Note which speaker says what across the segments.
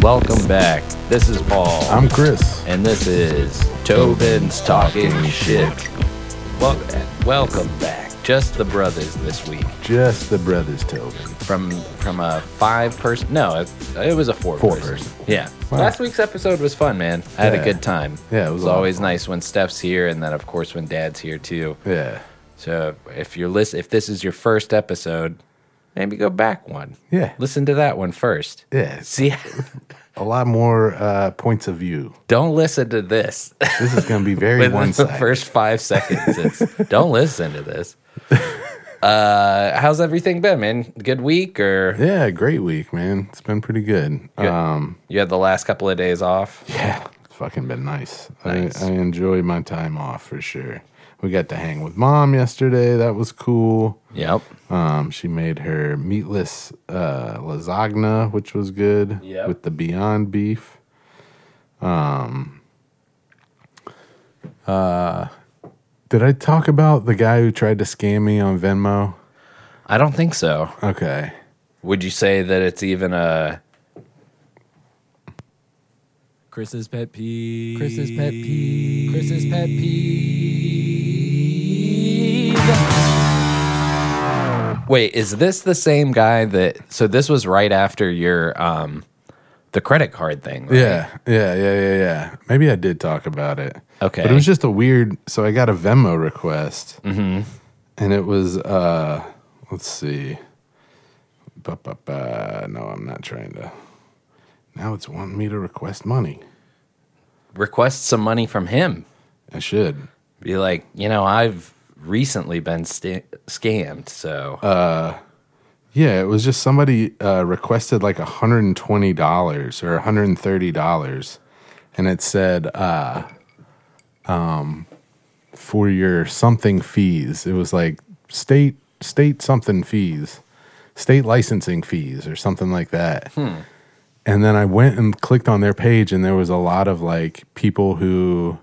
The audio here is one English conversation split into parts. Speaker 1: Welcome back. This is Paul.
Speaker 2: I'm Chris.
Speaker 1: and this is Tobin's Talking Shit. Well, welcome back. Just the brothers this week.
Speaker 2: Just the brothers Tobin.
Speaker 1: From from a five person no, it, it was a four,
Speaker 2: Four
Speaker 1: person.
Speaker 2: person.
Speaker 1: Yeah.
Speaker 2: Wow.
Speaker 1: Last week's episode was fun, man. I had a
Speaker 2: Yeah.
Speaker 1: good time.
Speaker 2: Yeah, it was
Speaker 1: it's
Speaker 2: a lot of
Speaker 1: always
Speaker 2: fun.
Speaker 1: nice when Steph's here and then of course when Dad's here too.
Speaker 2: Yeah.
Speaker 1: So if you're list if this is your first episode, maybe go back one.
Speaker 2: Yeah.
Speaker 1: Listen to that one first.
Speaker 2: Yeah. It's
Speaker 1: See
Speaker 2: a lot more uh, points of view.
Speaker 1: don't listen to this.
Speaker 2: This is going to be very
Speaker 1: Within
Speaker 2: one
Speaker 1: the
Speaker 2: sided.
Speaker 1: first five seconds. It's don't listen to this. Uh, how's everything been, man? Good week or
Speaker 2: Yeah, great week, man. It's been pretty good.
Speaker 1: Good.
Speaker 2: Um,
Speaker 1: you had the last couple of days off?
Speaker 2: yeah, it's fucking been nice.
Speaker 1: Nice.
Speaker 2: I, I enjoy my time off for sure. We got to hang with mom yesterday. That was cool.
Speaker 1: Yep.
Speaker 2: Um, she made her meatless uh, lasagna, which was good
Speaker 1: Yep.
Speaker 2: with the Beyond beef. Um, uh, did I talk about the guy who tried to scam me on Venmo?
Speaker 1: I don't think so.
Speaker 2: Okay.
Speaker 1: Would you say that it's even a
Speaker 3: Chris's pet peeve. Chris's pet peeve. Chris's pet peeve.
Speaker 1: Wait, is this the same guy that so this was right after your um the credit card thing? right?
Speaker 2: Yeah, yeah, yeah, yeah, yeah. Maybe I did talk about it.
Speaker 1: Okay.
Speaker 2: But it was just a weird. So I got a Venmo request,
Speaker 1: Mm-hmm.
Speaker 2: and it was uh, let's see, ba, ba, ba. no, I'm not trying to. Now it's wanting me to request money.
Speaker 1: Request some money from him.
Speaker 2: I should.
Speaker 1: Be like, you know, I've recently been sta scammed, so
Speaker 2: Yeah, it was just somebody uh, requested like $120 or $130. And it said, uh, um, for your something fees. It was like state, state something fees, state licensing fees or something like that. And then I went and clicked on their page and there was a lot of like people who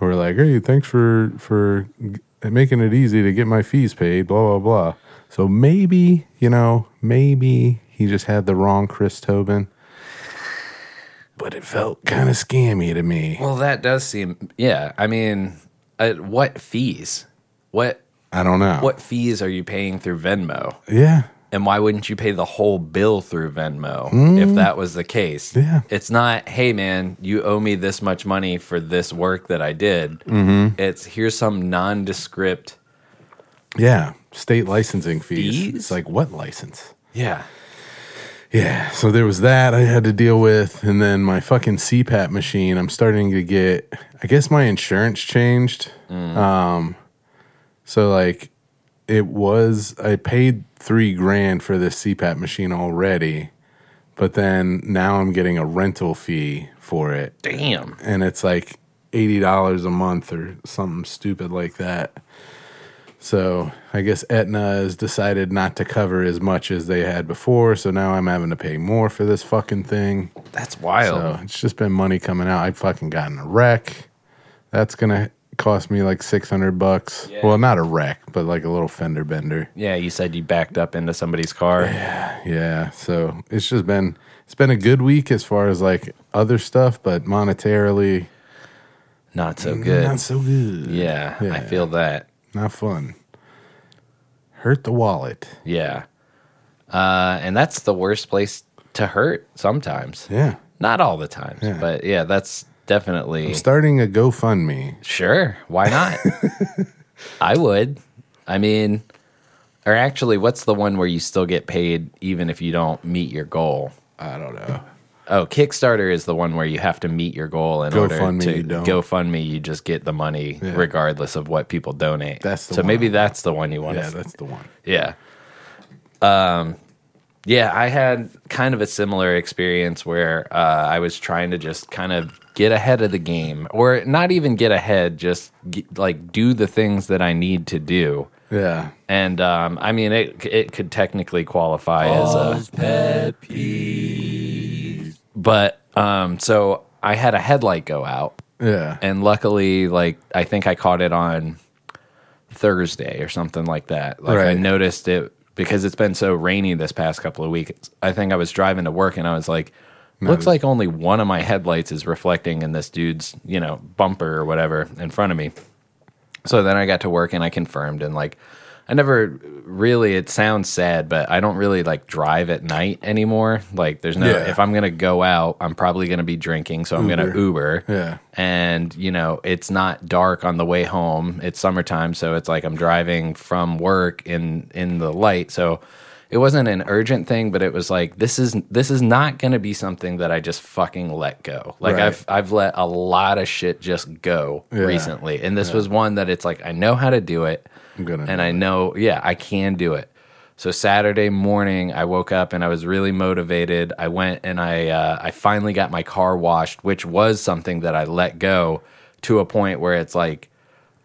Speaker 2: were like, "Hey, thanks for for g- making it easy to get my fees paid." Blah blah blah. So maybe you know, maybe he just had the wrong Chris Tobin, but it felt kind of scammy to me.
Speaker 1: Well, that does seem. Yeah, I mean, uh, what fees? What
Speaker 2: I don't know.
Speaker 1: what fees are you paying through Venmo?
Speaker 2: Yeah,
Speaker 1: And why wouldn't you pay the whole bill through Venmo if that was the case?
Speaker 2: Mm. Yeah.
Speaker 1: It's not, hey man, you owe me this much money for this work that I did.
Speaker 2: Mm-hmm.
Speaker 1: It's here's some nondescript.
Speaker 2: yeah. State licensing fees.
Speaker 1: Fees?
Speaker 2: It's like what license?
Speaker 1: Yeah.
Speaker 2: Yeah, so there was that I had to deal with, and then my fucking CPAP machine. I'm starting to get, I guess my insurance changed. Um, so like, it was I paid three grand for this CPAP machine already, but then now I'm getting a rental fee for it,
Speaker 1: Damn.
Speaker 2: and it's like eighty dollars a month or something stupid like that. So I guess Aetna has decided not to cover as much as they had before, so now I'm having to pay more for this fucking thing.
Speaker 1: That's wild.
Speaker 2: So it's just been money coming out. I fucking got in a wreck. That's gonna cost me like six hundred bucks.
Speaker 1: Yeah.
Speaker 2: Well, not a wreck, but like a little fender bender.
Speaker 1: Yeah, you said you backed up into somebody's car.
Speaker 2: Yeah. So it's just been it's been a good week as far as like other stuff, but monetarily
Speaker 1: Not so good.
Speaker 2: Mm, not so good.
Speaker 1: yeah, I
Speaker 2: Yeah.
Speaker 1: feel that.
Speaker 2: Not fun. Hurt the wallet.
Speaker 1: Yeah. Uh, and that's the worst place to hurt sometimes.
Speaker 2: Yeah.
Speaker 1: Not all the times,
Speaker 2: Yeah.
Speaker 1: but yeah, that's definitely
Speaker 2: Starting a GoFundMe.
Speaker 1: sure. Why not? I would. I mean, or actually, what's the one where you still get paid even if you don't meet your goal?
Speaker 2: I don't know.
Speaker 1: Oh, Kickstarter is the one where you have to meet your goal in order
Speaker 2: GoFundMe,
Speaker 1: to
Speaker 2: you don't.
Speaker 1: GoFundMe. You just get the money
Speaker 2: Yeah.
Speaker 1: regardless of what people donate.
Speaker 2: That's the
Speaker 1: so
Speaker 2: one
Speaker 1: maybe
Speaker 2: I want.
Speaker 1: that's the one you want
Speaker 2: Yeah,
Speaker 1: to
Speaker 2: that's the one.
Speaker 1: Yeah. Um, yeah, I had kind of a similar experience where uh, I was trying to just kind of get ahead of the game, or not even get ahead, just get, like do the things that I need to do.
Speaker 2: Yeah.
Speaker 1: And um, I mean, it it could technically qualify as a
Speaker 3: pet peeve.
Speaker 1: but um, so I had a headlight go out
Speaker 2: Yeah.
Speaker 1: and luckily like i think i caught it on thursday or something like that like i
Speaker 2: Right.
Speaker 1: noticed it because it's been so rainy this past couple of weeks i think i was driving to work and i was like looks like only one of my headlights is reflecting in this dude's you know bumper or whatever in front of me so then i got to work and i confirmed and like i never really it sounds sad but i don't really like drive at night anymore like there's no
Speaker 2: Yeah.
Speaker 1: if i'm gonna go out i'm probably gonna be drinking so i'm gonna uber
Speaker 2: Yeah.
Speaker 1: and you know it's not dark on the way home it's summertime so it's like i'm driving from work in in the light so it wasn't an urgent thing but it was like this is this is not going to be something that i just fucking let go like
Speaker 2: Right.
Speaker 1: i've i've let a lot of shit just go
Speaker 2: Yeah.
Speaker 1: recently and this was one that it's like i know how to do it
Speaker 2: I'm gonna
Speaker 1: and
Speaker 2: do
Speaker 1: i know yeah i can do it so saturday morning i woke up and i was really motivated i went and i uh, i finally got my car washed which was something that i let go to a point where it's like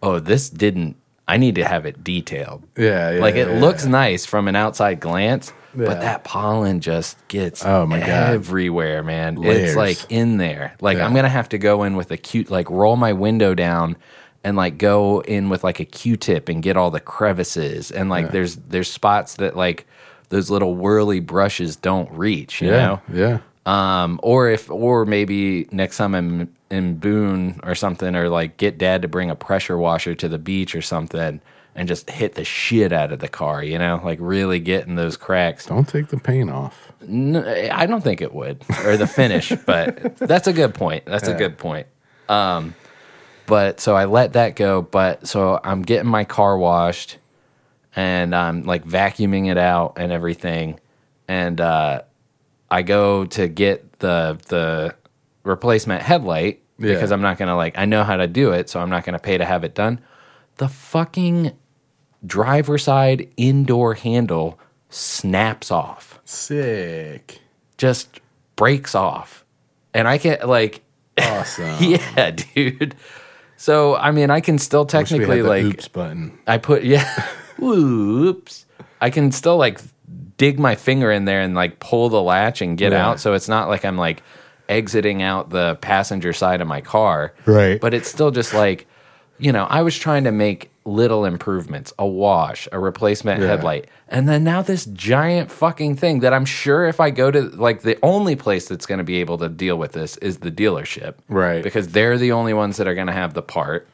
Speaker 1: oh this didn't i need to have it detailed
Speaker 2: Yeah, yeah,
Speaker 1: like it
Speaker 2: yeah,
Speaker 1: looks nice from an outside glance
Speaker 2: Yeah.
Speaker 1: but that pollen just gets
Speaker 2: Oh, my God.
Speaker 1: everywhere man it's
Speaker 2: Layers.
Speaker 1: like in there like
Speaker 2: Yeah.
Speaker 1: i'm gonna have to go in with a cute like roll my window down and like go in with like a q-tip and get all the crevices and like there's there's spots that like those little whirly brushes don't reach you
Speaker 2: Yeah.
Speaker 1: know
Speaker 2: Yeah.
Speaker 1: um, or if, or maybe next time I'm in Boone or something, or like get dad to bring a pressure washer to the beach or something and just hit the shit out of the car, you know, like really get in those cracks.
Speaker 2: Don't take the paint off.
Speaker 1: N- I don't think it would, or the finish, but that's a good point. That's a good point. Um, but so I let that go, but so I'm getting my car washed and I'm like vacuuming it out and everything. And, uh, I go to get the the replacement headlight
Speaker 2: Yeah.
Speaker 1: because I'm not gonna like I know how to do it, so I'm not gonna pay to have it done. The fucking driver side indoor handle snaps off,
Speaker 2: Sick.
Speaker 1: just breaks off, and I can't like
Speaker 2: Awesome.
Speaker 1: yeah, dude. So I mean, I can still
Speaker 2: Oh. Wish we had
Speaker 1: technically
Speaker 2: the
Speaker 1: like
Speaker 2: oops button.
Speaker 1: I put yeah. Oops. I can still like dig my finger in there and like pull the latch and get
Speaker 2: Yeah.
Speaker 1: out. So it's not like I'm like exiting out the passenger side of my car.
Speaker 2: Right.
Speaker 1: But it's still just like, you know, I was trying to make little improvements, a wash, a replacement
Speaker 2: Yeah.
Speaker 1: headlight. And then now this giant fucking thing that I'm sure if I go to like the only place that's going to be able to deal with this is the dealership.
Speaker 2: Right.
Speaker 1: Because they're the only ones that are going to have the part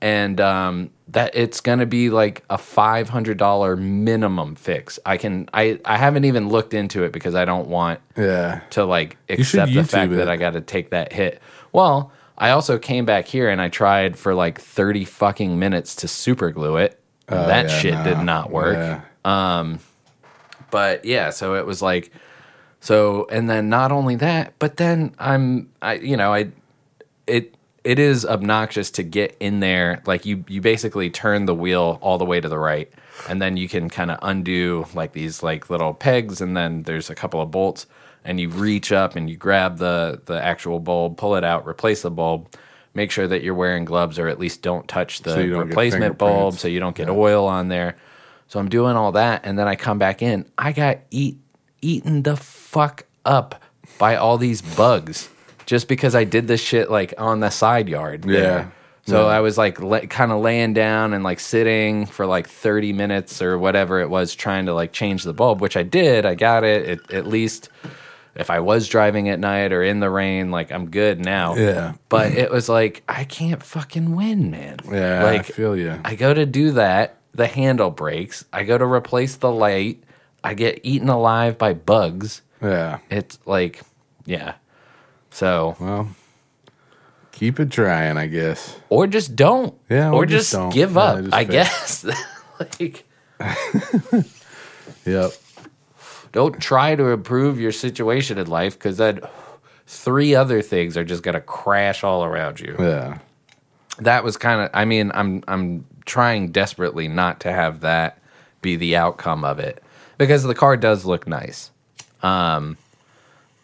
Speaker 1: and um, that it's going to be like a five hundred dollar minimum fix. I can I I haven't even looked into it because I don't want
Speaker 2: Yeah.
Speaker 1: to like
Speaker 2: should
Speaker 1: accept the fact
Speaker 2: YouTube
Speaker 1: that
Speaker 2: it.
Speaker 1: I got to take that hit. Well, I also came back here and I tried for like thirty fucking minutes to super glue it. that
Speaker 2: Oh, yeah,
Speaker 1: shit did
Speaker 2: nah.
Speaker 1: not work
Speaker 2: Yeah.
Speaker 1: but yeah so it was like so and then not only that but then i'm i you know i it it is obnoxious to get in there like you you basically turn the wheel all the way to the right and then you can kind of undo like these like little pegs and then there's a couple of bolts and you reach up and you grab the the actual bulb pull it out replace the bulb make sure that you're wearing gloves or at least don't touch the
Speaker 2: So you don't get
Speaker 1: replacement bulb
Speaker 2: fingerprints.
Speaker 1: so you don't get oil on there. So I'm doing all that, and then I come back in. I got eat eaten the fuck up by all these bugs just because I did this shit like on the side yard. there.
Speaker 2: Yeah.
Speaker 1: So I was like la kind of laying down and like sitting for like 30 minutes or whatever it was trying to like change the bulb, which I did. I got it. it at least if I was driving at night or in the rain, like I'm good now.
Speaker 2: Yeah.
Speaker 1: But it was like I can't fucking win, man.
Speaker 2: Yeah, I
Speaker 1: Like
Speaker 2: feel you.
Speaker 1: I go to do that, the handle breaks. I go to replace the light. I get eaten alive by bugs.
Speaker 2: Yeah.
Speaker 1: It's like, yeah. So,
Speaker 2: Well, keep it trying, I guess.
Speaker 1: or just don't.
Speaker 2: Yeah,
Speaker 1: Or,
Speaker 2: or
Speaker 1: just,
Speaker 2: just don't.
Speaker 1: give
Speaker 2: Yeah,
Speaker 1: up,
Speaker 2: just
Speaker 1: I
Speaker 2: fail.
Speaker 1: guess. like,
Speaker 2: Yep.
Speaker 1: don't try to improve your situation in life because then three other things are just going to crash all around you.
Speaker 2: Yeah.
Speaker 1: that was kind of i mean i'm i'm trying desperately not to have that be the outcome of it because the car does look nice um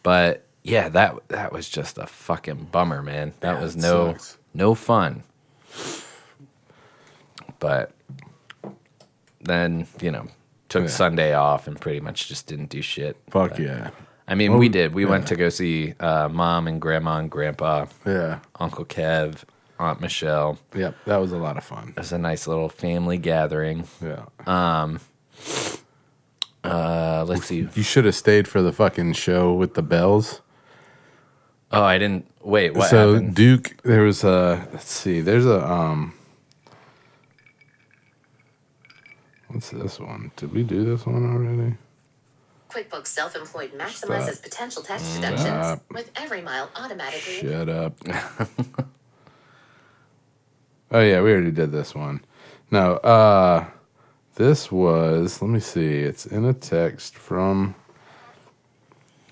Speaker 1: but yeah that that was just a fucking bummer man that
Speaker 2: Yeah,
Speaker 1: was
Speaker 2: it
Speaker 1: no
Speaker 2: sucks.
Speaker 1: no fun but then you know took sunday off and pretty much just didn't do shit
Speaker 2: Fuck yeah.
Speaker 1: I mean, we did. We went to go see uh, mom and grandma and grandpa,
Speaker 2: Yeah.
Speaker 1: Uncle Kev, Aunt Michelle.
Speaker 2: Yep. That was a lot of fun.
Speaker 1: It was a nice little family gathering.
Speaker 2: Yeah.
Speaker 1: Uh, let's see.
Speaker 2: You should have stayed for the fucking show with the bells.
Speaker 1: Oh, I didn't. Wait, what
Speaker 2: so
Speaker 1: happened?
Speaker 2: Duke, there was a let's see, there's a um What's this one? Did we do this one already?
Speaker 4: QuickBooks Self-Employed maximizes
Speaker 2: Stop.
Speaker 4: potential tax deductions
Speaker 2: Stop.
Speaker 4: with every mile automatically.
Speaker 2: Shut up. oh yeah, we already did this one. No, uh this was let me see, it's in a text from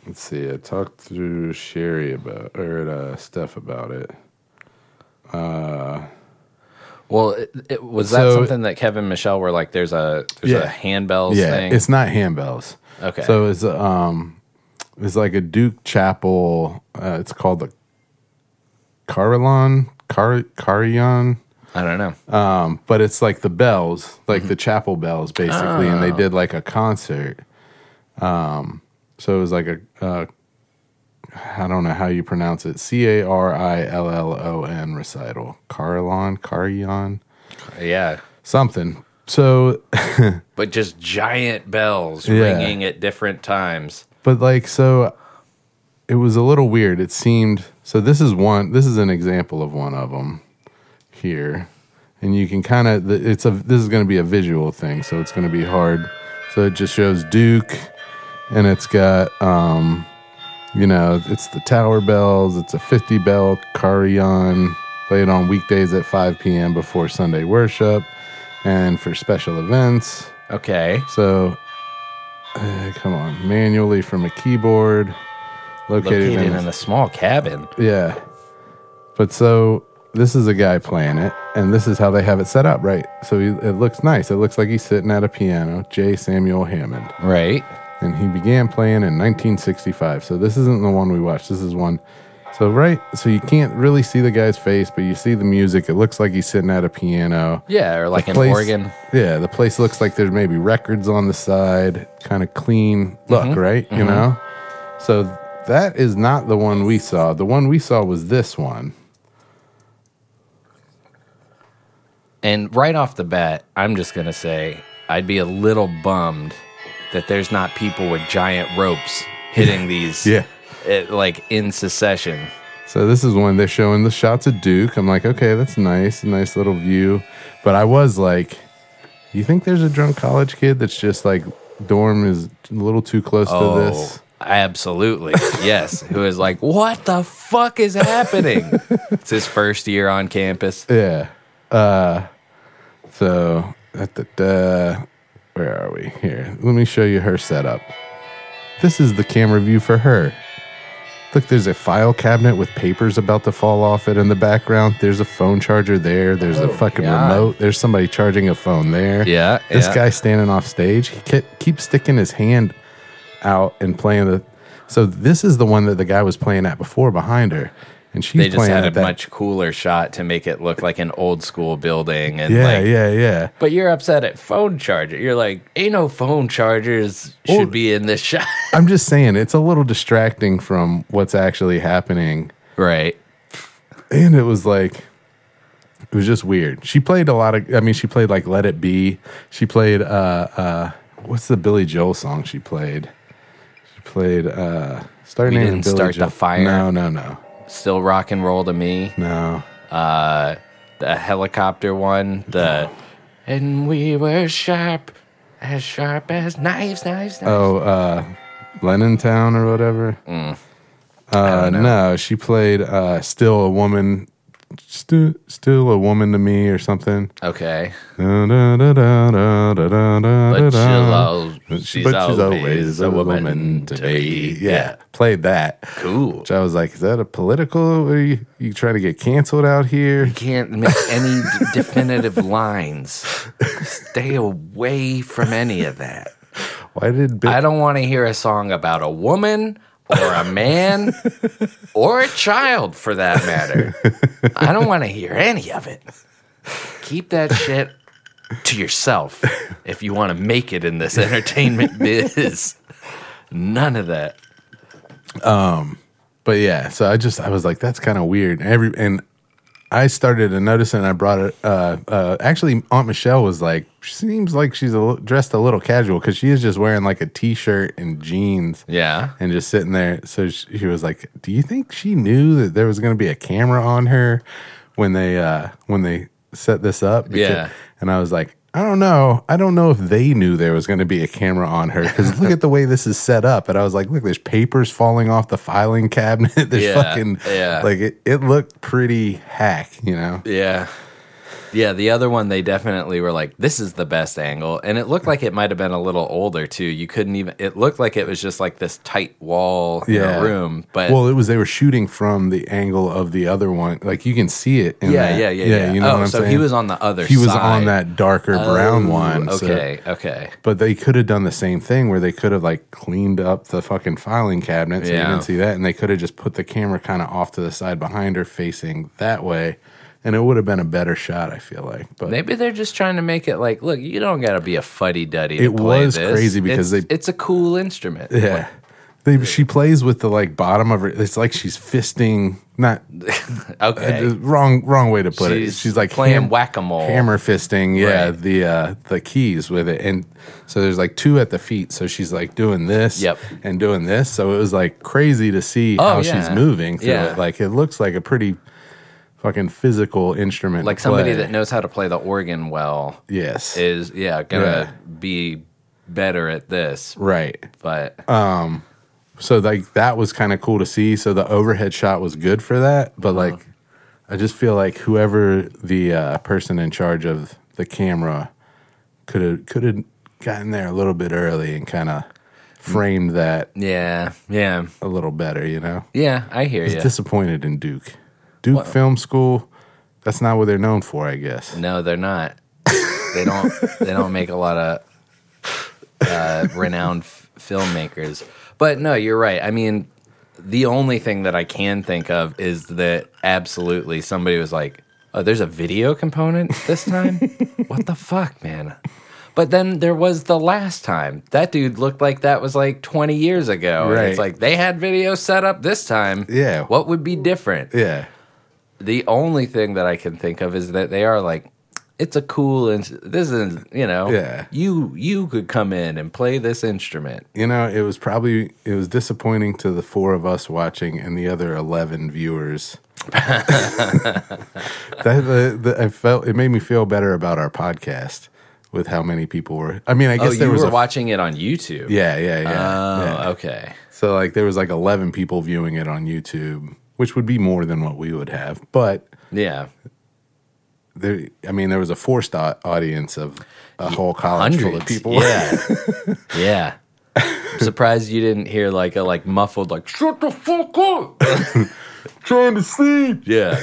Speaker 2: let's see, I talked to Sherry about or uh Steph about it.
Speaker 1: well, it, it, was that
Speaker 2: So-
Speaker 1: something that Kevin and Michelle were like? There's a there's
Speaker 2: Yeah.
Speaker 1: a handbells
Speaker 2: yeah,
Speaker 1: thing.
Speaker 2: it's not handbells.
Speaker 1: Okay.
Speaker 2: So it's um, it's like a Duke Chapel. Uh, it's called the Carillon, Car Carillon,
Speaker 1: I don't know.
Speaker 2: Uh, but it's like the bells, like
Speaker 1: Mm-hmm.
Speaker 2: the chapel bells, basically. And they
Speaker 1: Oh.
Speaker 2: did like a concert. Um, so it was like a, uh, I don't know how you pronounce it, C A R I L L O N recital, Carillon, Carillon,
Speaker 1: yeah,
Speaker 2: something. So
Speaker 1: but just giant bells
Speaker 2: Yeah.
Speaker 1: ringing at different times.
Speaker 2: But like so it was a little weird. It seemed so this is one this is an example of one of them here. And you can kind of it's a this is going to be a visual thing, so it's going to be hard. So it just shows Duke and it's got um you know, it's the tower bells, it's a 50 bell carillon played on weekdays at 5 p.m. before Sunday worship and for special events.
Speaker 1: Okay.
Speaker 2: So, uh, come on, manually from a keyboard, located,
Speaker 1: Located
Speaker 2: in,
Speaker 1: in a small cabin.
Speaker 2: yeah. But so this is a guy playing it, and this is how they have it set up, right? So he, it looks nice. It looks like he's sitting at a piano. J. Samuel Hammond,
Speaker 1: Right.
Speaker 2: and he began playing in 1965. So this isn't the one we watched. This is one. So right, so you can't really see the guy's face, but you see the music. It looks like he's sitting at a piano.
Speaker 1: Yeah, or like
Speaker 2: The
Speaker 1: an
Speaker 2: place-
Speaker 1: organ.
Speaker 2: Yeah, the place looks like there's maybe records on the side, kind of clean look, right? You know? So that is not the one we saw. The one we saw was this one.
Speaker 1: And right off the bat, I'm just going to say I'd be a little bummed that there's not people with giant ropes hitting these
Speaker 2: Yeah.
Speaker 1: eh, like in succession.
Speaker 2: So this is when they're showing the shots of Duke. I'm like, okay, that's nice, a nice little view. But I was like, you think there's a drunk college kid that's just like dorm is a little too close
Speaker 1: Oh,
Speaker 2: to this?
Speaker 1: absolutely. yes. Who is like, what the fuck is happening? it's his first year on campus.
Speaker 2: Yeah. Uh, so, da, da, da. where are we? Here, let me show you her setup. This is the camera view for her. Look, there's a file cabinet with papers about to fall off it in the background. There's a phone charger there. There's a fucking
Speaker 1: Oh, God.
Speaker 2: remote. There's somebody charging a phone there.
Speaker 1: Yeah,
Speaker 2: This
Speaker 1: yeah.
Speaker 2: guy standing off stage, he ke- keeps sticking his hand out and playing the. So, this is the one that the guy was playing at before behind her. And she's
Speaker 1: They just
Speaker 2: playing
Speaker 1: had a
Speaker 2: at that.
Speaker 1: much cooler shot to make it look like an old school building and
Speaker 2: yeah,
Speaker 1: like
Speaker 2: yeah, yeah.
Speaker 1: But you're upset at phone charger. You're like, ain't no phone chargers should
Speaker 2: Well-
Speaker 1: be in this shot.
Speaker 2: I'm just saying it's a little distracting from what's actually happening.
Speaker 1: right.
Speaker 2: And it was like it was just weird. She played a lot of I mean she played like Let It Be. She played uh uh what's the Billy Joel song she played? She played uh Start
Speaker 1: We
Speaker 2: naming
Speaker 1: didn't
Speaker 2: Billy
Speaker 1: start
Speaker 2: Joel.
Speaker 1: the fire.
Speaker 2: No, no, no.
Speaker 1: Still rock and roll to me.
Speaker 2: No.
Speaker 1: The helicopter one. The and we were sharp, as sharp as knives, knives, knives.
Speaker 2: Oh, uh Lennon Town or whatever.
Speaker 1: Mm.
Speaker 2: Uh no, she played uh Still a Woman Still Still a Woman to Me or something.
Speaker 1: Okay.
Speaker 2: But she's
Speaker 1: But she's, al- she's, always, a woman, to be.
Speaker 2: Yeah. played that.
Speaker 1: Cool.
Speaker 2: Which I was like, is that a political? Are you, you trying to get canceled out here?
Speaker 1: Can't make any d- definitive lines. Stay away from any of that.
Speaker 2: Why did Bill,
Speaker 1: I don't want to hear a song about a woman or a man or a child for that matter. I don't want to hear any of it. Keep that shit to yourself if you want to make it in this entertainment biz. None of that.
Speaker 2: but yeah, so I just I was like, that's kind of weird. And every and I started to notice, it and I brought it. Uh, uh, actually, Aunt Michelle was like, she seems like she's a, li- dressed a little casual because she is just wearing like a t-shirt and jeans.
Speaker 1: Yeah.
Speaker 2: and just sitting there. So she, she was like, "Do you think she knew that there was going to be a camera on her when they uh, when they set this up?"
Speaker 1: Yeah.
Speaker 2: And I was like, "I don't know. I don't know if they knew there was going to be a camera on her because look at the way this is set up." And I was like, "Look, there's papers falling off the filing cabinet. there's
Speaker 1: Yeah,
Speaker 2: fucking
Speaker 1: yeah.
Speaker 2: like it, it looked pretty hack, you know."
Speaker 1: Yeah. Yeah, the other one they definitely were like, this is the best angle. And it looked like it might have been a little older too. You couldn't even it looked like it was just like this tight wall in
Speaker 2: Yeah.
Speaker 1: a room. But
Speaker 2: Well, it was they were shooting from the angle of the other one. Like you can see it. In
Speaker 1: yeah,
Speaker 2: that.
Speaker 1: yeah, yeah, yeah,
Speaker 2: You know
Speaker 1: oh,
Speaker 2: what I'm
Speaker 1: so
Speaker 2: saying?
Speaker 1: he was on the other
Speaker 2: he was
Speaker 1: side. Oh,
Speaker 2: on that darker brown one. so-
Speaker 1: Okay, okay.
Speaker 2: But they could have done the same thing where they could have like cleaned up the fucking filing cabinet so
Speaker 1: Yeah.
Speaker 2: you didn't see that, and they could have just put the camera kind of off to the side behind her, facing that way, and it would have been a better shot. I feel like, but
Speaker 1: Maybe they're just trying to make it like, look, you don't gotta be a fuddy duddy.
Speaker 2: It was crazy because
Speaker 1: it's,
Speaker 2: they-
Speaker 1: it's a cool instrument.
Speaker 2: yeah, they, she plays with the like bottom of her. It's like she's fisting, not
Speaker 1: Okay.
Speaker 2: uh, wrong, wrong way to put it.
Speaker 1: She's
Speaker 2: She's like
Speaker 1: playing whack-a-mole.
Speaker 2: hammer fisting. Yeah,
Speaker 1: Right.
Speaker 2: the uh, the keys with it, and so there's like two at the feet. So she's like doing this,
Speaker 1: Yep.
Speaker 2: and doing this. So it was like crazy to see
Speaker 1: Oh,
Speaker 2: how
Speaker 1: yeah.
Speaker 2: she's moving through
Speaker 1: Yeah.
Speaker 2: it. Like it looks like a pretty fucking physical instrument,
Speaker 1: like
Speaker 2: to
Speaker 1: somebody
Speaker 2: play.
Speaker 1: that knows how to play the organ well
Speaker 2: Yes,
Speaker 1: is yeah, gonna be better at this.
Speaker 2: right.
Speaker 1: But
Speaker 2: so like that was kind of cool to see so the overhead shot was good for that but like i just feel like whoever the uh, person in charge of the camera could have could have gotten there a little bit early and kind of framed that
Speaker 1: Yeah, yeah,
Speaker 2: a little better you know
Speaker 1: yeah. I hear you.
Speaker 2: disappointed in duke duke film school that's not what they're known for i guess
Speaker 1: no, they're not. They don't. they don't make a lot of uh, renowned f- filmmakers. But no, you're right. I mean, the only thing that I can think of is that absolutely somebody was like, "Oh, there's a video component this time. what the fuck, man." But then there was the last time. That dude looked like that was like 20 years ago. And it's
Speaker 2: Right.
Speaker 1: like they had video set up this time.
Speaker 2: Yeah.
Speaker 1: What would be different?
Speaker 2: yeah
Speaker 1: the only thing that I can think of is that they are like, it's a cool and this is you know
Speaker 2: Yeah.
Speaker 1: you you could come in and play this instrument.
Speaker 2: you know it was probably it was disappointing to the four of us watching and the other 11 viewers that, the, the, i felt it made me feel better about our podcast with how many people were i mean i
Speaker 1: Oh,
Speaker 2: guess there
Speaker 1: you
Speaker 2: was
Speaker 1: were
Speaker 2: a,
Speaker 1: watching it on YouTube.
Speaker 2: yeah yeah yeah,
Speaker 1: Oh,
Speaker 2: yeah.
Speaker 1: okay.
Speaker 2: so like there was like 11 people viewing it on youtube which would be more than what we would have but
Speaker 1: Yeah,
Speaker 2: there i mean there was a forced au- audience of a whole college full of
Speaker 1: hundreds.
Speaker 2: people
Speaker 1: Yeah, yeah. I'm surprised you didn't hear like a like muffled like shut the fuck up.
Speaker 2: trying to sleep
Speaker 1: Yeah.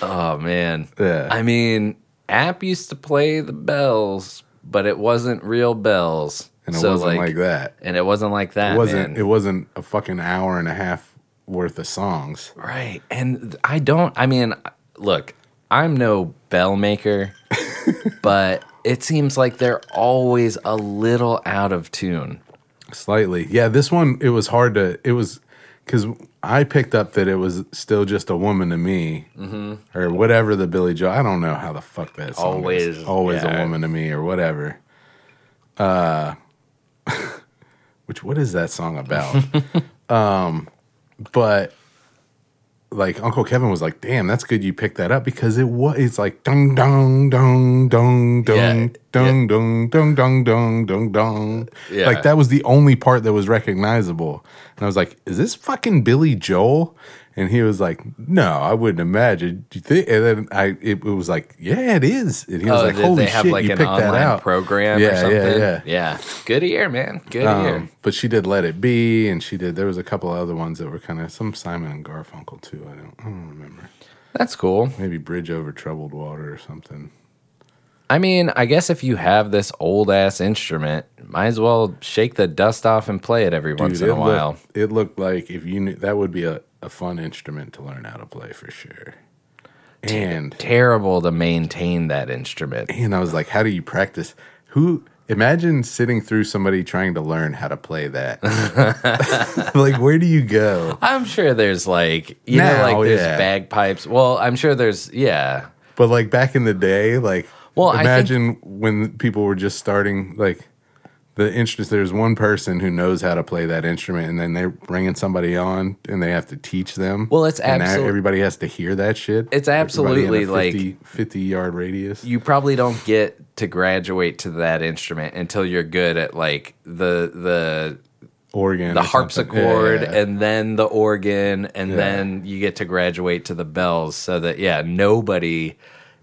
Speaker 1: oh man.
Speaker 2: Yeah.
Speaker 1: I mean, App used to play the bells, but it wasn't real bells.
Speaker 2: and it
Speaker 1: So,
Speaker 2: wasn't like that
Speaker 1: and it wasn't like that.
Speaker 2: it wasn't
Speaker 1: man.
Speaker 2: it wasn't a fucking hour and a half worth of songs.
Speaker 1: right. And th- I don't. I mean, look, I'm no bell maker, but it seems like they're always a little out of tune.
Speaker 2: Slightly. Yeah, this one it was hard to it was cuz I picked up that it was still just a woman to me or whatever the Billy Joe. I don't know how the fuck that song
Speaker 1: Mm-hmm. Always,
Speaker 2: is. always
Speaker 1: yeah.
Speaker 2: a woman to me or whatever. Uh which what is that song about? um but like Uncle Kevin was like, "Damn, that's good you picked that up because it was it's like dong dong dong dong dong
Speaker 1: Yeah.
Speaker 2: dong dong dong dong dong dong dong."
Speaker 1: Yeah.
Speaker 2: Like that was the only part that was recognizable, and I was like, "Is this fucking Billy Joel?" And he was like, "No, I wouldn't imagine." Do you think? And then I it, it was like, "Yeah, it is." And he was
Speaker 1: oh,
Speaker 2: like,
Speaker 1: did
Speaker 2: "Holy
Speaker 1: they have
Speaker 2: shit,
Speaker 1: like
Speaker 2: you
Speaker 1: an
Speaker 2: picked that
Speaker 1: online
Speaker 2: out."
Speaker 1: program or
Speaker 2: Yeah, yeah,
Speaker 1: something?
Speaker 2: yeah.
Speaker 1: Good ear, man. Good ear.
Speaker 2: Um, but she did "Let It Be," and she did. There was a couple other ones that were kind of some Simon and Garfunkel too. I don't, I don't remember.
Speaker 1: That's cool.
Speaker 2: Maybe "Bridge Over Troubled Water" or something.
Speaker 1: I mean, I guess if you have this old ass instrument, might as well shake the dust off and play it every once
Speaker 2: Dude,
Speaker 1: in a
Speaker 2: it
Speaker 1: while.
Speaker 2: Looked, it looked like if you knew that would be a, a fun instrument to learn how to play for sure. And
Speaker 1: Terrible to maintain that instrument.
Speaker 2: and I was like, how do you practice? Who Imagine sitting through somebody trying to learn how to play that. like, where do you go?
Speaker 1: I'm sure there's like you know
Speaker 2: Now,
Speaker 1: like there's
Speaker 2: yeah.
Speaker 1: bagpipes. Well, I'm sure there's yeah.
Speaker 2: But like back in the day, like,
Speaker 1: Well, I think-
Speaker 2: imagine when people were just starting, like, the instruments. There's one person who knows how to play that instrument, and then they're bringing somebody on, and they have to teach them.
Speaker 1: Well, it's
Speaker 2: and now
Speaker 1: absolute-
Speaker 2: everybody has to hear that shit.
Speaker 1: It's
Speaker 2: Everybody in a
Speaker 1: absolutely, like-
Speaker 2: 50 50 yard radius.
Speaker 1: You probably don't get to graduate to that instrument until you're good at like the the
Speaker 2: organ,
Speaker 1: the
Speaker 2: or something. Yeah, yeah,
Speaker 1: harpsichord
Speaker 2: yeah.
Speaker 1: and then the organ and
Speaker 2: Yeah.
Speaker 1: then you get to graduate to the bells so that yeah nobody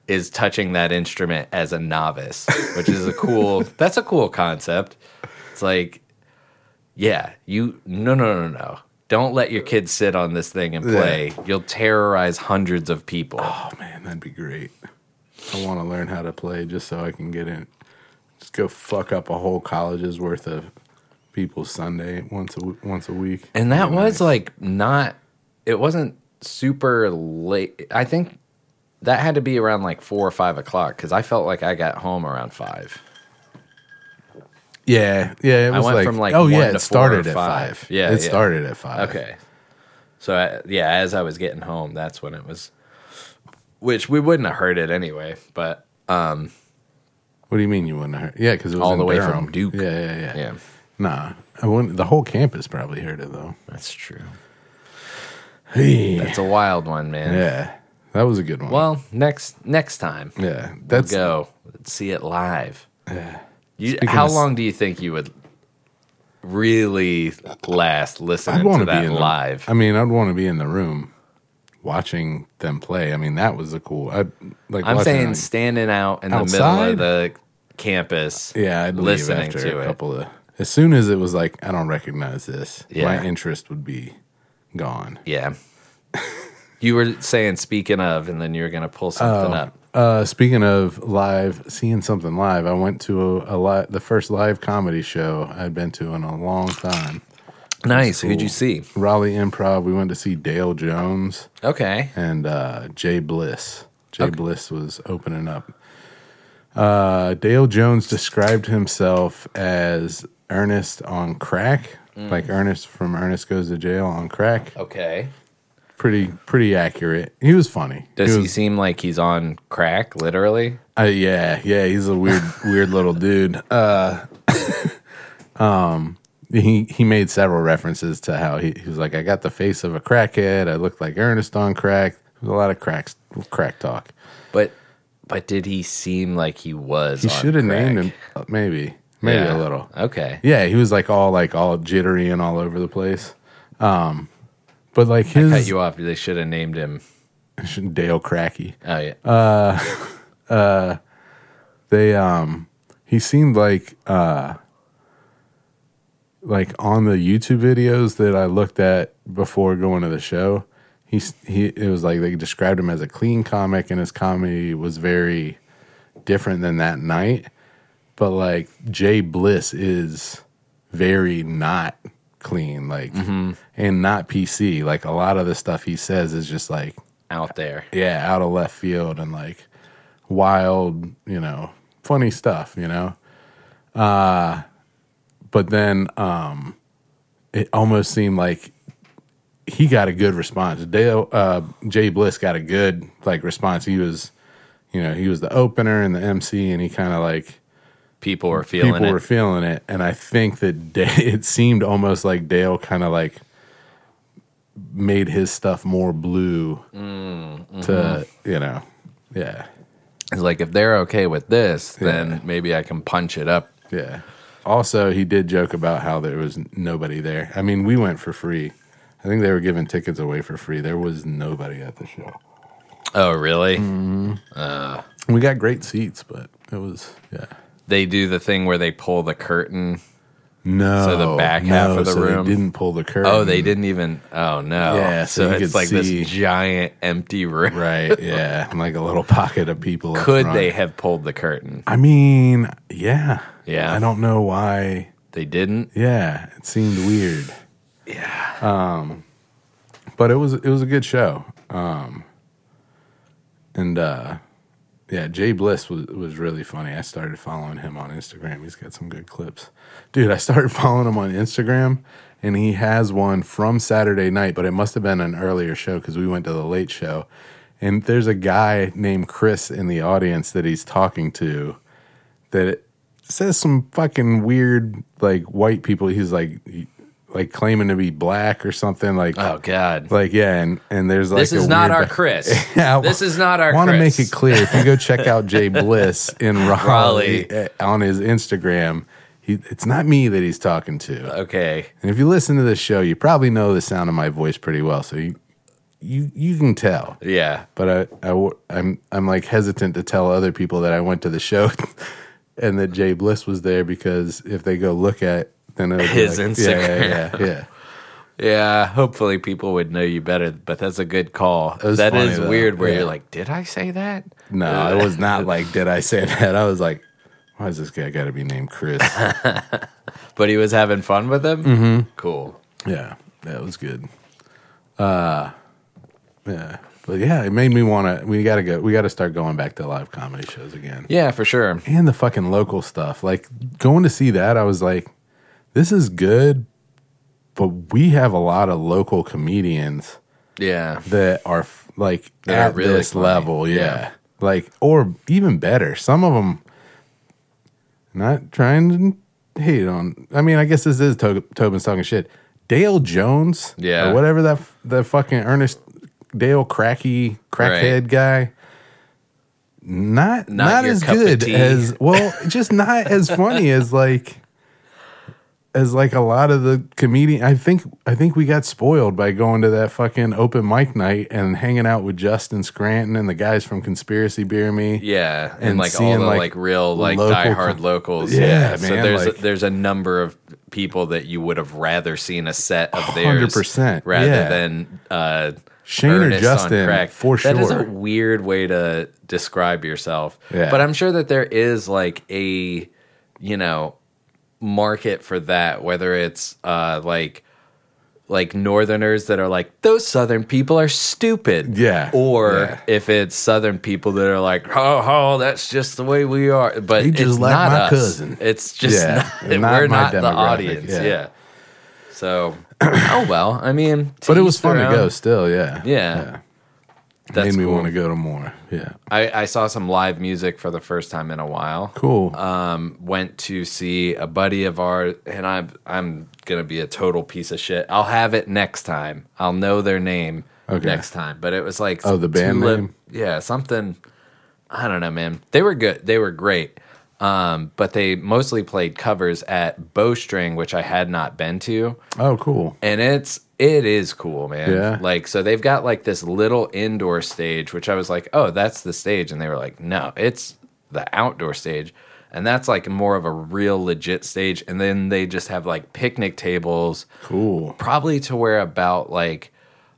Speaker 1: is touching that instrument as a novice which is a cool that's a cool concept it's like yeah you no no no no don't let your kids sit on this thing and
Speaker 2: Yeah.
Speaker 1: play you'll terrorize hundreds of people
Speaker 2: Oh man, that'd be great. I want to learn how to play just so I can get in. Just go fuck up a whole college's worth of people's Sunday once a w- once a week.
Speaker 1: And that
Speaker 2: Be
Speaker 1: was
Speaker 2: nice.
Speaker 1: like not it wasn't super late. I think that had to be around like four or five o'clock because I felt like I got home around five.
Speaker 2: yeah, yeah. It
Speaker 1: I
Speaker 2: was
Speaker 1: went
Speaker 2: like,
Speaker 1: from, like,
Speaker 2: oh
Speaker 1: one
Speaker 2: yeah,
Speaker 1: to four
Speaker 2: it started
Speaker 1: or
Speaker 2: at
Speaker 1: five.
Speaker 2: five.
Speaker 1: Yeah,
Speaker 2: it
Speaker 1: yeah.
Speaker 2: started at five.
Speaker 1: Okay. So I, yeah, as I was getting home, that's when it was. Which we wouldn't have heard it anyway, but
Speaker 2: What do you mean you wouldn't have heard? Yeah, because it was
Speaker 1: All
Speaker 2: in
Speaker 1: the way
Speaker 2: Durham.
Speaker 1: from Duke.
Speaker 2: Yeah, yeah, yeah.
Speaker 1: yeah,
Speaker 2: Nah, I wouldn't. The whole campus probably heard it though.
Speaker 1: that's true.
Speaker 2: Hey.
Speaker 1: It's a wild one, man.
Speaker 2: yeah, that was a good one.
Speaker 1: Well, next next time
Speaker 2: yeah, that's
Speaker 1: go Let's see it live. You,
Speaker 2: Speaking
Speaker 1: how
Speaker 2: of-
Speaker 1: long do you think you would really last listening to
Speaker 2: wanna
Speaker 1: that
Speaker 2: in the-
Speaker 1: live?
Speaker 2: I mean, I'd want to be in the room watching them play. I mean, that was a cool. I like.
Speaker 1: I'm
Speaker 2: watching
Speaker 1: saying
Speaker 2: them-
Speaker 1: standing out in
Speaker 2: Outside?
Speaker 1: the middle of the campus.
Speaker 2: yeah, I'd leave
Speaker 1: listening
Speaker 2: after
Speaker 1: to
Speaker 2: a
Speaker 1: it.
Speaker 2: couple of. As soon as it was like, I don't recognize this.
Speaker 1: Yeah.
Speaker 2: My interest would be gone.
Speaker 1: Yeah. you were saying speaking of, and then you were gonna pull something up.
Speaker 2: Uh, speaking of live, seeing something live, I went to a, a live, the first live comedy show I'd been to in a long time.
Speaker 1: Nice. Who'd you
Speaker 2: cool.
Speaker 1: see?
Speaker 2: Raleigh Improv. We went to see Dale Jones.
Speaker 1: Okay.
Speaker 2: and uh, Jay Bliss. Jay Bliss was opening up. Uh, Dale Jones described himself as Ernest on crack,
Speaker 1: Mm.
Speaker 2: like Ernest from Ernest Goes to Jail on crack.
Speaker 1: Okay.
Speaker 2: Pretty, pretty accurate. He was funny.
Speaker 1: Does he
Speaker 2: was-
Speaker 1: seem like he's on crack, literally?
Speaker 2: uh, yeah, yeah, he's a weird, weird little dude. Uh, um, he he made several references to how he, he was like, I got the face of a crackhead. I looked like Ernest on crack. There's a lot of cracks, crack talk.
Speaker 1: But but did he seem like he was?
Speaker 2: He
Speaker 1: on
Speaker 2: should have
Speaker 1: crack?
Speaker 2: named him uh, maybe, maybe
Speaker 1: Yeah.
Speaker 2: a little.
Speaker 1: Okay.
Speaker 2: Yeah, he was like all like all jittery and all over the place. Um, but like his
Speaker 1: Cut you off. They should have named him.
Speaker 2: Dale Cracky,
Speaker 1: Oh yeah.
Speaker 2: Uh, they um, he seemed like uh, like on the YouTube videos that I looked at before going to the show. He s- he, it was like they described him as a clean comic, and his comedy was very different than that night. But like Jay Bliss is very not clean, like and not PC. Like a lot of the stuff he says is just like
Speaker 1: out there.
Speaker 2: yeah, out of left field and like wild, you know, funny stuff, you know. Uh but then um it almost seemed like he got a good response. Dale uh Jay Bliss got a good like response. He was you know, he was the opener and the MC and he kind of like
Speaker 1: People were feeling
Speaker 2: people
Speaker 1: it.
Speaker 2: were feeling it and i think that Da- it seemed almost like dale kind of like made his stuff more blue
Speaker 1: Mm,
Speaker 2: to
Speaker 1: mm-hmm.
Speaker 2: you know yeah
Speaker 1: it's like if they're okay with this, then maybe I can punch it up.
Speaker 2: yeah also he did joke about how there was nobody there i mean we went for free i think they were giving tickets away for free there was nobody at the show
Speaker 1: Oh, really?
Speaker 2: Mm. we got great seats but it was yeah
Speaker 1: They do the thing where they pull the curtain.
Speaker 2: no
Speaker 1: So the back half
Speaker 2: no,
Speaker 1: of the
Speaker 2: so
Speaker 1: room?
Speaker 2: they didn't pull the curtain
Speaker 1: Oh, they didn't even. Oh no.
Speaker 2: Mm. Yeah, so
Speaker 1: So,
Speaker 2: you
Speaker 1: it's
Speaker 2: could
Speaker 1: like
Speaker 2: see-
Speaker 1: this giant empty room.
Speaker 2: right yeah and like a little pocket of people up
Speaker 1: Could
Speaker 2: front.
Speaker 1: they have pulled the curtain?
Speaker 2: I mean, yeah.
Speaker 1: Yeah.
Speaker 2: I don't know why.
Speaker 1: They didn't.
Speaker 2: Yeah, it seemed weird. Yeah. Um but it was it was a good show. Um and uh yeah, Jay Bliss was, was really funny. I started following him on Instagram. He's got some good clips. Dude, I started following him on Instagram and he has one from Saturday night, but it must have been an earlier show because we went to the late show. And there's a guy named Chris in the audience that he's talking to that says some fucking weird, like white people. He's like, he- like claiming to be black or something. Like,
Speaker 1: Oh God.
Speaker 2: like yeah, and and there's like
Speaker 1: this
Speaker 2: a
Speaker 1: is not
Speaker 2: weird
Speaker 1: our
Speaker 2: ba-
Speaker 1: Chris.
Speaker 2: Yeah, I
Speaker 1: this
Speaker 2: wa-
Speaker 1: is not our
Speaker 2: want to
Speaker 1: Chris.
Speaker 2: make it clear if you go check out Jay Bliss in Raleigh,
Speaker 1: Raleigh.
Speaker 2: eh, on his Instagram, he, it's not me that he's talking to.
Speaker 1: Okay.
Speaker 2: And if you listen to this show, you probably know the sound of my voice pretty well, so you you you can tell.
Speaker 1: Yeah.
Speaker 2: But I, I w- I'm I'm like hesitant to tell other people that I went to the show and that Jay Bliss was there because if they go look at then it'll be
Speaker 1: His
Speaker 2: like, yeah, yeah, yeah, yeah.
Speaker 1: Yeah. Hopefully people would know you better, but that's a good call.
Speaker 2: was
Speaker 1: That
Speaker 2: funny,
Speaker 1: is
Speaker 2: though.
Speaker 1: weird where
Speaker 2: Yeah.
Speaker 1: you're like, did I say that?
Speaker 2: No, it was not like, did I say that? I was like, why is this guy got to be named Chris?
Speaker 1: But he was having fun with him? Mm-hmm. Cool.
Speaker 2: yeah, that was good. Uh, yeah, but yeah, it made me want to. We got to go. We got to start going back to live comedy shows again.
Speaker 1: Yeah, for sure.
Speaker 2: And the fucking local stuff. Like going to see that, I was like, this is good, but we have a lot of local comedians
Speaker 1: Yeah.
Speaker 2: that are f- like
Speaker 1: That
Speaker 2: at
Speaker 1: are really
Speaker 2: this
Speaker 1: funny.
Speaker 2: level, yeah.
Speaker 1: Yeah.
Speaker 2: Like, or even better, some of them. Not trying to hate on. I mean, I guess this is to- Tobin's talking shit. Dale Jones,
Speaker 1: Yeah.
Speaker 2: or whatever that f- that fucking Ernest Dale Cracky crackhead guy. Not
Speaker 1: Not
Speaker 2: not,
Speaker 1: your
Speaker 2: as
Speaker 1: cup of
Speaker 2: good
Speaker 1: tea.
Speaker 2: as well, just not as funny as like as like a lot of the comedian I think I think we got spoiled by going to that fucking open mic night and hanging out with Justin Scranton and the guys from Conspiracy Beer Me.
Speaker 1: Yeah, and,
Speaker 2: And
Speaker 1: like all
Speaker 2: seeing,
Speaker 1: the
Speaker 2: like,
Speaker 1: like, real like
Speaker 2: local
Speaker 1: diehard
Speaker 2: com-
Speaker 1: locals.
Speaker 2: Yeah,
Speaker 1: Yeah,
Speaker 2: man,
Speaker 1: so there's
Speaker 2: like-
Speaker 1: a, there's a number of people that you would have rather seen a set of theirs,
Speaker 2: 100%,
Speaker 1: rather
Speaker 2: yeah.
Speaker 1: than uh,
Speaker 2: Shane or
Speaker 1: Ernest on
Speaker 2: Justin,
Speaker 1: crack.
Speaker 2: for
Speaker 1: That is a
Speaker 2: sure.
Speaker 1: weird way to describe yourself.
Speaker 2: Yeah.
Speaker 1: But I'm sure that there is like a you know market for that, whether it's uh, like like northerners that are like those southern people are stupid
Speaker 2: Yeah,
Speaker 1: or
Speaker 2: yeah.
Speaker 1: if it's southern people that are like oh, oh that's just the way we are but
Speaker 2: He just
Speaker 1: it's
Speaker 2: like
Speaker 1: not
Speaker 2: my
Speaker 1: us.
Speaker 2: cousin.
Speaker 1: it's just
Speaker 2: Yeah,
Speaker 1: not,
Speaker 2: not
Speaker 1: we're
Speaker 2: my
Speaker 1: not the
Speaker 2: demographic,
Speaker 1: audience
Speaker 2: yeah.
Speaker 1: yeah, so oh well i mean
Speaker 2: But
Speaker 1: to
Speaker 2: it was
Speaker 1: each their
Speaker 2: fun to
Speaker 1: own.
Speaker 2: go still, yeah.
Speaker 1: Yeah. that's
Speaker 2: Made me
Speaker 1: cool.
Speaker 2: want to go to more. Yeah.
Speaker 1: I, I saw some live music for the first time in a while
Speaker 2: Cool.
Speaker 1: um, went to see a buddy of ours, and I'm I'm gonna be a total piece of shit. I'll have it next time. I'll know their name
Speaker 2: Okay.
Speaker 1: next time. But it was like
Speaker 2: Oh, the band
Speaker 1: Tulip-
Speaker 2: name?
Speaker 1: yeah, something. I don't know, man. They were good. They were great. Um, but they mostly played covers at Bowstring, which I had not been to
Speaker 2: oh, cool.
Speaker 1: and it's it is cool man
Speaker 2: Yeah.
Speaker 1: like so they've got like this little indoor stage which i was like oh that's the stage and they were like no it's the outdoor stage and that's like more of a real legit stage and then they just have like picnic tables
Speaker 2: Cool.
Speaker 1: probably to where about like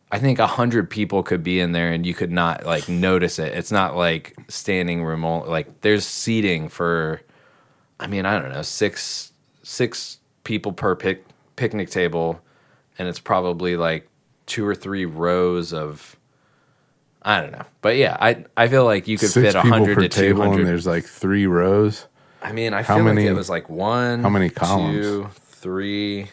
Speaker 1: I think a hundred people could be in there and you could not like notice it. It's not like standing room only. Like there's seating for, I mean I don't know six six people per pic- picnic table, and it's probably like two or three rows of. I don't know, but yeah, I I feel like you could
Speaker 2: Six
Speaker 1: fit a
Speaker 2: people
Speaker 1: hundred
Speaker 2: per
Speaker 1: to two
Speaker 2: table, and
Speaker 1: hundred.
Speaker 2: there's like three rows.
Speaker 1: I mean, I
Speaker 2: How
Speaker 1: feel
Speaker 2: many-
Speaker 1: like it was like one,
Speaker 2: how many columns?
Speaker 1: two, three,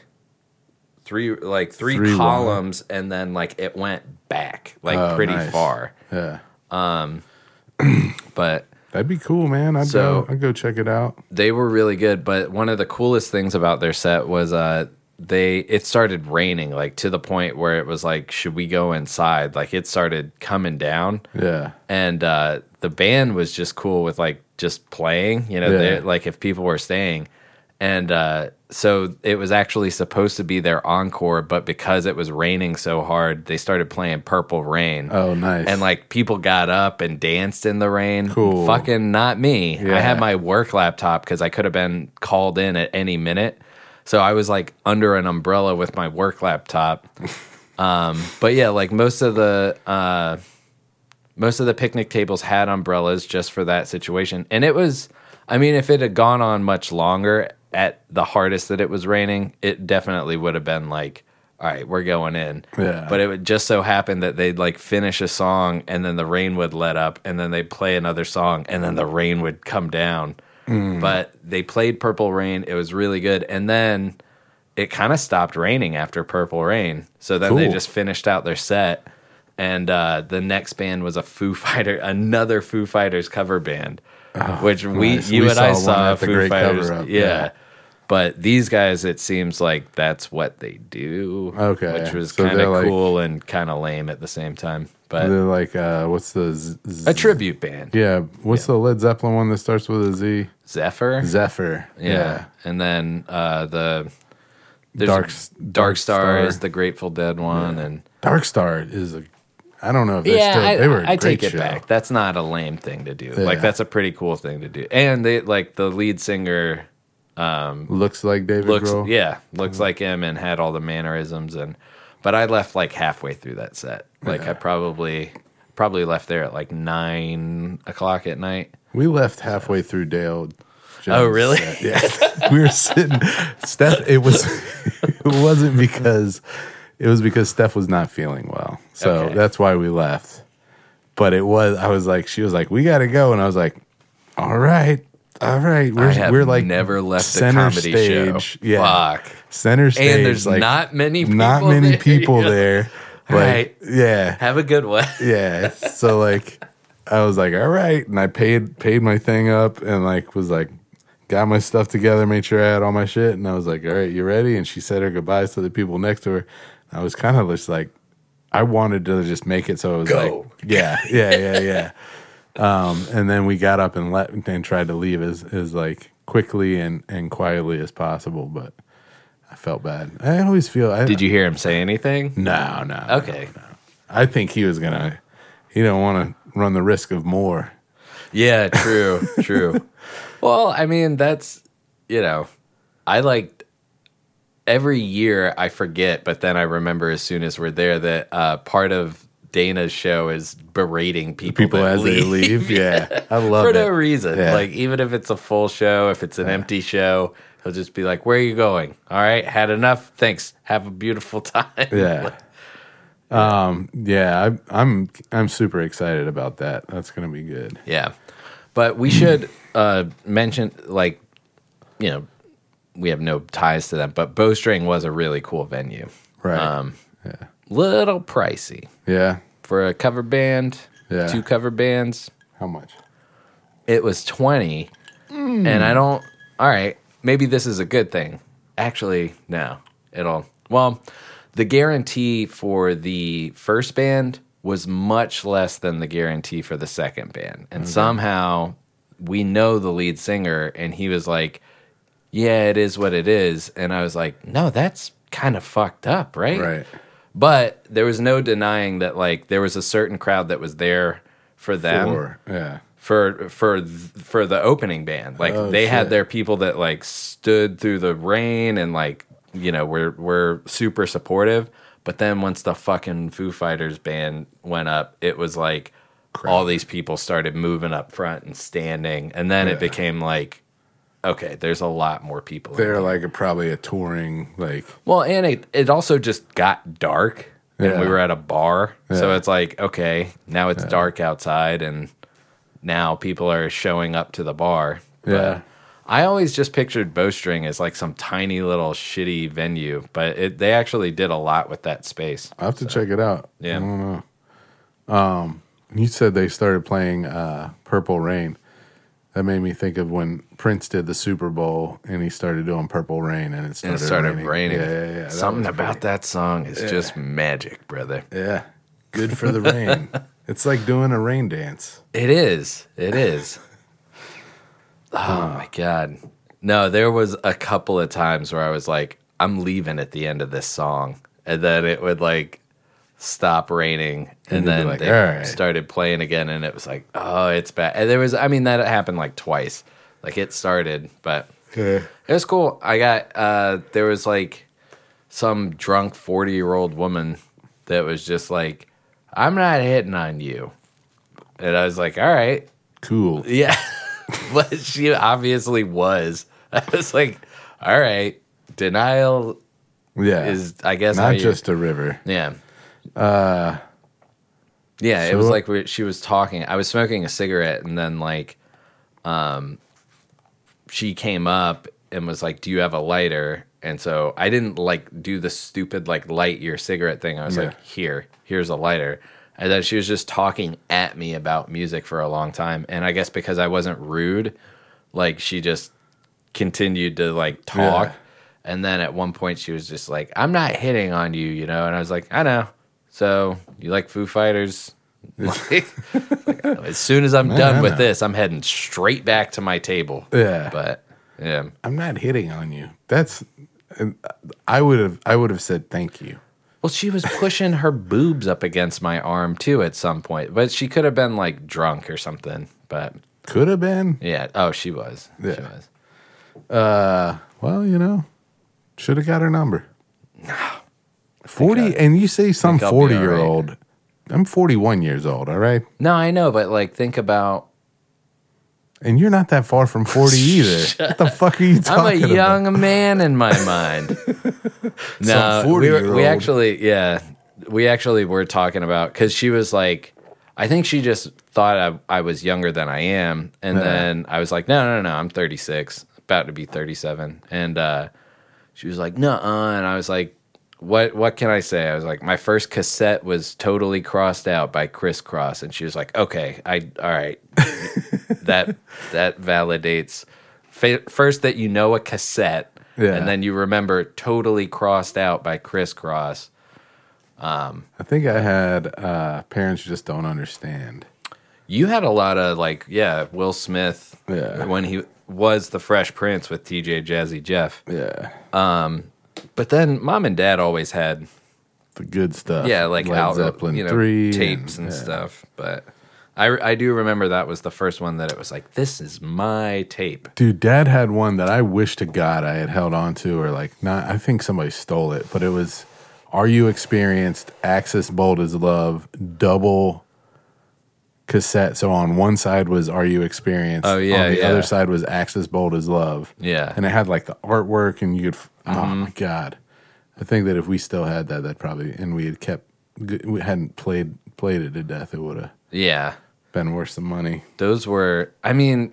Speaker 1: three, like three,
Speaker 2: Three wide.
Speaker 1: columns, and then like it went back like
Speaker 2: Oh,
Speaker 1: pretty
Speaker 2: nice.
Speaker 1: far.
Speaker 2: Yeah.
Speaker 1: But
Speaker 2: That'd be cool, man. I'd
Speaker 1: So-
Speaker 2: go. I'd go check it out.
Speaker 1: they were really good. But one of the coolest things about their set was uh they it started raining like to the point where it was like, should we go inside? Like it started coming down.
Speaker 2: Yeah.
Speaker 1: and uh, the band was just cool with like just playing you know
Speaker 2: Yeah.
Speaker 1: they're like if people were staying and uh, so it was actually supposed to be their encore but because it was raining so hard they started playing purple rain
Speaker 2: Oh, nice.
Speaker 1: and like people got up and danced in the rain
Speaker 2: Cool.
Speaker 1: fucking not me i
Speaker 2: Yeah.
Speaker 1: had my work laptop because i could have been called in at any minute so i was like under an umbrella with my work laptop um, but yeah like most of the uh, most of the picnic tables had umbrellas just for that situation and it was i mean if it had gone on much longer at the hardest that it was raining it definitely would have been like all right, we're going in.
Speaker 2: Yeah.
Speaker 1: But it would just so happen that they'd like finish a song and then the rain would let up and then they'd play another song and then the rain would come down. But they played Purple Rain. It was really good. And then it kind of stopped raining after Purple Rain. So then they
Speaker 2: Cool.
Speaker 1: just finished out their set. And uh, the next band was a Foo Fighter, another Foo Fighters cover band, which we,
Speaker 2: Ah, nice.
Speaker 1: you
Speaker 2: We
Speaker 1: and I
Speaker 2: saw one
Speaker 1: saw
Speaker 2: at the
Speaker 1: Foo
Speaker 2: Great
Speaker 1: Fighters.
Speaker 2: Cover Up,
Speaker 1: yeah.
Speaker 2: yeah.
Speaker 1: But these guys, it seems like that's what they do.
Speaker 2: Okay.
Speaker 1: Which was
Speaker 2: So
Speaker 1: kind
Speaker 2: they're
Speaker 1: of
Speaker 2: like-
Speaker 1: cool and kind of lame at the same time. But
Speaker 2: They're like, uh, what's the z- z-
Speaker 1: a tribute band,
Speaker 2: Yeah, what's the Led Zeppelin one that starts with a Z?
Speaker 1: Zephyr.
Speaker 2: Zephyr.
Speaker 1: yeah. And then uh, the there's
Speaker 2: Dark
Speaker 1: a-
Speaker 2: S-
Speaker 1: Dark,
Speaker 2: Dark
Speaker 1: Star,
Speaker 2: Star.
Speaker 1: is the Grateful Dead one. And
Speaker 2: Dark Star is a. I don't know if they're still.
Speaker 1: I,
Speaker 2: they were. a
Speaker 1: I
Speaker 2: great
Speaker 1: take it
Speaker 2: show.
Speaker 1: back. That's not a lame thing to do. Like
Speaker 2: Yeah.
Speaker 1: that's a pretty cool thing to do. And they like the lead singer
Speaker 2: Looks like David
Speaker 1: looks
Speaker 2: Grohl.
Speaker 1: yeah
Speaker 2: Mm-hmm.
Speaker 1: looks like him and had all the mannerisms and but i left like halfway through that set like i probably probably left there at like nine o'clock at night
Speaker 2: We left halfway through Dale. Jones'
Speaker 1: Oh, really?
Speaker 2: set. Yeah, we were sitting. Steph, it was. it wasn't because. It was because Steph was not feeling well, so
Speaker 1: Okay.
Speaker 2: that's why we left. But it was. I was like, she was like, we got to go, and I was like, all right, all right. We're
Speaker 1: I have
Speaker 2: we're like
Speaker 1: never left the
Speaker 2: center
Speaker 1: comedy show
Speaker 2: Yeah,
Speaker 1: fuck
Speaker 2: center stage.
Speaker 1: and there's
Speaker 2: like,
Speaker 1: not many people
Speaker 2: not many
Speaker 1: there.
Speaker 2: people there. Like,
Speaker 1: Right.
Speaker 2: Yeah.
Speaker 1: have a good one
Speaker 2: Yeah. So like I was like, all right. And I paid paid my thing up and like was like got my stuff together, made sure I had all my shit. And I was like, all right, you ready? And she said her goodbyes to the people next to her. I was kind of just like I wanted to just make it so it was
Speaker 1: Go.
Speaker 2: like Yeah, yeah, yeah, yeah. um and then we got up and let and tried to leave as as like quickly and and quietly as possible, but I felt bad. I always feel I
Speaker 1: did you hear him say anything
Speaker 2: no, no. no.
Speaker 1: okay
Speaker 2: I think he was gonna. He didn't want to run the risk of more.
Speaker 1: Yeah, true, true. Well, I mean, that's you know, I like every year I forget, but then I remember as soon as we're there that uh, part of Dana's show is berating people,
Speaker 2: People
Speaker 1: that
Speaker 2: as they Oh, leave. Yeah, I love
Speaker 1: for
Speaker 2: it.
Speaker 1: no reason.
Speaker 2: Yeah.
Speaker 1: Like even if it's a full show, if it's an empty show, he'll just be like, "Where are you going? All right, had enough. Thanks. Have a beautiful time."
Speaker 2: yeah. Um. Yeah. I, I'm. I'm super excited about that. That's gonna be good.
Speaker 1: Yeah. But we should uh, mention, like, you know, we have no ties to them, but Bowstring was a really cool venue.
Speaker 2: Right.
Speaker 1: Little pricey
Speaker 2: yeah.
Speaker 1: for a cover band,
Speaker 2: Yeah.
Speaker 1: two cover bands.
Speaker 2: How much?
Speaker 1: It was 20. And I don't, all right, maybe this is a good thing. Actually, no, it'll, well, the guarantee for the first band was much less than the guarantee for the second band. And somehow we know the lead singer, and he was like, yeah, it is what it is. And I was like, no, that's kind of fucked up, right?
Speaker 2: Right.
Speaker 1: But there was no denying that, like, there was a certain crowd that was there for them
Speaker 2: Four. Yeah.
Speaker 1: for for th- for the opening band. Like
Speaker 2: Oh,
Speaker 1: they
Speaker 2: shit.
Speaker 1: had their people that like stood through the rain and like you know were were super supportive. But then once the fucking Foo Fighters band went up, it was like all these people started moving up front and standing, and then
Speaker 2: Yeah.
Speaker 1: it became like. Okay, there's a lot more people. in
Speaker 2: They're
Speaker 1: here.
Speaker 2: like a, probably a touring. Like
Speaker 1: Well, and it, it also just got dark, and
Speaker 2: Yeah.
Speaker 1: we were at a bar, so
Speaker 2: Yeah.
Speaker 1: it's like okay, now it's dark outside, and now people are showing up to the bar. But
Speaker 2: Yeah.
Speaker 1: I always just pictured Bowstring as like some tiny little shitty venue, but it, they actually did a lot with that space.
Speaker 2: I will have to check it out.
Speaker 1: Yeah.
Speaker 2: I don't know. Um, you said they started playing uh, Purple Rain. That made me think of when Prince did the Super Bowl and he started doing Purple Rain and it started,
Speaker 1: And it started
Speaker 2: raining.
Speaker 1: raining.
Speaker 2: Yeah, yeah, yeah. That
Speaker 1: Something
Speaker 2: was
Speaker 1: about that song is just magic, brother.
Speaker 2: pretty- Yeah. Good for the rain. It's like doing a rain dance.
Speaker 1: It is. It is. oh my god. No, there was a couple of times where I was like, I'm leaving at the end of this song. And then it would like stop raining. And,
Speaker 2: And you'd be
Speaker 1: then
Speaker 2: like,
Speaker 1: they
Speaker 2: "All right."
Speaker 1: started playing again and it was like, oh, it's bad. And there was I mean, that happened like twice. Like it started, but it was cool. I got uh there was like some drunk 40 year old woman that was just like, I'm not hitting on you. And I was like, all right.
Speaker 2: Cool.
Speaker 1: Yeah. but she obviously was. I was like, all right, denial
Speaker 2: Yeah.
Speaker 1: Is I guess how
Speaker 2: Not
Speaker 1: you-
Speaker 2: just a river.
Speaker 1: yeah. Uh, yeah, it was
Speaker 2: so-
Speaker 1: like we, she was talking. I was smoking a cigarette, and then like, um, she came up and was like, "Do you have a lighter?" And so I didn't like do the stupid like light your cigarette thing. I was
Speaker 2: Yeah.
Speaker 1: like, "Here, here's a lighter." And then she was just talking at me about music for a long time, and I guess because I wasn't rude, like she just continued to like talk.
Speaker 2: Yeah.
Speaker 1: And then at one point she was just like, I'm not hitting on you, you know? And I was like, I know. So you like Foo Fighters? Like, as soon as I'm done
Speaker 2: I
Speaker 1: with
Speaker 2: know.
Speaker 1: this, I'm heading straight back to my table.
Speaker 2: Yeah.
Speaker 1: But yeah.
Speaker 2: I'm not hitting on you. That's I would have I would have said thank you.
Speaker 1: Well, she was pushing her boobs up against my arm too at some point, but she could have been like drunk or something. But
Speaker 2: Could have been.
Speaker 1: yeah. Oh, she was. She
Speaker 2: Yeah.
Speaker 1: was.
Speaker 2: Well, you know, should have got her number. Forty, and you say some
Speaker 1: I'll be all right.
Speaker 2: forty-year-old. I'm forty-one years old. All right,
Speaker 1: No, I know, but like think about
Speaker 2: and you're not that far from forty either. what the fuck are you
Speaker 1: I'm
Speaker 2: talking
Speaker 1: a
Speaker 2: about?
Speaker 1: young man in my mind. no,
Speaker 2: Some
Speaker 1: we, were-
Speaker 2: 40-year-old.
Speaker 1: we actually, yeah, we actually were talking about because she was like, I think she just thought I, I was younger than I am, and then I was like, no, no, no, I'm 36, about to be 37, and uh, she was like, "Nuh-uh," and I was like, "What? What can I say?" I was like, "My first cassette was totally crossed out by crisscross," and she was like, "Okay, I all right, that that validates fa- first that you know a cassette,
Speaker 2: Yeah.
Speaker 1: and then you remember totally crossed out by crisscross."
Speaker 2: I think I had uh, parents who just don't understand.
Speaker 1: You had a lot of like, yeah, Will Smith
Speaker 2: Yeah.
Speaker 1: when he was the Fresh Prince with T.J. Jazzy Jeff,
Speaker 2: Yeah,
Speaker 1: but then mom and dad always had
Speaker 2: the good stuff.
Speaker 1: yeah, like
Speaker 2: Led
Speaker 1: out
Speaker 2: Zeppelin
Speaker 1: you know,
Speaker 2: three
Speaker 1: tapes and
Speaker 2: yeah.
Speaker 1: stuff. But I I do remember that was the first one that it was like this is my tape.
Speaker 2: Dude, dad had one that I wish to God I had held on to or like not I think somebody stole it, but it was Are You Experienced, Access Bold as Love, double cassette. So on one side was Are You Experienced.
Speaker 1: Oh, yeah,
Speaker 2: On the
Speaker 1: yeah.
Speaker 2: other side was Access Bold as Love.
Speaker 1: Yeah. Mm-hmm.
Speaker 2: And it had like the artwork and you could f- oh my God. I think that if we still had that, that probably and we had kept we hadn't played played it to death, it would have
Speaker 1: Yeah,
Speaker 2: been worth the money.
Speaker 1: those were. I mean,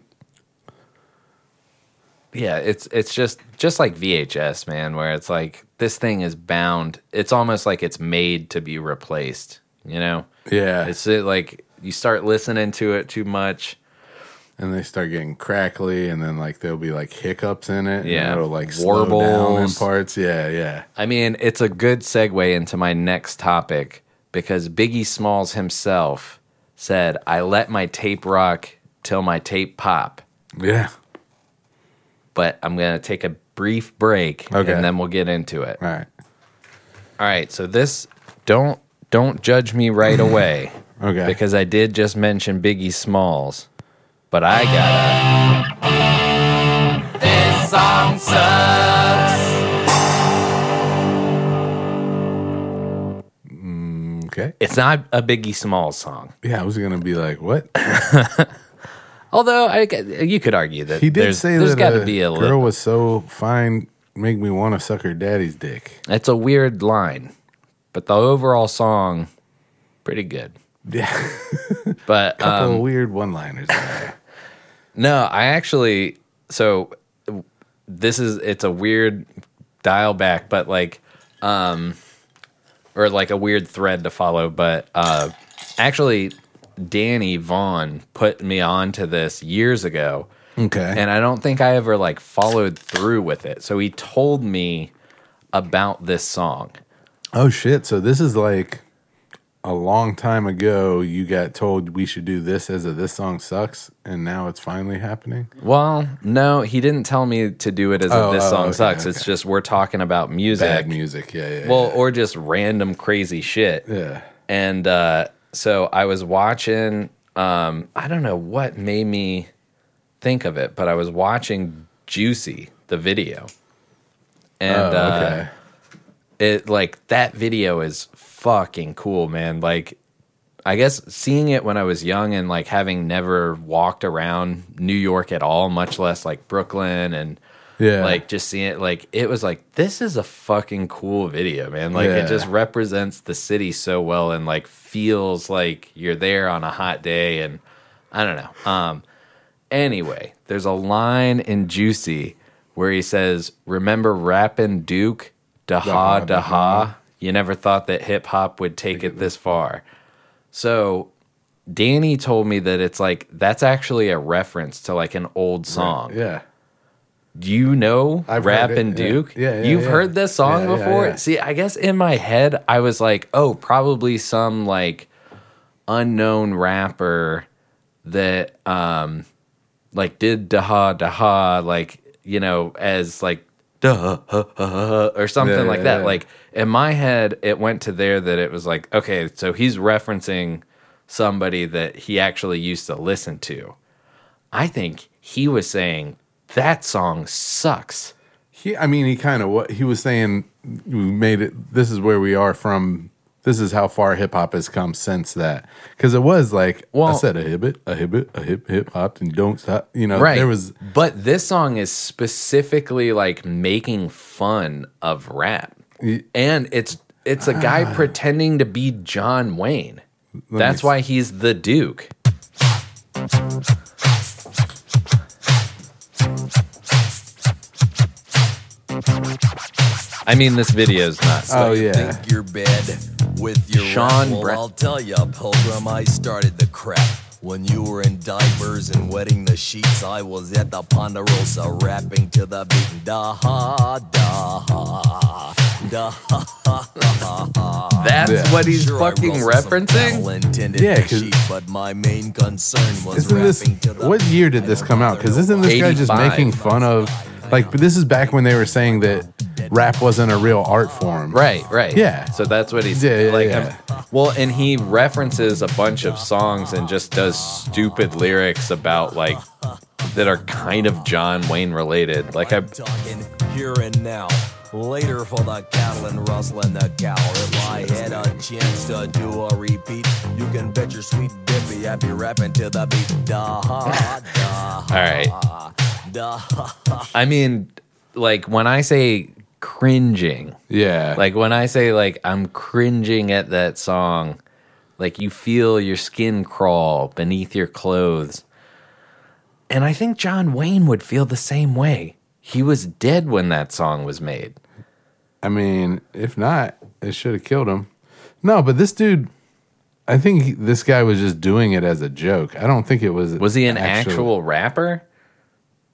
Speaker 1: yeah, it's it's just just like VHS, man, where it's like this thing is bound. It's almost like it's made to be replaced. You know,
Speaker 2: Yeah.
Speaker 1: it's it, like you start listening to it too much.
Speaker 2: and they start getting crackly, and then like there'll be like hiccups in it.
Speaker 1: Yeah.
Speaker 2: and it'll like warble down in
Speaker 1: Warbles.
Speaker 2: parts. Yeah, yeah.
Speaker 1: I mean, it's a good segue into my next topic because Biggie Smalls himself said, I let my tape rock till my tape pop,
Speaker 2: Yeah.
Speaker 1: but I'm going to take a brief break
Speaker 2: Okay.
Speaker 1: and then we'll get into it.
Speaker 2: All right.
Speaker 1: All right, so this don't don't judge me right away
Speaker 2: Okay.
Speaker 1: because I did just mention Biggie Smalls, but I got to This song sucks.
Speaker 2: okay.
Speaker 1: It's not a Biggie Smalls song.
Speaker 2: Yeah, I was gonna be like, what?
Speaker 1: Although I, g- you could argue that
Speaker 2: He did
Speaker 1: there's,
Speaker 2: say
Speaker 1: there's
Speaker 2: that uh,
Speaker 1: got
Speaker 2: a
Speaker 1: to be a
Speaker 2: girl
Speaker 1: little.
Speaker 2: was so fine, make me want to suck her daddy's dick.
Speaker 1: It's a weird line, but the overall song, pretty good.
Speaker 2: Yeah,
Speaker 1: But um,
Speaker 2: couple of weird one-liners. there.
Speaker 1: no, I actually so w- this is it's a weird dial back, but like um, or like a weird thread to follow. But uh, actually, Danny Vaughn put me onto this years ago.
Speaker 2: okay.
Speaker 1: and I don't think I ever like followed through with it. So he told me about this song.
Speaker 2: oh shit! So this is like a long time ago. You got told we should do this as a this song sucks, and now it's finally happening.
Speaker 1: Well, no, he didn't tell me to do it as
Speaker 2: Oh,
Speaker 1: a this
Speaker 2: oh,
Speaker 1: song
Speaker 2: okay,
Speaker 1: sucks. It's just we're talking about music.
Speaker 2: Bad music. Yeah, yeah.
Speaker 1: Well, or just random crazy shit.
Speaker 2: yeah.
Speaker 1: And uh, so I was watching. Um, I don't know what made me think of it, but I was watching Juicy the video, and uh,
Speaker 2: Oh, okay.
Speaker 1: it like that video is fucking cool, man. Like I guess seeing it when I was young and like having never walked around New York at all, much less like Brooklyn and
Speaker 2: Yeah.
Speaker 1: Like just seeing it, like it was like this is a fucking cool video, man. Like
Speaker 2: Yeah.
Speaker 1: it just represents the city so well and like feels like you're there on a hot day. And I don't know. Um, anyway, there's a line in Juicy where he says, "Remember rapping Duke,
Speaker 2: Da-ha,
Speaker 1: da
Speaker 2: da-ha.
Speaker 1: da You never thought that hip hop would take it this far." So Danny told me that it's like that's actually a reference to like an old song.
Speaker 2: Yeah.
Speaker 1: Do you know
Speaker 2: I've
Speaker 1: Rap
Speaker 2: heard it,
Speaker 1: and
Speaker 2: yeah.
Speaker 1: Duke?
Speaker 2: Yeah, yeah,
Speaker 1: You've
Speaker 2: yeah.
Speaker 1: heard this song
Speaker 2: Yeah, yeah,
Speaker 1: before?
Speaker 2: yeah.
Speaker 1: See, I guess in my head I was like, oh, probably some like unknown rapper that um like did daha daha like you know as like duh huh, huh, huh, or something
Speaker 2: Yeah,
Speaker 1: like
Speaker 2: yeah,
Speaker 1: that
Speaker 2: yeah.
Speaker 1: like in my head it went to there that it was like okay so he's referencing somebody that he actually used to listen to i think he was saying that song sucks
Speaker 2: He, I mean, he kind of what he was saying. We made it. This is where we are from. This is how far hip hop has come since that. Because it was like I
Speaker 1: Well-
Speaker 2: said, a hip it, a hip it, a hip hip hop, and don't stop. You know,
Speaker 1: right
Speaker 2: there was
Speaker 1: but this song is specifically like making fun of rap and it's it's a guy pretending to be john wayne that's
Speaker 2: Ah. me-
Speaker 1: why he's the duke i mean this video's not
Speaker 2: oh
Speaker 5: you
Speaker 2: yeah,
Speaker 5: Think your bed with your
Speaker 1: Sean
Speaker 5: rifle.
Speaker 1: Brett.
Speaker 5: I'll tell ya, pilgrim, I started the crap. When you were in diapers and wetting the sheets, I was at the Ponderosa rapping to the beat. Da ha da ha da ha.
Speaker 1: that's
Speaker 2: Oh, Yeah.
Speaker 1: what he's
Speaker 5: Sure, I
Speaker 1: fucking
Speaker 5: rustled some foul
Speaker 1: referencing
Speaker 5: intended
Speaker 2: Yeah,
Speaker 5: to
Speaker 2: 'cause-
Speaker 5: cheat, but my main concern was
Speaker 2: Isn't this
Speaker 5: rapping to the
Speaker 2: what year did
Speaker 5: I
Speaker 2: this
Speaker 5: don't
Speaker 2: come out?
Speaker 5: bother
Speaker 2: Because
Speaker 5: to
Speaker 2: isn't this guy just
Speaker 1: 85.
Speaker 2: making fun of like? But this is back when they were saying that rap wasn't a real art form.
Speaker 1: right right
Speaker 2: Yeah.
Speaker 1: so that's what he's
Speaker 2: Yeah, yeah,
Speaker 1: like
Speaker 2: yeah.
Speaker 1: um, well and he references a bunch of songs and just does stupid lyrics about like that are kind of john wayne related like i
Speaker 5: I'm talking here and now. Later for the cattle and rustling the cow. If I had a chance to do a repeat, you can bet your sweet dippy I'd be rapping to the beat. Da ha da
Speaker 1: all right
Speaker 5: ha da ha.
Speaker 1: I mean, like when I say cringing,
Speaker 2: Yeah.
Speaker 1: like when I say like I'm cringing at that song, like you feel your skin crawl beneath your clothes. And I think John Wayne would feel the same way. He was dead when that song was made.
Speaker 2: I mean, if not, it should have killed him. No, but this dude, I think he- this guy was just doing it as a joke. I don't think it was.
Speaker 1: Was he an actual, rapper?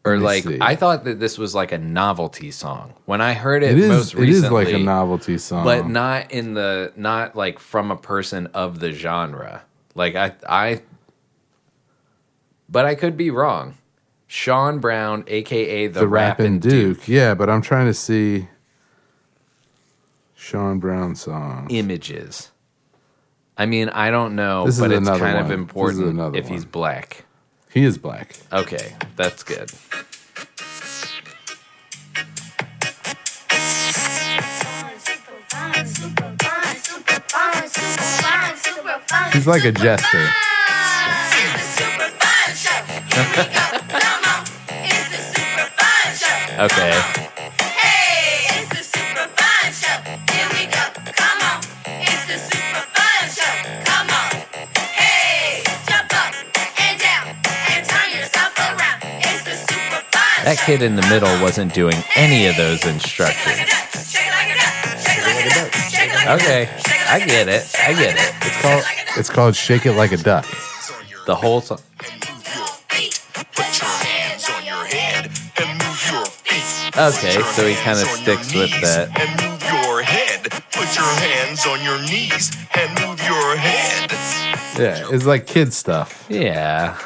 Speaker 1: Or
Speaker 2: me
Speaker 1: like
Speaker 2: see.
Speaker 1: I thought that this was like a novelty song. When I heard it,
Speaker 2: It is.
Speaker 1: most
Speaker 2: it is
Speaker 1: recently,
Speaker 2: like a novelty song,
Speaker 1: but not in the not like from a person of the genre. Like I I but I could be wrong. Sean Brown, aka the,
Speaker 2: the
Speaker 1: Rap
Speaker 2: Rappin'
Speaker 1: and
Speaker 2: Duke.
Speaker 1: Duke.
Speaker 2: Yeah, but I'm trying to see Sean Brown song.
Speaker 1: images. I mean, I don't know,
Speaker 2: This is
Speaker 1: but it's
Speaker 2: another
Speaker 1: kind
Speaker 2: one.
Speaker 1: of
Speaker 2: This is
Speaker 1: important
Speaker 2: another
Speaker 1: if he's
Speaker 2: one.
Speaker 1: black.
Speaker 2: He is black.
Speaker 1: Okay, that's good.
Speaker 2: He's like a jester.
Speaker 1: Okay. That kid in the middle wasn't doing any of those instructions. Okay, I get it. I get it.
Speaker 2: It's called, it's called Shake It Like a Duck.
Speaker 1: The whole song. Okay, so he kind of sticks with that.
Speaker 6: And move your head. Put your hands on your knees and move your head.
Speaker 2: Yeah, it's like kid stuff.
Speaker 1: Yeah.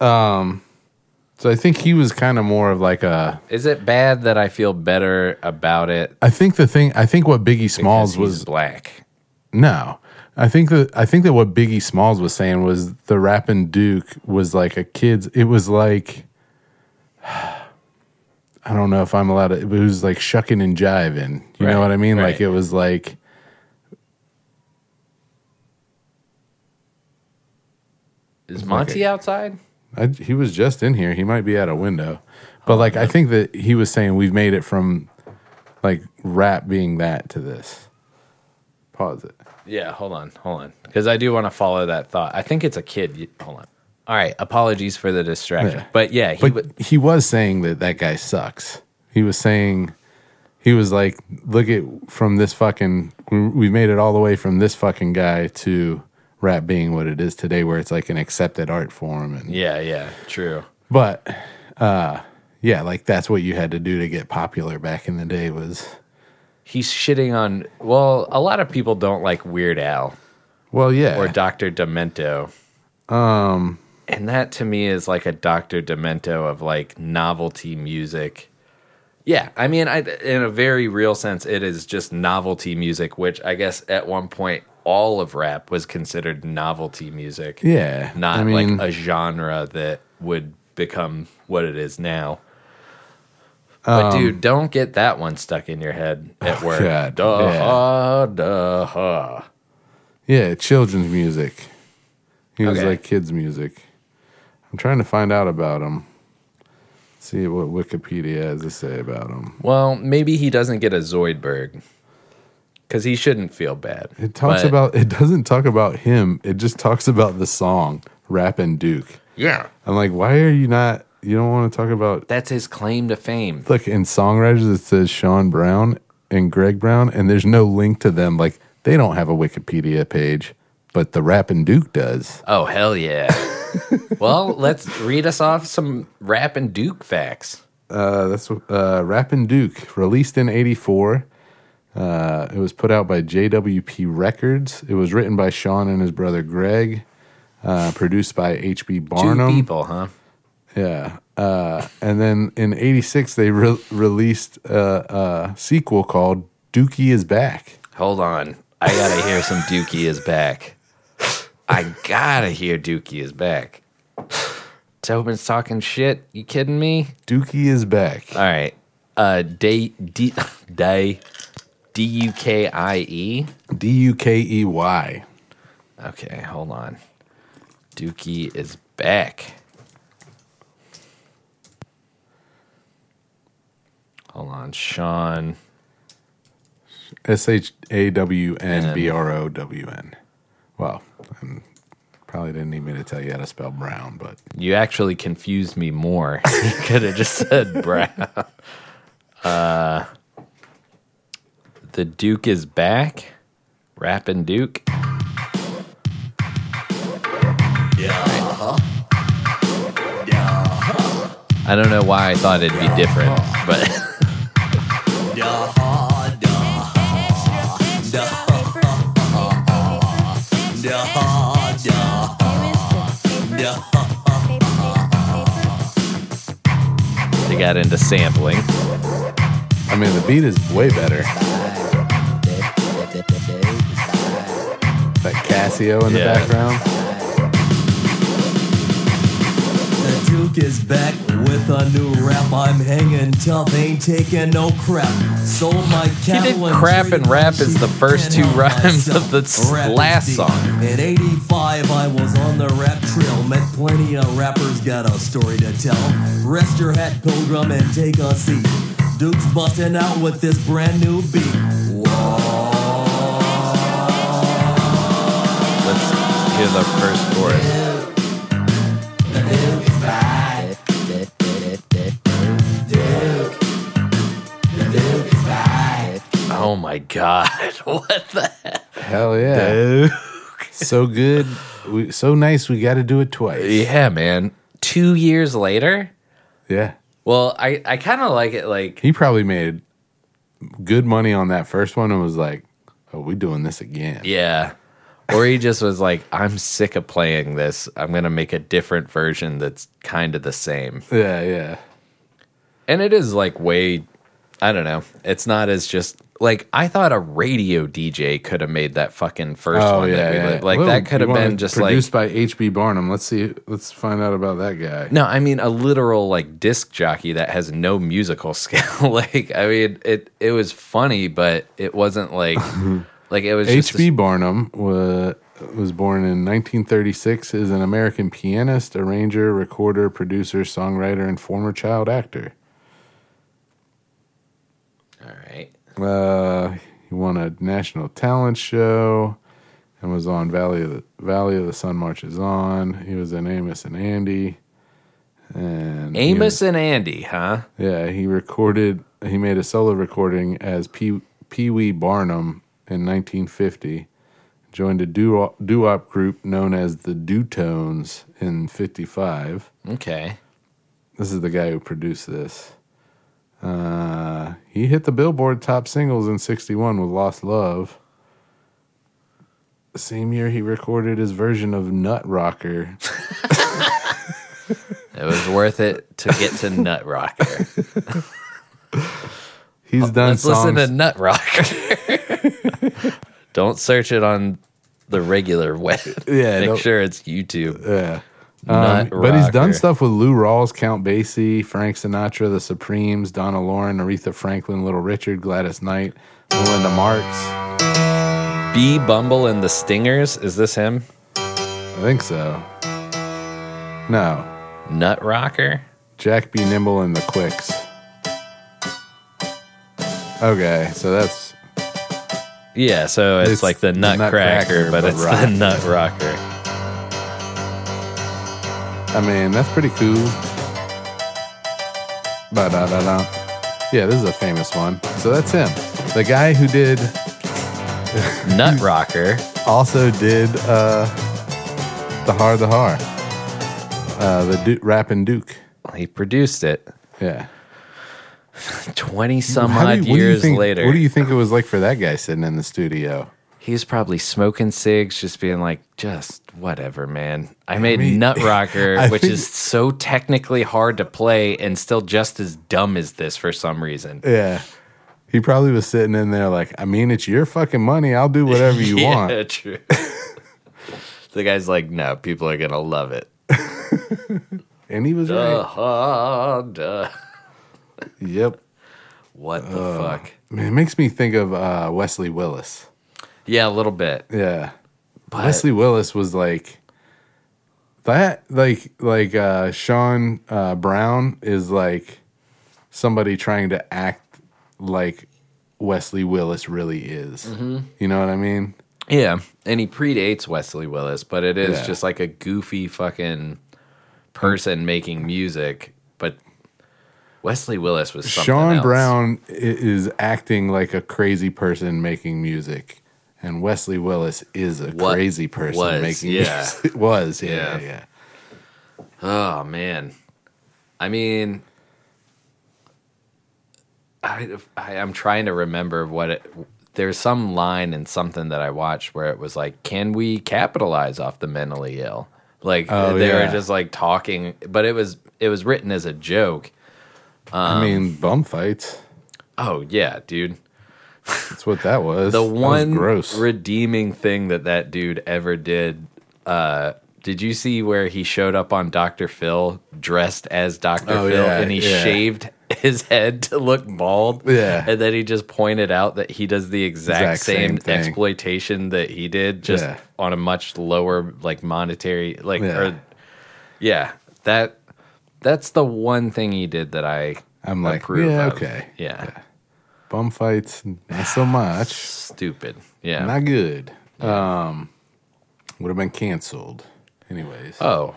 Speaker 2: So I think he was kind of more of like a.
Speaker 1: Is it bad that I feel better about it?
Speaker 2: I think the thing. I think what Biggie
Speaker 1: because
Speaker 2: Smalls
Speaker 1: he's
Speaker 2: was
Speaker 1: black.
Speaker 2: No, I think that I think that what Biggie Smalls was saying was the rapping Duke was like a kid's. It was like I don't know if I'm allowed to. It was like shucking and jiving. You
Speaker 1: Right,
Speaker 2: know what I mean? Like
Speaker 1: right.
Speaker 2: it was like
Speaker 1: Is Monty outside?
Speaker 2: I, he was just in here. He might be at a window, but like I think that he was saying we've made it from like rap being that to this. Pause it.
Speaker 1: Yeah, hold on, hold on, because I do want to follow that thought. I think it's a kid. You- Hold on. All right, apologies for the distraction,
Speaker 2: Yeah.
Speaker 1: but yeah, he
Speaker 2: But
Speaker 1: would.
Speaker 2: he was saying that that guy sucks. He was saying he was like, look at from this fucking. we- We made it all the way from this fucking guy to rap being what it is today, where it's like an accepted art form and
Speaker 1: Yeah, yeah, true.
Speaker 2: But uh yeah, like that's what you had to do to get popular back in the day was
Speaker 1: He's shitting on. Well, a lot of people don't like Weird Al
Speaker 2: well, yeah.
Speaker 1: or Doctor Demento. Um,
Speaker 2: Um,
Speaker 1: and that to me is like a Doctor Demento of like novelty music. Yeah, I mean, I in a very real sense, it is just novelty music, which I guess at one point all of rap was considered novelty music.
Speaker 2: yeah.
Speaker 1: not
Speaker 2: I mean,
Speaker 1: like a genre that would become what it is now. but dude, don't get that one stuck in your head at work.
Speaker 2: Um, oh, God,
Speaker 1: Duh,
Speaker 2: yeah.
Speaker 1: ha, duh, ha.
Speaker 2: yeah, children's music. He was
Speaker 1: Okay.
Speaker 2: like kids music. I'm trying to find out about him. See what Wikipedia has to say about him.
Speaker 1: Well, maybe he doesn't get a Zoidberg because he shouldn't feel bad.
Speaker 2: It talks
Speaker 1: But-
Speaker 2: about it doesn't talk about him. It just talks about the song Rap and Duke.
Speaker 1: yeah.
Speaker 2: I'm like, why are you not you don't want to talk about
Speaker 1: That's his claim to fame.
Speaker 2: look in songwriters it says Sean Brown and Greg Brown, and there's no link to them. Like they don't have a Wikipedia page, but the Rappin' Duke does.
Speaker 1: Oh hell yeah! well, let's read us off some rap and Duke facts.
Speaker 2: Uh, that's uh, Rappin' Duke, released in '84. Uh, it was put out by JWP Records. It was written by Sean and his brother Greg. Uh, produced by H.B. Barnum.
Speaker 1: Two people, huh?
Speaker 2: Yeah. Uh, and then in '86, they re- released a, a sequel called Dookie is Back.
Speaker 1: Hold on. I gotta hear some Dookie is back. I gotta hear Dookie is back. Tobin's talking shit. You kidding me?
Speaker 2: Dookie is Back.
Speaker 1: All right. Uh, day, D, day, D U K I E.
Speaker 2: D U K E Y.
Speaker 1: Okay, hold on. Dookie is back. Hold on, Sean.
Speaker 2: S H A W N B R O W N. Well, I probably didn't need me to tell you how to spell brown, but
Speaker 1: You actually confused me more. you could have just said Brown. Uh, the Duke is back. Rapping Duke. I don't know why I thought it'd be different, but they got into sampling.
Speaker 2: I mean, the beat is way better. That Casio in the
Speaker 1: Yeah.
Speaker 2: background.
Speaker 5: The Duke is back with a new rap. I'm hanging tough, ain't taking no crap. Sold my
Speaker 1: did
Speaker 5: cattle and
Speaker 1: crap and
Speaker 5: traded
Speaker 1: rap
Speaker 5: my
Speaker 1: is the
Speaker 5: sheep
Speaker 1: first
Speaker 5: and
Speaker 1: two
Speaker 5: hung
Speaker 1: rhymes of the
Speaker 5: myself. Rap is
Speaker 1: last
Speaker 5: deep.
Speaker 1: song.
Speaker 5: In 85, I was on the rap trail. Met plenty of rappers, got a story to tell. Rest your hat, pilgrim, and take a seat. Duke's busting out with this brand new beat.
Speaker 1: Let's hear the first chorus. Oh my god. What the
Speaker 2: Hell yeah. so good. We, so nice. We got to do it twice.
Speaker 1: Yeah, man. Two years later?
Speaker 2: Yeah.
Speaker 1: Well, I, I kinda like it like
Speaker 2: He probably made good money on that first one and was like, oh, we doing this again.
Speaker 1: Yeah. Or he just was like, I'm sick of playing this. I'm gonna make a different version that's kind of the same.
Speaker 2: Yeah. Yeah.
Speaker 1: And it is like way, I don't know. It's not as just like I thought a radio DJ could have made that fucking first
Speaker 2: Oh,
Speaker 1: one. that we li- Like
Speaker 2: Well,
Speaker 1: that could have
Speaker 2: you wanna-
Speaker 1: been just like
Speaker 2: produced by H.B. Barnum. Let's see. Let's find out about that guy.
Speaker 1: no, I mean a literal like disc jockey that has no musical skill. like I mean it it was funny, but it wasn't like like it was just
Speaker 2: H.B. Barnum was was born in 1936, is an American pianist, arranger, recorder, producer, songwriter, and former child actor.
Speaker 1: All right.
Speaker 2: Uh, he won a national talent show and was on Valley of the Valley of the Sun Marches On. He was in Amos and Andy. And he
Speaker 1: Amos and Andy, huh?
Speaker 2: Yeah, he recorded. He made a solo recording as Pee Pee Wee Barnum in 1950. Joined a doo wop group known as the Dewtones in '55.
Speaker 1: Okay.
Speaker 2: This is the guy who produced this. Uh, he hit the Billboard top singles in '61 with "Lost Love." The same year, he recorded his version of "Nut Rocker."
Speaker 1: Oh, It was worth it to get to Nut Rocker.
Speaker 2: He's done
Speaker 1: Let's
Speaker 2: songs.
Speaker 1: listen to Nut Rocker. Don't search it on the regular web.
Speaker 2: Yeah,
Speaker 1: Make
Speaker 2: don't-
Speaker 1: sure it's YouTube.
Speaker 2: Yeah.
Speaker 1: Nut
Speaker 2: Um, but he's done
Speaker 1: Rocker.
Speaker 2: stuff with Lou Rawls, Count Basie, Frank Sinatra, The Supremes, Donna Lauren, Aretha Franklin, Little Richard, Gladys Knight, Melinda Marks.
Speaker 1: B Bumble and the Stingers. Is this him?
Speaker 2: I think so. No,
Speaker 1: Nut Rocker?
Speaker 2: Jack B. Nimble and the Quicks. Okay, so that's
Speaker 1: Yeah, so it's,
Speaker 2: It's
Speaker 1: like the
Speaker 2: the
Speaker 1: Nutcracker,
Speaker 2: Nutcracker,
Speaker 1: but
Speaker 2: but
Speaker 1: it's
Speaker 2: rock.
Speaker 1: the Nut Rocker.
Speaker 2: I mean that's pretty cool. Ba da da da. Yeah, this is a famous one. So that's him, the guy who did
Speaker 1: Nut Rocker.
Speaker 2: also did uh, the Har the Har, uh, the Duke, rapping Duke.
Speaker 1: He produced it
Speaker 2: Yeah.
Speaker 1: 20 some
Speaker 2: How do
Speaker 1: odd
Speaker 2: you- what do you
Speaker 1: years
Speaker 2: think-
Speaker 1: later.
Speaker 2: What do you think it was like for that guy sitting in the studio?
Speaker 1: He's probably smoking cigs, just being like, just whatever, man. I made
Speaker 2: mean,
Speaker 1: Nut Rocker,
Speaker 2: I
Speaker 1: which
Speaker 2: think-
Speaker 1: is so technically hard to play and still just as dumb as this for some reason.
Speaker 2: Yeah. He probably was sitting in there like, I mean, it's your fucking money. I'll do whatever you
Speaker 1: yeah,
Speaker 2: want.
Speaker 1: true. the guy's like, no, people are going to love it.
Speaker 2: And he was right.
Speaker 1: Uh-huh, duh.
Speaker 2: Yep.
Speaker 1: What the fuck?
Speaker 2: Man, it makes me think of uh, Wesley Willis.
Speaker 1: Yeah, a little bit.
Speaker 2: Yeah. Wesley Willis was like that like like uh Sean uh Brown is like somebody trying to act like Wesley Willis really is.
Speaker 1: Mm-hmm.
Speaker 2: You know what I mean?
Speaker 1: Yeah, and he predates Wesley Willis, but it is
Speaker 2: Yeah.
Speaker 1: just like a goofy fucking person making music. But Wesley Willis was something
Speaker 2: Sean
Speaker 1: else.
Speaker 2: Brown i- is acting like a crazy person making music. And Wesley Willis is a
Speaker 1: What
Speaker 2: crazy person
Speaker 1: was,
Speaker 2: making
Speaker 1: yeah.
Speaker 2: music. was, yeah,
Speaker 1: Yeah.
Speaker 2: yeah, yeah.
Speaker 1: Oh man, I mean, I, I I'm trying to remember what it. There's some line in something that I watched where it was like, "Can we capitalize off the mentally ill?" Like
Speaker 2: Oh,
Speaker 1: they
Speaker 2: yeah.
Speaker 1: were just like talking, but it was it was written as a joke. Um,
Speaker 2: I mean, bum fights.
Speaker 1: Oh yeah, dude.
Speaker 2: That's what that was.
Speaker 1: the
Speaker 2: That was
Speaker 1: one
Speaker 2: gross.
Speaker 1: redeeming thing that that dude ever did uh did you see where he showed up on Dr. Phil dressed as Dr.
Speaker 2: Oh,
Speaker 1: Phil
Speaker 2: yeah,
Speaker 1: and he
Speaker 2: yeah.
Speaker 1: shaved his head to look bald?
Speaker 2: Yeah.
Speaker 1: And then he just pointed out that he does the exact,
Speaker 2: Exact same
Speaker 1: same,
Speaker 2: thing.
Speaker 1: exploitation that he did, just
Speaker 2: Yeah.
Speaker 1: on a much lower, like, monetary, like,
Speaker 2: Yeah.
Speaker 1: or, yeah, that. That's the one thing he did that I
Speaker 2: I'm like,
Speaker 1: approve
Speaker 2: yeah,
Speaker 1: of.
Speaker 2: okay.
Speaker 1: Yeah.
Speaker 2: bum fights not so much
Speaker 1: Stupid. Yeah.
Speaker 2: not good um would have been canceled anyways
Speaker 1: Oh.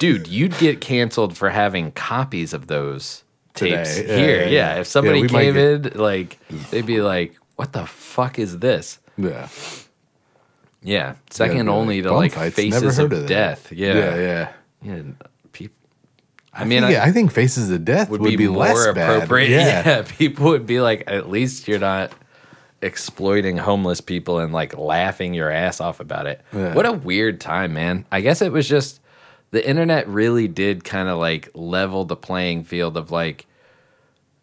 Speaker 1: Dude, you'd get canceled for having copies of those tapes
Speaker 2: Today. Yeah,
Speaker 1: here.
Speaker 2: yeah,
Speaker 1: Yeah,
Speaker 2: yeah.
Speaker 1: If somebody
Speaker 2: Yeah, we might
Speaker 1: came in, like, they'd be like, what the fuck is this?
Speaker 2: yeah
Speaker 1: Yeah. Second
Speaker 2: Yeah,
Speaker 1: only to
Speaker 2: bum
Speaker 1: like
Speaker 2: fights, never
Speaker 1: Faces
Speaker 2: heard
Speaker 1: of,
Speaker 2: of that.
Speaker 1: Death. Yeah.
Speaker 2: yeah
Speaker 1: Yeah.
Speaker 2: yeah
Speaker 1: peop- I, mean,
Speaker 2: yeah,
Speaker 1: I,
Speaker 2: I think Faces of Death
Speaker 1: would,
Speaker 2: would,
Speaker 1: be,
Speaker 2: be,
Speaker 1: more
Speaker 2: less bad.
Speaker 1: appropriate.
Speaker 2: Yeah.
Speaker 1: yeah. People would be like, at least you're not exploiting homeless people and like laughing your ass off about it.
Speaker 2: Yeah.
Speaker 1: What a weird time, man. I guess it was just the internet really did kind of like level the playing field of like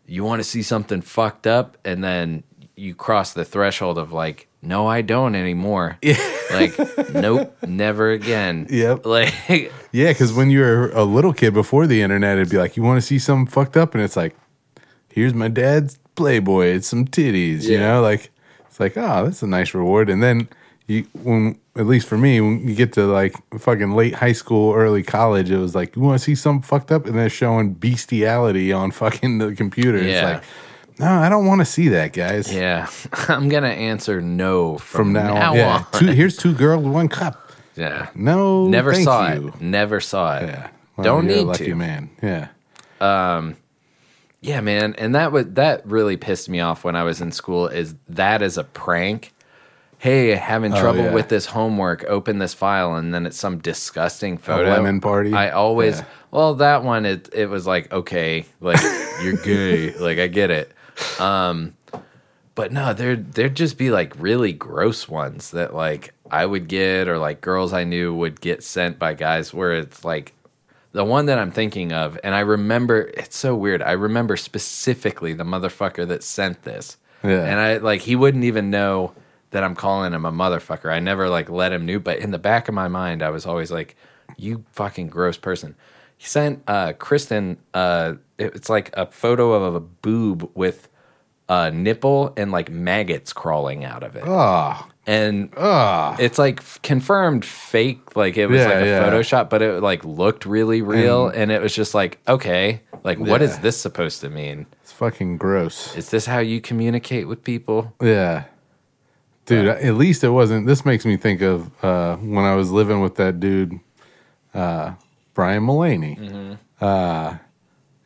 Speaker 1: you want to see something fucked up and then you cross the threshold of like no I don't anymore. Like nope, never again.
Speaker 2: Yep.
Speaker 1: Like
Speaker 2: Yeah, because when you were a little kid before the internet, it'd be like, you want to see something fucked up? And it's like, here's my dad's Playboy. It's some titties, you
Speaker 1: Yeah.
Speaker 2: "Ah, know? Like, it's like, oh, that's a nice reward. And then you when at least for me when you get to like fucking late high school early college it was like you want to see something fucked up and they're showing bestiality on fucking the computer
Speaker 1: Yeah.
Speaker 2: it's like no i don't want to see that guys
Speaker 1: Yeah, I'm gonna answer no from,
Speaker 2: from now, on yeah two, here's two girls one cup
Speaker 1: Yeah,
Speaker 2: no
Speaker 1: never
Speaker 2: thank
Speaker 1: saw
Speaker 2: you.
Speaker 1: it. Never saw it.
Speaker 2: yeah Well,
Speaker 1: Don't
Speaker 2: you're a
Speaker 1: need
Speaker 2: lucky
Speaker 1: to.
Speaker 2: man yeah
Speaker 1: Yeah, man, and that would that really pissed me off when I was in school. Is that is a prank? Hey, having trouble
Speaker 2: Oh, yeah.
Speaker 1: with this homework. Open this file, and then it's some disgusting photo.
Speaker 2: lemon party?
Speaker 1: I always
Speaker 2: Yeah.
Speaker 1: well that one it it was like okay, like you're gay, like I get it. Um, but no, there there'd just be like really gross ones that like I would get or like girls I knew would get sent by guys where it's like the one that I'm thinking of, and I remember it's so weird. I remember specifically the motherfucker that sent this.
Speaker 2: Yeah.
Speaker 1: And I like he wouldn't even know that I'm calling him a motherfucker. I never like let him knew, but in the back of my mind, I was always like, "You fucking gross person." He sent uh, Kristen. Uh, it- it's like a photo of a boob with a nipple and like maggots crawling out of it,
Speaker 2: oh
Speaker 1: and
Speaker 2: ah.
Speaker 1: it's like f- confirmed fake. Like it was
Speaker 2: Yeah,
Speaker 1: like a
Speaker 2: yeah.
Speaker 1: Photoshop, but it like looked really real, and, it was just like, okay, like what is
Speaker 2: Yeah.
Speaker 1: this supposed to mean?
Speaker 2: it's fucking gross
Speaker 1: Is this how you communicate with people?
Speaker 2: Yeah. Dude, at least it wasn't. This makes me think of uh, when I was living with that dude, uh, Brian Mullaney. Uh,
Speaker 1: Mm-hmm.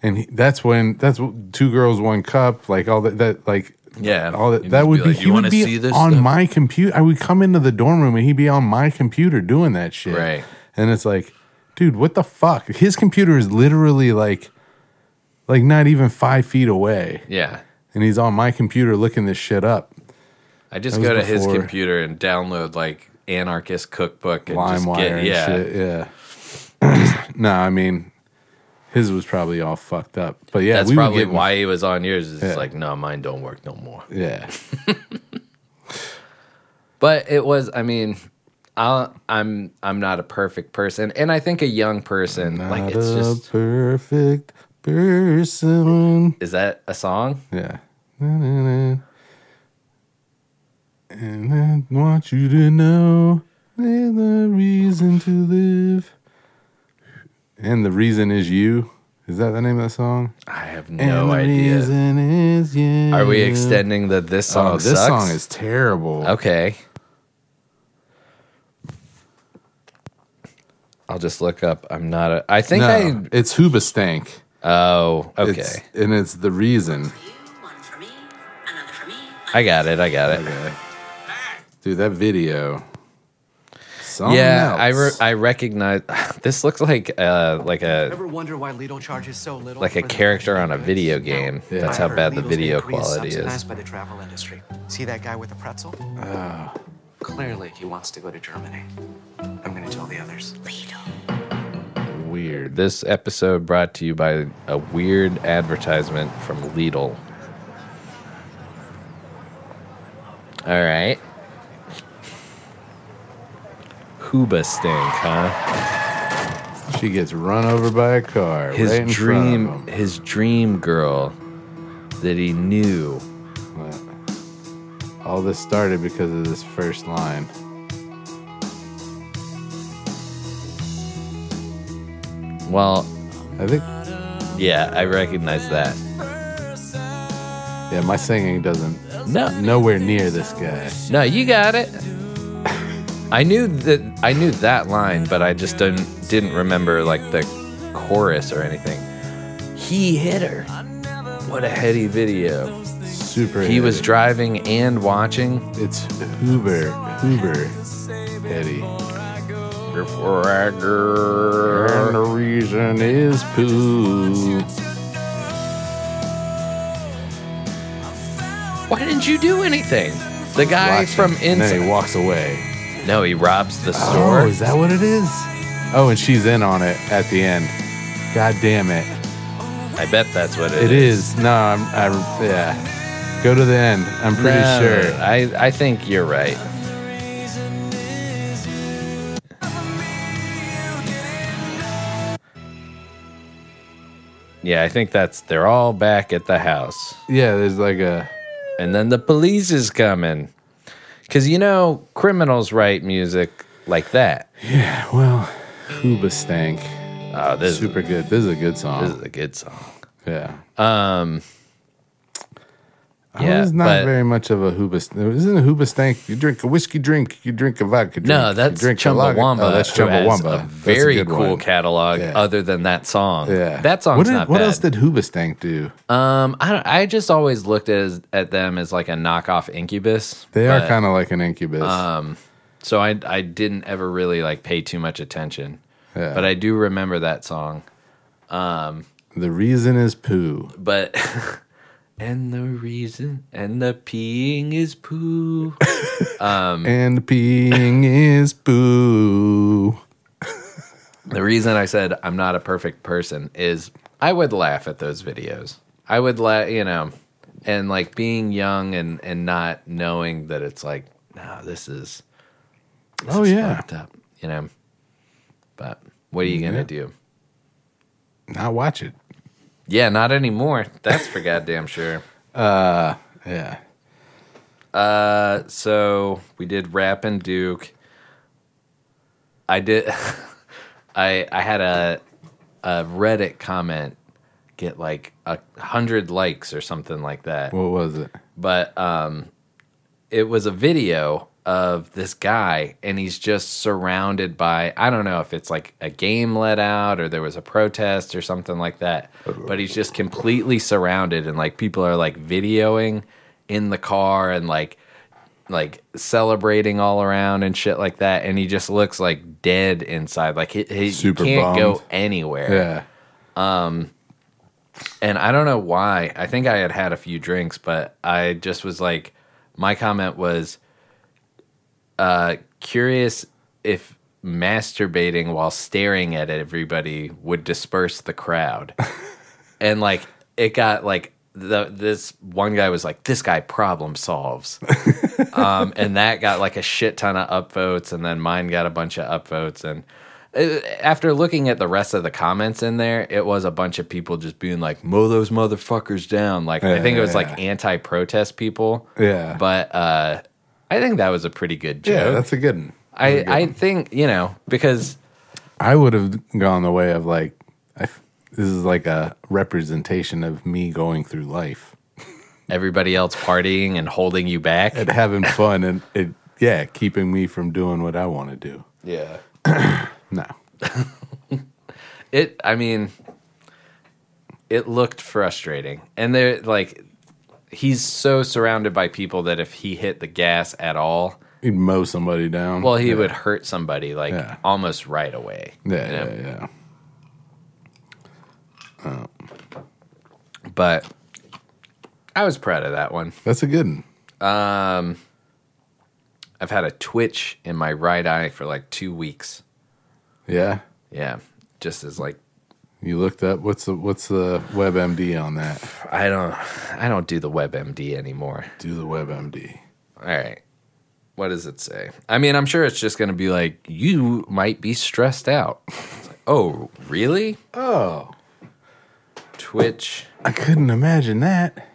Speaker 2: and he, that's when, that's wh- two girls, one cup, like all that, that like,
Speaker 1: Yeah,
Speaker 2: all that,
Speaker 1: You'd
Speaker 2: that
Speaker 1: just
Speaker 2: would be,
Speaker 1: like,
Speaker 2: he would be on my computer. I would come into the dorm room and he'd be on my computer doing that shit.
Speaker 1: Right.
Speaker 2: And it's like, dude, what the fuck? His computer is literally like, like not even five feet away.
Speaker 1: Yeah,
Speaker 2: And he's on my computer looking this shit up.
Speaker 1: I just
Speaker 2: That
Speaker 1: go to
Speaker 2: was
Speaker 1: his
Speaker 2: before-
Speaker 1: compuner and download like anarchist cookbook and just
Speaker 2: LimeWire
Speaker 1: get
Speaker 2: and
Speaker 1: yeah.
Speaker 2: shit. Yeah. no, I mean, his was probably all fucked up. But yeah,
Speaker 1: That's
Speaker 2: we
Speaker 1: probably
Speaker 2: were getting,
Speaker 1: why he was on yours. It's
Speaker 2: Yeah.
Speaker 1: like no, mine don't work no more.
Speaker 2: Yeah,
Speaker 1: but it was i mean I'll, i'm i'm not a perfect person and i think a young person like it's
Speaker 2: Not a
Speaker 1: just
Speaker 2: perfect person.
Speaker 1: is that a song
Speaker 2: Yeah. Na-na-na. And I want you to know there's the reason to live. And the reason is you. Is that the name of that song?
Speaker 1: i have
Speaker 2: and
Speaker 1: no
Speaker 2: the
Speaker 1: idea
Speaker 2: reason is you.
Speaker 1: are we extending that this song
Speaker 2: Oh, this
Speaker 1: sucks?
Speaker 2: song is terrible.
Speaker 1: okay i'll just look up i'm not a i think
Speaker 2: no, it's Hoobastank.
Speaker 1: i oh okay
Speaker 2: It's, and it's the reason.
Speaker 4: You, one for me, another for me.
Speaker 1: i got it i got it
Speaker 2: Okay. Dude, that video. Something
Speaker 1: yeah i re-
Speaker 2: else.
Speaker 1: i recognize this looks like uh like a
Speaker 7: Ever wonder why Lido charges so little?
Speaker 1: like a
Speaker 7: for the
Speaker 1: character on a
Speaker 7: merchandise?
Speaker 1: video game.
Speaker 2: Yeah.
Speaker 1: That's
Speaker 7: I
Speaker 1: how
Speaker 7: heard
Speaker 1: bad the
Speaker 7: Lidl's
Speaker 1: video
Speaker 7: bakery is
Speaker 1: quality is.
Speaker 7: subsidized by the travel industry. See that guy with the pretzel? Clearly, he wants to go to Germany. I'm gonna tell the others.
Speaker 1: Weird. This episode brought to you by a weird advertisement from Lidl. All right. Hooba stink, huh?
Speaker 2: she gets run over by a car.
Speaker 1: His
Speaker 2: right in front
Speaker 1: dream,
Speaker 2: of him.
Speaker 1: his dream girl that he knew.
Speaker 2: All this started because of this first line.
Speaker 1: Well,
Speaker 2: I think,
Speaker 1: yeah, I recognize that.
Speaker 2: yeah, my singing doesn't
Speaker 1: No,
Speaker 2: nowhere near this guy.
Speaker 1: No, you got it. I knew that I knew that line, but I just didn't didn't remember like the chorus or anything. He hit her. What a heady video.
Speaker 2: Super.
Speaker 1: He was
Speaker 2: heavy.
Speaker 1: driving and watching
Speaker 2: It's Hoover. Hoover. Eddie.
Speaker 1: before I girl.
Speaker 2: And the reason is poo.
Speaker 1: Why didn't you do anything? The guy
Speaker 2: Watch
Speaker 1: from
Speaker 2: him. And then he
Speaker 1: inside.
Speaker 2: walks away.
Speaker 1: No, he robs the
Speaker 2: Oh,
Speaker 1: store.
Speaker 2: is that what it is? Oh, and she's in on it at the end. God damn it.
Speaker 1: I bet that's what
Speaker 2: It is. No, I'm, I, yeah. Go to the end. I'm pretty
Speaker 1: No,
Speaker 2: sure.
Speaker 1: I, I think you're right. Yeah, I think that's they're all back at the house.
Speaker 2: Yeah, there's like a,
Speaker 1: And then the police is coming. Because you know, criminals write music like that.
Speaker 2: Well, Huba Stank.
Speaker 1: Oh, this,
Speaker 2: Super good. This is a good song.
Speaker 1: this is a good song.
Speaker 2: yeah. I
Speaker 1: yeah,
Speaker 2: was not
Speaker 1: but-
Speaker 2: very much of a Huba Stank. Isn't a Huba Stank? You drink a whiskey drink, you drink a vodka drink.
Speaker 1: No,
Speaker 2: you
Speaker 1: that's
Speaker 2: drink a lager-
Speaker 1: Chumbawamba.
Speaker 2: Oh, that's
Speaker 1: who has
Speaker 2: Chumbawamba.
Speaker 1: A
Speaker 2: That's a
Speaker 1: very
Speaker 2: good
Speaker 1: cool
Speaker 2: one.
Speaker 1: catalog.
Speaker 2: Yeah.
Speaker 1: Other than that song,
Speaker 2: Yeah.
Speaker 1: that song's
Speaker 2: what did,
Speaker 1: not
Speaker 2: What
Speaker 1: bad.
Speaker 2: else did Huba Stank do?
Speaker 1: um, I don't, I just always looked as at them as like a knockoff Incubus.
Speaker 2: They are
Speaker 1: but- uh,
Speaker 2: kind of like an incubus.
Speaker 1: so I I didn't ever really like pay too much attention,
Speaker 2: Yeah.
Speaker 1: but I do remember that song.
Speaker 2: the reason is poo.
Speaker 1: But and the reason and the peeing is poo.
Speaker 2: And peeing is poo.
Speaker 1: The reason I said I'm not a perfect person is I would laugh at those videos. I would laugh, you know, and like being young and and not knowing that it's like, no, this is this
Speaker 2: Oh,
Speaker 1: is
Speaker 2: yeah.
Speaker 1: fucked up, you know. But what are you gonna
Speaker 2: Yeah.
Speaker 1: do?
Speaker 2: Not watch it.
Speaker 1: Yeah, not anymore. That's for goddamn sure.
Speaker 2: Yeah.
Speaker 1: Uh, so we did rap and duke i did i i had a a reddit comment get like a hundred likes or something like that
Speaker 2: What was it?
Speaker 1: but um it was a video of this guy and he's just surrounded by i don't know if it's like a game let out or there was a protest or something like that but he's just completely surrounded and like people are like videoing in the car and like like celebrating all around and shit like that and he just looks like dead inside like he, he
Speaker 2: Super
Speaker 1: can't
Speaker 2: bummed.
Speaker 1: go anywhere
Speaker 2: Yeah.
Speaker 1: and I don't know why. I think I had had a few drinks, but I just was like, my comment was uh, curious if masturbating while staring at everybody would disperse the crowd. and like, it got like, the, this one guy was like, this guy problem solves. um, and that got like a shit ton of upvotes, and then mine got a bunch of upvotes. And uh, after looking at the rest of the comments in there, it was a bunch of people just being like, "Mow those motherfuckers down!" Like I think it was like anti-protest people.
Speaker 2: Yeah.
Speaker 1: but uh, I think that was a pretty good joke.
Speaker 2: Yeah, that's a good one.
Speaker 1: I I think you know because
Speaker 2: I would have gone the way of like, I f this is like a representation of me going through life
Speaker 1: everybody else partying and holding you back.
Speaker 2: and having fun and it, yeah, keeping me from doing what I want to do.
Speaker 1: Yeah,
Speaker 2: No.
Speaker 1: it i mean it looked frustrating and they're like he's so surrounded by people that if he hit the gas at all
Speaker 2: You'd mow somebody down.
Speaker 1: well he
Speaker 2: Yeah.
Speaker 1: would hurt somebody like
Speaker 2: Yeah.
Speaker 1: almost right away
Speaker 2: Yeah,
Speaker 1: you know?
Speaker 2: yeah, yeah.
Speaker 1: but i was proud of that one
Speaker 2: That's a good one.
Speaker 1: i've had a twitch in my right eye for like two weeks
Speaker 2: Yeah.
Speaker 1: yeah just as like
Speaker 2: You looked up what's the what's the WebMD on that?
Speaker 1: i don't i don't do the webmd anymore
Speaker 2: Do the WebMD.
Speaker 1: All right. What does it say? I mean, I'm sure it's just going to be like, you might be stressed out. It's like, oh, really?
Speaker 2: Oh,
Speaker 1: Twitch
Speaker 2: I couldn't imagine that.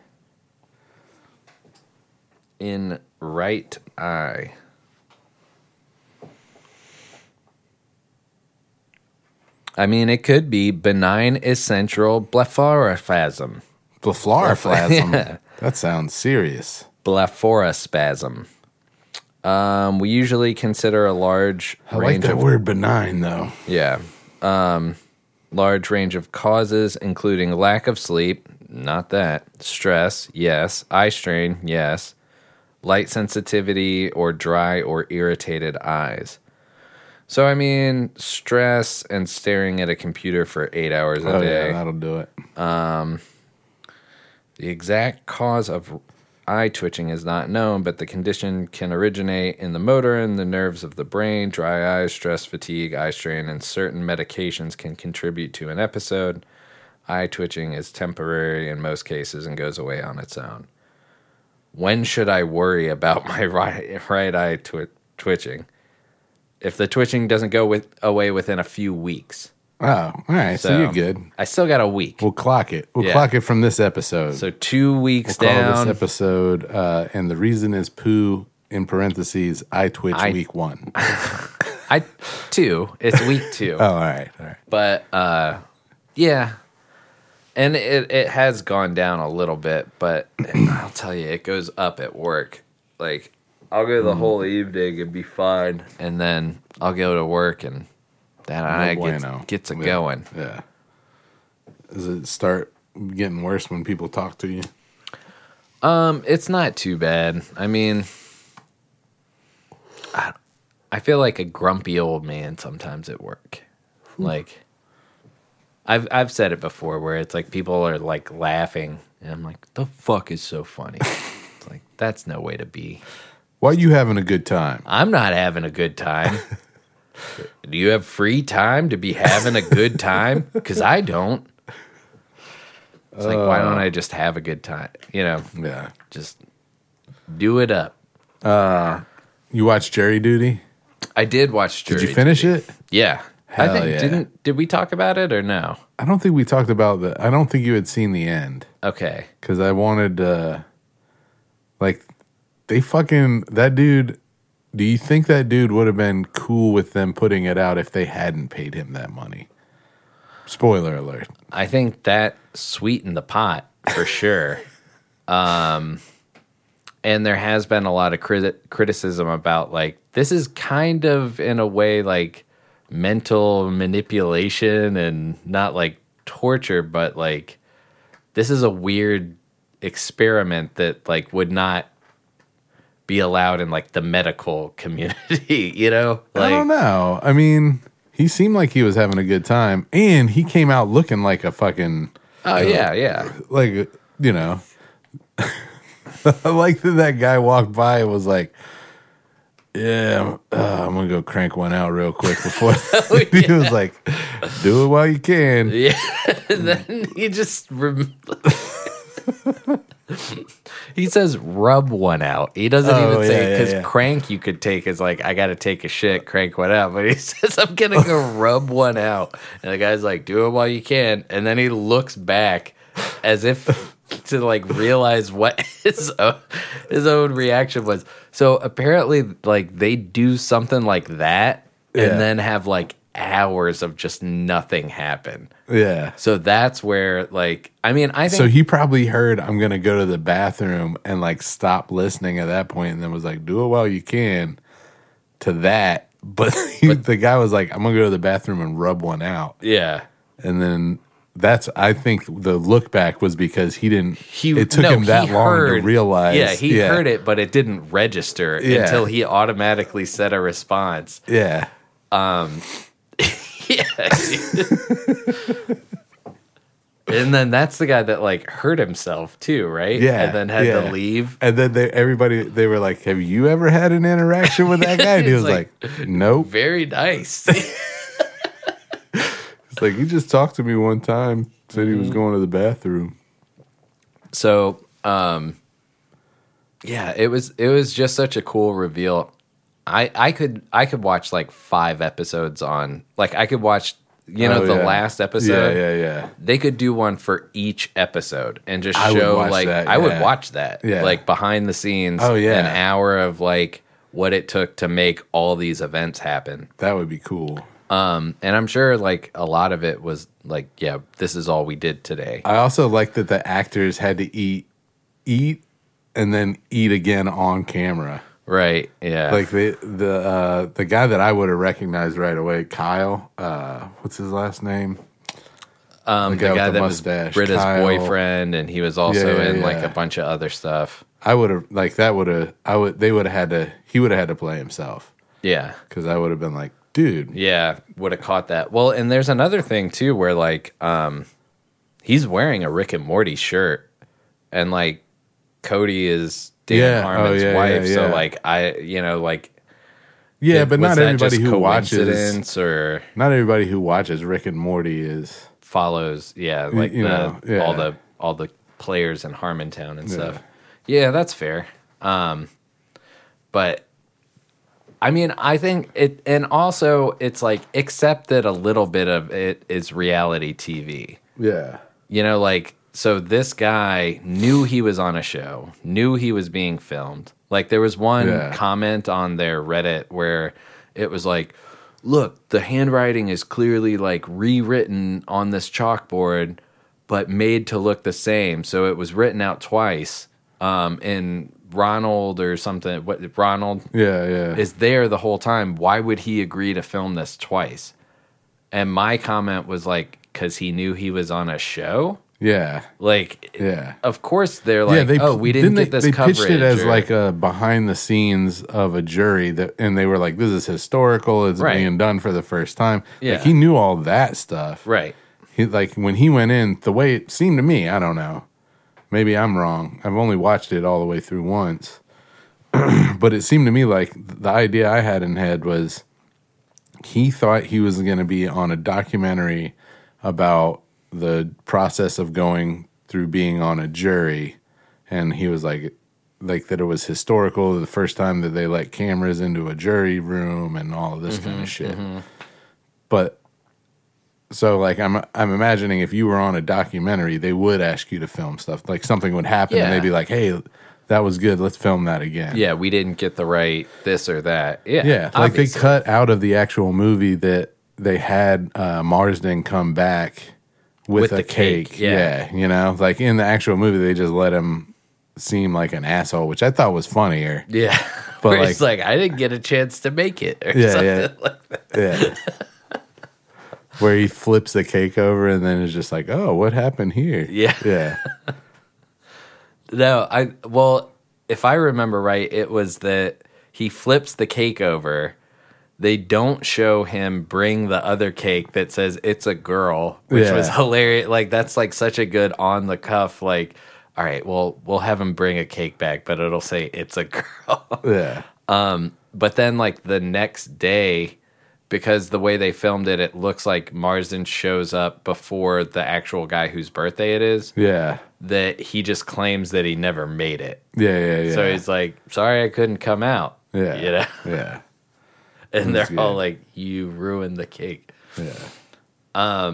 Speaker 1: in right eye. I mean, it could be benign essential blepharophasm,
Speaker 2: Blepharoplasm. That sounds serious.
Speaker 1: blepharospasm. Um, we usually consider a large
Speaker 2: I like
Speaker 1: range
Speaker 2: that
Speaker 1: of
Speaker 2: word benign though.
Speaker 1: Yeah. Um, large range of causes, including lack of sleep, not that, stress, yes, eye strain, yes, light sensitivity, or dry or irritated eyes. So, I mean, stress and staring at a computer for eight hours a
Speaker 2: Oh
Speaker 1: day.
Speaker 2: yeah, that'll do it.
Speaker 1: The exact cause of eye twitching is not known, but the condition can originate in the motor and the nerves of the brain. Dry eyes, stress, fatigue, eye strain, and certain medications can contribute to an episode. Eye twitching is temporary in most cases and goes away on its own. When should I worry about my right, right eye twi- twitching? If the twitching doesn't go with, away within a few weeks,
Speaker 2: Oh, all right. So,
Speaker 1: So-
Speaker 2: you're good.
Speaker 1: I still got a week.
Speaker 2: We'll clock it. We'll
Speaker 1: Yeah.
Speaker 2: clock it from this episode.
Speaker 1: so two weeks
Speaker 2: we'll call
Speaker 1: down.
Speaker 2: this episode uh, and the reason is poo in parentheses, I Twitch
Speaker 1: I-
Speaker 2: week one.
Speaker 1: I two. It's week two.
Speaker 2: Oh, all right, all right.
Speaker 1: but uh yeah and it it has gone down a little bit but i'll tell you it goes up at work like i'll go
Speaker 2: Mm.
Speaker 1: the whole evening and be fine and then i'll go to work and that eye gets,
Speaker 2: bueno.
Speaker 1: gets it
Speaker 2: Yeah.
Speaker 1: going
Speaker 2: Yeah. Does it start getting worse when people talk to you?
Speaker 1: um it's not too bad i mean I- i feel like a grumpy old man sometimes at work like I've I've said it before where it's like people are like laughing and I'm like, the fuck is so funny? it's like that's no way to be.
Speaker 2: Why you having a good time?
Speaker 1: I'm not having a good time. Do you have free time to be having a good time? Because I don't. It's like, why don't I just have a good time? You know,
Speaker 2: Yeah.
Speaker 1: just do it up.
Speaker 2: You watch Jerry Duty?
Speaker 1: I did watch.
Speaker 2: Did
Speaker 1: Jury
Speaker 2: you finish
Speaker 1: Duty.
Speaker 2: it?
Speaker 1: Yeah, I
Speaker 2: Hell
Speaker 1: think
Speaker 2: yeah.
Speaker 1: didn't. Did we talk about it or no?
Speaker 2: I don't think we talked about the. I don't think you had seen the end
Speaker 1: Okay.
Speaker 2: because I wanted, uh, like, they fucking that dude. Do you think that dude would have been cool with them putting it out if they hadn't paid him that money? Spoiler alert.
Speaker 1: I think that sweetened the pot for sure. um, and there has been a lot of crit- criticism about like this is kind of in a way like mental manipulation and not like torture, but like this is a weird experiment that like would not be allowed in like the medical community, you know? Like
Speaker 2: I don't know. I mean, he seemed like he was having a good time, and he came out looking like a fucking
Speaker 1: oh yeah, yeah.
Speaker 2: like you know. I like that that guy walked by and was like, "Yeah, I'm, uh, I'm gonna go crank one out real quick before." he was like, "Do it while you can."
Speaker 1: he just rem- he says rub one out he doesn't
Speaker 2: Oh,
Speaker 1: even say
Speaker 2: yeah, yeah,
Speaker 1: because
Speaker 2: yeah.
Speaker 1: crank you could take is like i gotta take a shit crank one out but he says i'm gonna go rub one out and the guy's like do it while you can and then he looks back as if to like realize what his own, his own reaction was so apparently like they do something like that
Speaker 2: Yeah.
Speaker 1: and then have like hours of just nothing happen
Speaker 2: Yeah.
Speaker 1: so that's where, like, I mean, I think
Speaker 2: So he probably heard I'm gonna go to the bathroom and like stop listening at that point, and then was like, "Do it while you can." To that, but, he, the guy was like, "I'm gonna go to the bathroom and rub one out,"
Speaker 1: yeah,
Speaker 2: and then that's I think the look back was because he didn't.
Speaker 1: he
Speaker 2: it took
Speaker 1: no,
Speaker 2: him that
Speaker 1: he
Speaker 2: long
Speaker 1: heard-
Speaker 2: to realize.
Speaker 1: Yeah, he heard it, but it didn't register
Speaker 2: Yeah.
Speaker 1: until he automatically said a response.
Speaker 2: Yeah,
Speaker 1: Yeah. and then that's the guy that like hurt himself too, right?
Speaker 2: yeah.
Speaker 1: and then had
Speaker 2: yeah.
Speaker 1: to leave.
Speaker 2: and then they, everybody they were like, "Have you ever had an interaction with that guy?" And he
Speaker 1: He's
Speaker 2: was like, "Nope."
Speaker 1: Very nice.
Speaker 2: It's like he just talked to me one time, said he was
Speaker 1: Mm-hmm.
Speaker 2: going to the bathroom.
Speaker 1: so, um, yeah, it was it was just such a cool reveal. I I could I could watch like five episodes on like I could watch you know
Speaker 2: Oh,
Speaker 1: the
Speaker 2: yeah.
Speaker 1: last
Speaker 2: Yeah,
Speaker 1: episode.
Speaker 2: yeah, yeah.
Speaker 1: They could do one for each episode and just
Speaker 2: I would
Speaker 1: show
Speaker 2: watch
Speaker 1: like
Speaker 2: that,
Speaker 1: I would
Speaker 2: yeah.
Speaker 1: watch that
Speaker 2: Yeah.
Speaker 1: like behind the scenes.
Speaker 2: Oh, yeah.
Speaker 1: an hour of like what it took to make all these events happen.
Speaker 2: That would be cool.
Speaker 1: Um, and I'm sure like a lot of it was like yeah, this is all we did today.
Speaker 2: I also like that the actors had to eat, eat, and then eat again on camera.
Speaker 1: Right? Yeah.
Speaker 2: Like the the uh, the guy that I would have recognized right away, Kyle. Uh, what's his last name?
Speaker 1: um, the
Speaker 2: guy with
Speaker 1: guy
Speaker 2: the
Speaker 1: that was
Speaker 2: mustache,
Speaker 1: Britta's
Speaker 2: Kyle.
Speaker 1: boyfriend, and he was also
Speaker 2: Yeah, yeah,
Speaker 1: in like
Speaker 2: yeah.
Speaker 1: a bunch of other stuff.
Speaker 2: I would have like that would have I would they would have had to he would have had to play himself
Speaker 1: Yeah.
Speaker 2: because I would have been like, dude,
Speaker 1: Yeah, would have caught that. Well, and there's another thing too where like um he's wearing a Rick and Morty shirt and like Cody is Dan
Speaker 2: Yeah,
Speaker 1: Harmon's
Speaker 2: oh, yeah,
Speaker 1: wife,
Speaker 2: yeah,
Speaker 1: so
Speaker 2: yeah.
Speaker 1: like I you know like
Speaker 2: yeah,
Speaker 1: it-
Speaker 2: but
Speaker 1: was
Speaker 2: not
Speaker 1: that
Speaker 2: everybody
Speaker 1: just
Speaker 2: who watches
Speaker 1: coincidence or
Speaker 2: not everybody who watches Rick and Morty is
Speaker 1: follows yeah, like
Speaker 2: you
Speaker 1: the
Speaker 2: know, yeah.
Speaker 1: all the all the players in Harmontown and stuff. Yeah, that's fair. Um but I mean, I think it, and also it's like accept that a little bit of it is reality TV.
Speaker 2: yeah
Speaker 1: you know like so this guy knew he was on a show knew he was being filmed Like there was one
Speaker 2: Yeah.
Speaker 1: comment on their Reddit where it was like, "Look, the handwriting is clearly like rewritten on this chalkboard, but made to look the same. So it was written out twice." Um, and Ronald or something, what Ronald
Speaker 2: Yeah, yeah.
Speaker 1: is there the whole time. Why would he agree to film this twice? And my comment was like, because he knew he was on a show.
Speaker 2: yeah.
Speaker 1: Like,
Speaker 2: Yeah.
Speaker 1: of course they're like, oh, we didn't,
Speaker 2: they-
Speaker 1: get this
Speaker 2: they
Speaker 1: coverage.
Speaker 2: pitched it as
Speaker 1: or-
Speaker 2: like a behind the scenes of a jury that, and they were like, "This is historical. It's
Speaker 1: Right.
Speaker 2: being done for the first time."
Speaker 1: Yeah.
Speaker 2: Like he knew all that stuff,
Speaker 1: right.
Speaker 2: He, like when he went in, the way it seemed to me, I don't know. Maybe I'm wrong. I've only watched it all the way through once, but it seemed to me like the idea I had in head was he thought he was going to be on a documentary about the process of going through being on a jury and he was like like that it was historical the first time that they let cameras into a jury room and all of this kind of shit but so like i'm i'm imagining if you were on a documentary they would ask you to film stuff like something would happen and
Speaker 1: Yeah.
Speaker 2: they'd be like hey that was good let's film that again
Speaker 1: Yeah, we didn't get the right this or that. Yeah.
Speaker 2: yeah, like
Speaker 1: obviously.
Speaker 2: they cut out of the actual movie that they had uh, Marsden come back with,
Speaker 1: With
Speaker 2: a
Speaker 1: the
Speaker 2: cake.
Speaker 1: cake, yeah.
Speaker 2: you know, like in the actual movie, they just let him seem like an asshole, which I thought was funnier.
Speaker 1: Yeah.
Speaker 2: But,
Speaker 1: Where it's like, I didn't get a chance to make it. Or
Speaker 2: Yeah,
Speaker 1: something
Speaker 2: yeah.
Speaker 1: like that.
Speaker 2: Yeah. Where he flips the cake over and then is just like, oh, what happened here?
Speaker 1: Yeah.
Speaker 2: Yeah.
Speaker 1: No, I well, if I remember right, it was that he flips the cake over. They don't show him bring the other cake that says it's a girl, which
Speaker 2: Yeah.
Speaker 1: was hilarious. Like that's like such a good on the cuff. Like, all right, well, we'll have him bring a cake back, but it'll say it's a girl.
Speaker 2: Yeah.
Speaker 1: but then like the next day, because the way they filmed it, it looks like Marsden shows up before the actual guy whose birthday it is.
Speaker 2: Yeah.
Speaker 1: That he just claims that he never made it.
Speaker 2: Yeah. Yeah. Yeah.
Speaker 1: So he's like, "Sorry, I couldn't come out."
Speaker 2: yeah.
Speaker 1: you know.
Speaker 2: Yeah.
Speaker 1: And they're
Speaker 2: That's
Speaker 1: all
Speaker 2: good.
Speaker 1: like, "You ruined the cake."
Speaker 2: Yeah.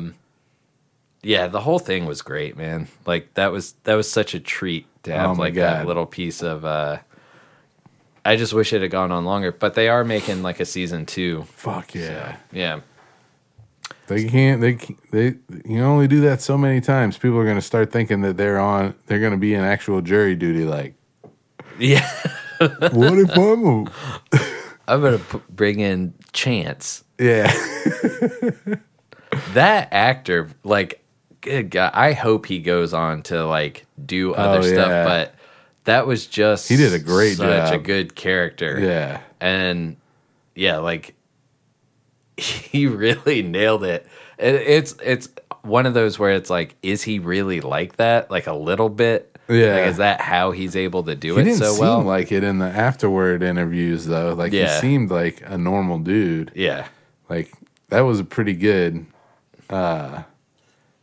Speaker 1: Yeah, the whole thing was great, man. Like that was that was such a treat to have
Speaker 2: Oh my
Speaker 1: like
Speaker 2: God.
Speaker 1: that little piece of. uh I just wish it had gone on longer, but they are making like a season two.
Speaker 2: Fuck yeah.
Speaker 1: Yeah,
Speaker 2: They can't. They c- they. You can only do that so many times. People are going to start thinking that they're on. They're going to be in actual jury duty. Like,
Speaker 1: yeah.
Speaker 2: what if I'm? A,
Speaker 1: I'm gonna p- bring in Chance.
Speaker 2: yeah,
Speaker 1: That actor, like, good God, I hope he goes on to like do other
Speaker 2: Oh, yeah.
Speaker 1: stuff, but. That was just
Speaker 2: He did a great
Speaker 1: such a
Speaker 2: job.
Speaker 1: good character.
Speaker 2: yeah,
Speaker 1: and yeah, like he really nailed it. it. It's it's one of those where it's like, is he really like that? Like a little bit.
Speaker 2: Yeah.
Speaker 1: Like, is that how he's able to do
Speaker 2: He
Speaker 1: it
Speaker 2: didn't
Speaker 1: so
Speaker 2: seem
Speaker 1: well?
Speaker 2: like it in the afterward interviews though. Like
Speaker 1: Yeah.
Speaker 2: he seemed like a normal dude.
Speaker 1: yeah.
Speaker 2: Like that was pretty good. Uh,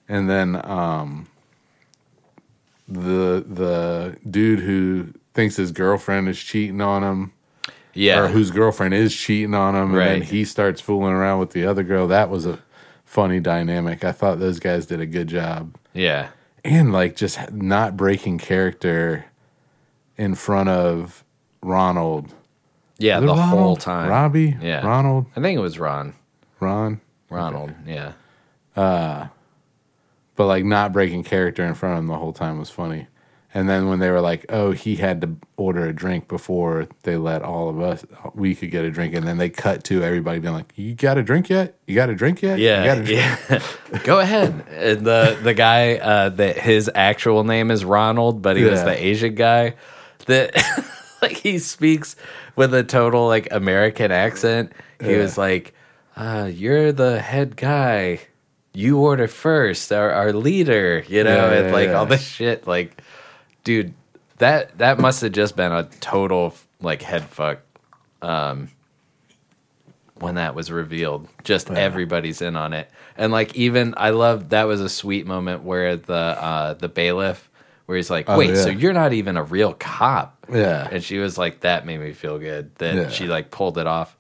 Speaker 2: and then um, the the dude who thinks his girlfriend is cheating on him. or
Speaker 1: Yeah.
Speaker 2: whose girlfriend is cheating on him, and then
Speaker 1: Right.
Speaker 2: he starts fooling around with the other girl. That was a funny dynamic. I thought those guys did a good job,
Speaker 1: yeah.
Speaker 2: and like just not breaking character in front of Ronald
Speaker 1: Yeah. The,
Speaker 2: Was it Ronald?
Speaker 1: whole time.
Speaker 2: Robbie,
Speaker 1: Yeah.
Speaker 2: Ronald,
Speaker 1: I think it was Ron.
Speaker 2: Ron,
Speaker 1: Ronald. Yeah.
Speaker 2: but like not breaking character in front of him the whole time was funny. And then when they were like, "Oh, he had to order a drink before they let all of us we could get a drink," and then they cut to everybody being like, "You got a drink yet? You got a drink yet? You got
Speaker 1: Yeah.
Speaker 2: a drink
Speaker 1: Yeah. Go ahead. And the the guy uh, that his actual name is Ronald, but he was
Speaker 2: Yeah.
Speaker 1: the Asian guy that like he speaks with a total like American accent. He was like, uh, "You're the head guy. You order first. Our our leader. You know,
Speaker 2: Yeah,
Speaker 1: and
Speaker 2: yeah,
Speaker 1: like
Speaker 2: yeah.
Speaker 1: all this shit. Like, dude, that that must have just been a total like head fuck." Um, when that was revealed, just everybody's in on it, and like even I love that was a sweet moment where the uh, the bailiff where he's like,
Speaker 2: Oh,
Speaker 1: "Wait,
Speaker 2: yeah.
Speaker 1: so you're not even a real cop?"
Speaker 2: Yeah.
Speaker 1: And she was like, "That made me feel good." That
Speaker 2: Yeah.
Speaker 1: she like pulled it off.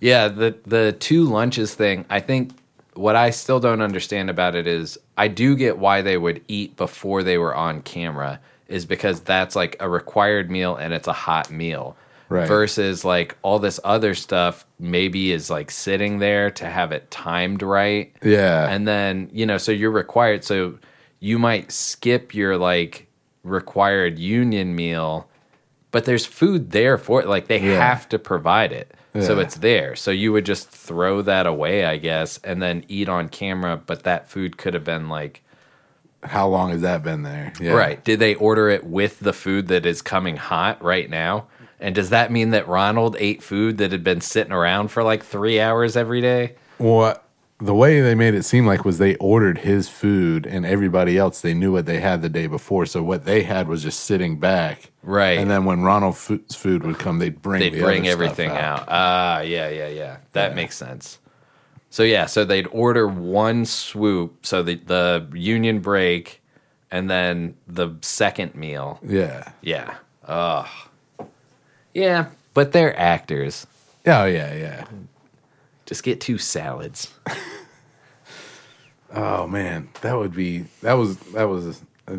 Speaker 1: Yeah, the the two lunches thing. I think what I still don't understand about it is I do get why they would eat before they were on camera. is because that's like a required meal and it's a hot meal.
Speaker 2: Right.
Speaker 1: Versus like all this other stuff maybe is like sitting there to have it timed right.
Speaker 2: Yeah.
Speaker 1: And then, you know, so you're required. So you might skip your like required union meal, but there's food there for it. Like they have to provide it. So
Speaker 2: Yeah.
Speaker 1: it's there. So you would just throw that away, I guess, and then eat on camera. But that food could have been like,
Speaker 2: How long has that been there? Yeah.
Speaker 1: right. Did they order it with the food that is coming hot right now? And does that mean that Ronald ate food that had been sitting around for like three hours every day?
Speaker 2: What the way they made it seem like was they ordered his food and everybody else they knew what they had the day before. So what they had was just sitting back.
Speaker 1: Right.
Speaker 2: And then when Ronald Food's food would come, they'd bring
Speaker 1: they'd
Speaker 2: the other
Speaker 1: bring
Speaker 2: stuff
Speaker 1: everything out. Ah, yeah, yeah, yeah. That makes sense. So yeah, so they'd order one swoop, so the the union break, and then the second meal.
Speaker 2: Yeah.
Speaker 1: Yeah. Ugh. Yeah, but they're actors.
Speaker 2: Oh yeah, yeah.
Speaker 1: Just get two salads.
Speaker 2: Oh man, that would be that was that was uh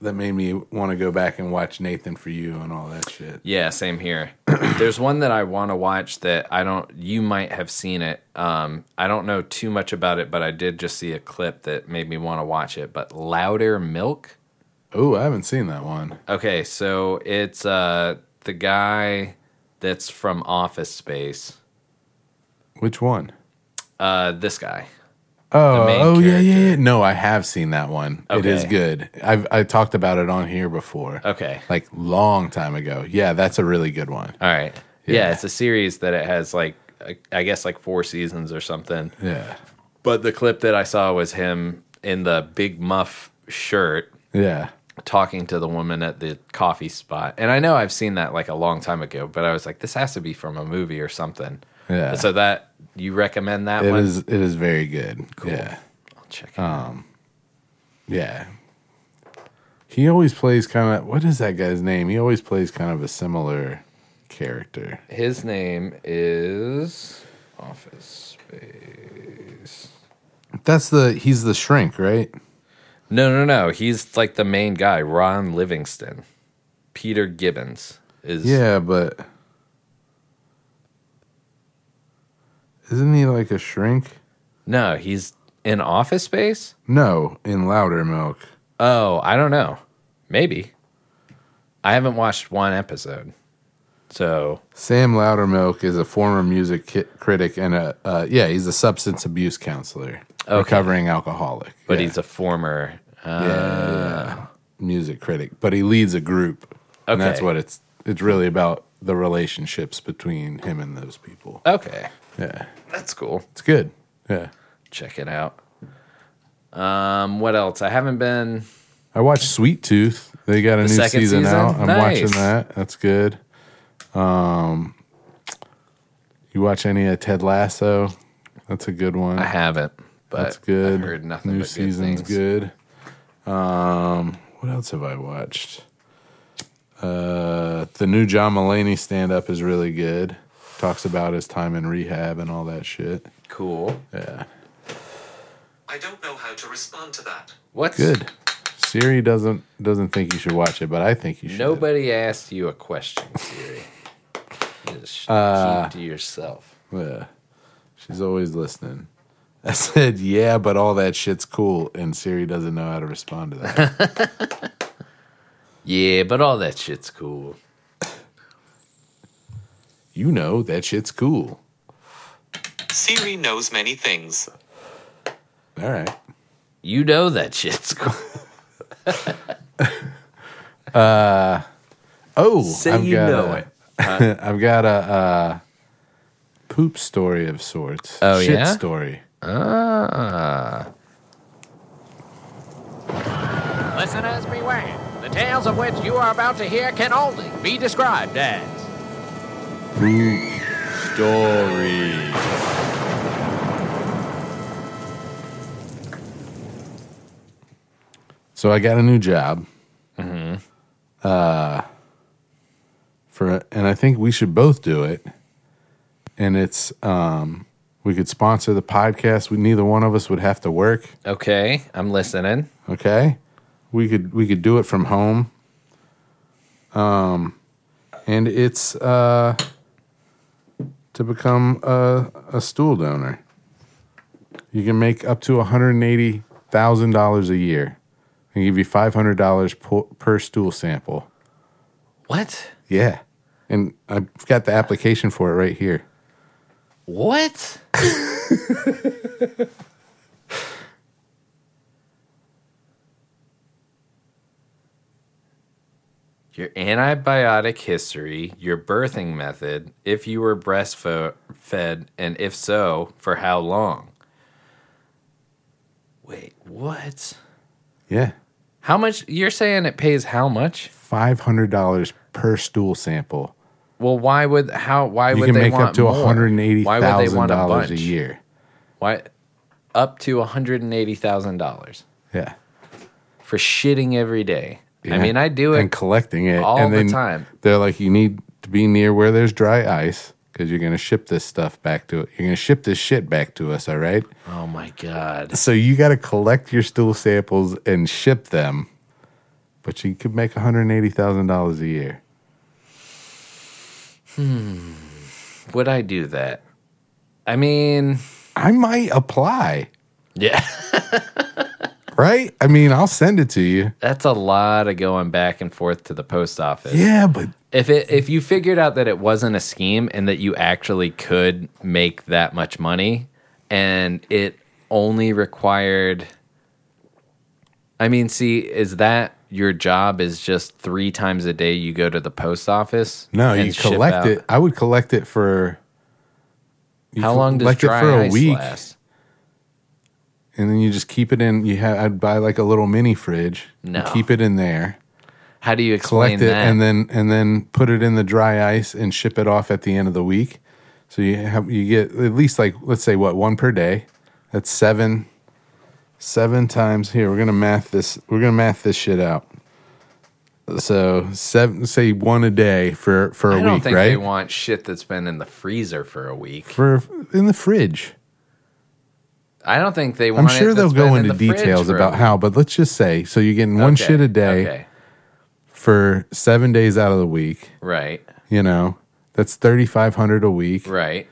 Speaker 2: that made me want to go back and watch Nathan for you and all that shit.
Speaker 1: Yeah, same here. There's one that I want to watch that I don't. You might have seen it. Um, I don't know too much about it, but I did just see a clip that made me want to watch it. But louder milk.
Speaker 2: Oh, I haven't seen that one.
Speaker 1: Okay, so it's uh the guy that's from Office Space.
Speaker 2: Which one?
Speaker 1: Uh this guy.
Speaker 2: Oh,
Speaker 1: main
Speaker 2: oh yeah, yeah,
Speaker 1: character.
Speaker 2: yeah. No, I have seen that one. It is
Speaker 1: Okay.
Speaker 2: good. I've I talked about it on here before.
Speaker 1: Okay.
Speaker 2: Like long time ago. Yeah, that's a really good one.
Speaker 1: All right. Yeah,
Speaker 2: Yeah.
Speaker 1: it's a series that it has like I- I guess like 4 seasons or something.
Speaker 2: Yeah.
Speaker 1: But the clip that I saw was him in the big muff shirt
Speaker 2: Yeah.
Speaker 1: talking to the woman at the coffee spot. And I know I've seen that like a long time ago, but I was like this has to be from a movie or something.
Speaker 2: Yeah.
Speaker 1: So that you recommend that
Speaker 2: It
Speaker 1: one?
Speaker 2: is uh, it is very good. Yeah.
Speaker 1: I'll check it. out.
Speaker 2: Yeah. He always plays kind of what is that guy's name? He always plays kind of a similar character.
Speaker 1: His name is Office Space.
Speaker 2: That's the he's the shrink, right?
Speaker 1: No, no, no. He's like the main guy, Ron Livingston. Peter Gibbons is
Speaker 2: Yeah, but isn't he like a shrink?
Speaker 1: No, he's in Office Space?
Speaker 2: No, in Louder Milk.
Speaker 1: Oh, I don't know. Maybe. I haven't watched one episode. So,
Speaker 2: Sam Loudermilk is a former music ki- critic and a uh, yeah, he's a substance abuse counselor, recovering alcoholic.
Speaker 1: but
Speaker 2: Yeah.
Speaker 1: he's a former uh,
Speaker 2: Yeah, yeah. music critic, but he leads a group, and that's
Speaker 1: Okay.
Speaker 2: what it's it's really about the relationships between him and those people.
Speaker 1: Okay.
Speaker 2: Yeah,
Speaker 1: That's cool.
Speaker 2: it's good. Yeah,
Speaker 1: Check it out. Um, what else? I haven't been
Speaker 2: I watched Sweet Tooth. They got a new
Speaker 1: second
Speaker 2: season,
Speaker 1: season?
Speaker 2: out. I'm
Speaker 1: Nice.
Speaker 2: watching that. That's good. Um, you watch any of Ted Lasso? That's a good one.
Speaker 1: I haven't, but
Speaker 2: That's good.
Speaker 1: I've heard nothing
Speaker 2: New
Speaker 1: but
Speaker 2: season's
Speaker 1: good. things.
Speaker 2: good. Um, what else have I watched? Uh, the new John Mulaney stand up is really good. Talks about his time in rehab and all that shit.
Speaker 1: Cool.
Speaker 2: Yeah,
Speaker 8: I don't know how to respond to that.
Speaker 1: What's
Speaker 2: good. Siri doesn't doesn't think you should watch it, but I think you should.
Speaker 1: Nobody asked you a question, Siri. Just
Speaker 2: Uh,
Speaker 1: keep to yourself.
Speaker 2: Yeah. She's always listening. I said, yeah, but all that shit's cool, and Siri doesn't know how to respond to that.
Speaker 1: Yeah, but all that shit's cool.
Speaker 2: you know that shit's cool.
Speaker 8: Siri knows many things.
Speaker 2: All right.
Speaker 1: You know that shit's cool.
Speaker 2: Oh,
Speaker 1: Say you know
Speaker 2: a-
Speaker 1: it.
Speaker 2: I've got a, uh poop story of sorts.
Speaker 1: Oh,
Speaker 2: Shit
Speaker 1: yeah?
Speaker 2: story.
Speaker 1: Ah.
Speaker 9: Listeners, beware. The tales of which you are about to hear can only be described as.
Speaker 2: Poop story. So I got a new job. Mm-hmm. Uh, for and I think we should both do it. And it's um, we could sponsor the podcast. We neither one of us would have to work.
Speaker 1: Okay, I'm listening.
Speaker 2: Okay, we could we could do it from home. Um, and it's uh, to become a, a stool donor. You can make up to one hundred eighty thousand dollars a year. They give you five hundred dollars per, per stool sample.
Speaker 1: What?
Speaker 2: Yeah, and I've got the application for it right here.
Speaker 1: What? your antibiotic history, your birthing method, if you were breastfed, and if so, for how long? Wait, what?
Speaker 2: Yeah,
Speaker 1: How much? You're saying it pays how much?
Speaker 2: five hundred dollars per stool sample.
Speaker 1: Well, why would how? Why
Speaker 2: You
Speaker 1: would
Speaker 2: can
Speaker 1: they
Speaker 2: make
Speaker 1: want
Speaker 2: up to
Speaker 1: more?
Speaker 2: one hundred eighty
Speaker 1: Why would they
Speaker 2: thousand
Speaker 1: want a
Speaker 2: dollars a
Speaker 1: bunch?
Speaker 2: year.
Speaker 1: Why up to one hundred and eighty thousand dollars
Speaker 2: Yeah.
Speaker 1: for shitting every day? I
Speaker 2: Yeah.
Speaker 1: mean, I do
Speaker 2: and
Speaker 1: it.
Speaker 2: collecting it
Speaker 1: all
Speaker 2: and
Speaker 1: the
Speaker 2: then
Speaker 1: time.
Speaker 2: They're like, you need to be near where there's dry ice because you're gonna ship this stuff back to You're gonna ship this shit back to us, all right?
Speaker 1: oh my god!
Speaker 2: So you got to collect your stool samples and ship them, but you could make one hundred eighty thousand dollars a year.
Speaker 1: Would I do that? I mean,
Speaker 2: I might apply,
Speaker 1: yeah,
Speaker 2: right? I mean, I'll send it to you.
Speaker 1: that's a lot of going back and forth to the post office.
Speaker 2: Yeah, but
Speaker 1: If it if you figured out that it wasn't a scheme and that you actually could make that much money and it only required I mean, see, is that your job is just 3 times a day you go to the post office?
Speaker 2: no,
Speaker 1: and
Speaker 2: you
Speaker 1: ship
Speaker 2: collect
Speaker 1: out-
Speaker 2: it. I would collect it for. you
Speaker 1: How long does
Speaker 2: collect it
Speaker 1: dry
Speaker 2: for a
Speaker 1: ice
Speaker 2: week.
Speaker 1: last?
Speaker 2: and then you just keep it in. You have I'd buy like a little mini fridge. and
Speaker 1: No.
Speaker 2: keep it in there.
Speaker 1: How do you explain
Speaker 2: Collect it
Speaker 1: that?
Speaker 2: and then and then put it in the dry ice and ship it off at the end of the week. So you have you get at least like let's say what one per day. That's seven, seven times. Here we're gonna math this. We're gonna math this shit out. So seven, say one a day for for a
Speaker 1: I don't
Speaker 2: week,
Speaker 1: think
Speaker 2: right?
Speaker 1: they want shit that's been in the freezer for a week.
Speaker 2: for in the fridge.
Speaker 1: I don't think they
Speaker 2: I'm
Speaker 1: want.
Speaker 2: sure
Speaker 1: it
Speaker 2: they'll
Speaker 1: that's
Speaker 2: go
Speaker 1: been in
Speaker 2: into
Speaker 1: the fridge
Speaker 2: details
Speaker 1: for a
Speaker 2: about
Speaker 1: week.
Speaker 2: how, but let's just say so you're getting one
Speaker 1: Okay,
Speaker 2: shit a day
Speaker 1: Okay,
Speaker 2: for seven days out of the week.
Speaker 1: right,
Speaker 2: You know, that's thirty five hundred a week.
Speaker 1: right.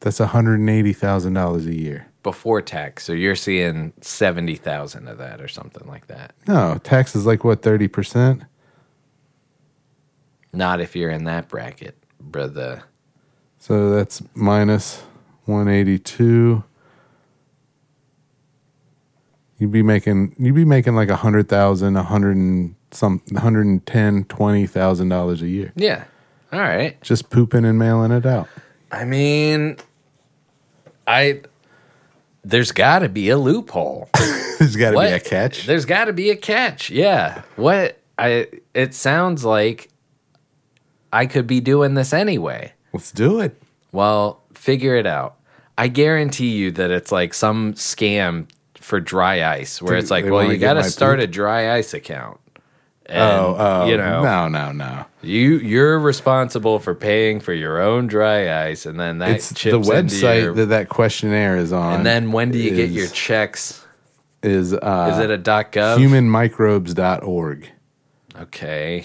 Speaker 2: That's one hundred and eighty thousand dollars a year.
Speaker 1: before tax. So you're seeing 70,000 of that or something like that.
Speaker 2: No, tax is like what thirty percent.
Speaker 1: Not if you're in that bracket, brother.
Speaker 2: So that's minus one eighty two. You'd be making you'd be making like a hundred thousand, a hundred and some hundred and ten, twenty thousand dollars a year.
Speaker 1: Yeah. All right.
Speaker 2: Just pooping and mailing it out.
Speaker 1: I mean, I there's got to be a loophole.
Speaker 2: There's gotta
Speaker 1: What?
Speaker 2: be a catch.
Speaker 1: There's got to be a catch. Yeah. What I it sounds like I could be doing this anyway.
Speaker 2: Let's do it.
Speaker 1: Well, figure it out. I guarantee you that it's like some scam for dry ice where
Speaker 2: Dude,
Speaker 1: it's like,
Speaker 2: they
Speaker 1: well,
Speaker 2: wanna
Speaker 1: you
Speaker 2: get
Speaker 1: got to
Speaker 2: my
Speaker 1: start
Speaker 2: poop?
Speaker 1: a dry ice account. And,
Speaker 2: oh, oh,
Speaker 1: you know,
Speaker 2: no, no, no.
Speaker 1: you you're responsible for paying for your own dry ice, and then that
Speaker 2: It's
Speaker 1: chips
Speaker 2: the website
Speaker 1: into your,
Speaker 2: that that questionnaire is on.
Speaker 1: and then when do you get
Speaker 2: is-
Speaker 1: your checks?
Speaker 2: is uh,
Speaker 1: Is it a .gov?
Speaker 2: humanmicrobes.org.
Speaker 1: Okay.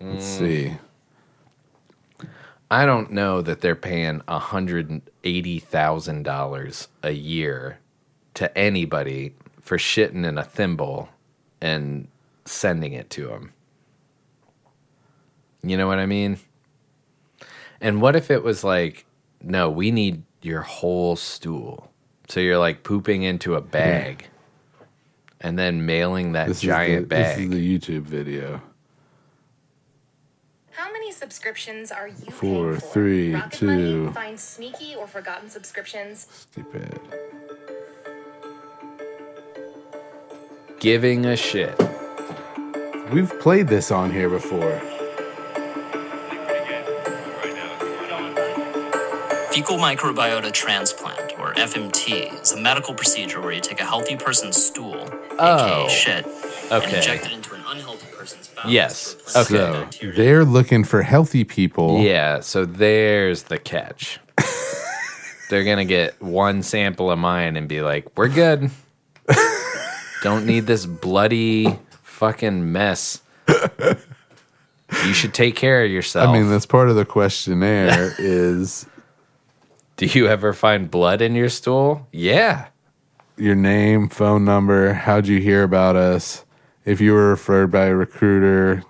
Speaker 2: Let's
Speaker 1: Mm,
Speaker 2: see.
Speaker 1: I don't know that they're paying hundred and eighty thousand dollars a year to anybody for shitting in a thimble and sending it to them. You know what I mean? And what if it was like, no, we need your whole stool. So you're like pooping into a bag and then mailing that giant
Speaker 2: is the,
Speaker 1: bag.
Speaker 2: This is the YouTube video.
Speaker 10: How many subscriptions are you
Speaker 2: Four,
Speaker 10: paying for?
Speaker 2: three,
Speaker 10: Rocket
Speaker 2: two.
Speaker 10: Money finds sneaky or forgotten subscriptions.
Speaker 2: Stupid.
Speaker 1: Giving a shit.
Speaker 2: We've played this on here before.
Speaker 11: Fecal microbiota transplant, or FMT, is a medical procedure where you take a healthy person's stool,
Speaker 1: Oh,
Speaker 11: aka shit, and
Speaker 1: okay.
Speaker 11: inject it into an unhealthy person's bowels.
Speaker 1: Yes,
Speaker 11: to replace
Speaker 1: okay.
Speaker 11: the
Speaker 2: So
Speaker 11: bacteria.
Speaker 2: they're looking for healthy people.
Speaker 1: Oh. Yeah, so there's the catch. They're gonna get one sample of mine and be like, "We're good. Don't need this bloody fucking mess. you should take care of yourself.
Speaker 2: I mean, that's part of the questionnaire is
Speaker 1: do you ever find blood in your stool? Yeah.
Speaker 2: your name, phone number, how'd you hear about us? If you were referred by a recruiter,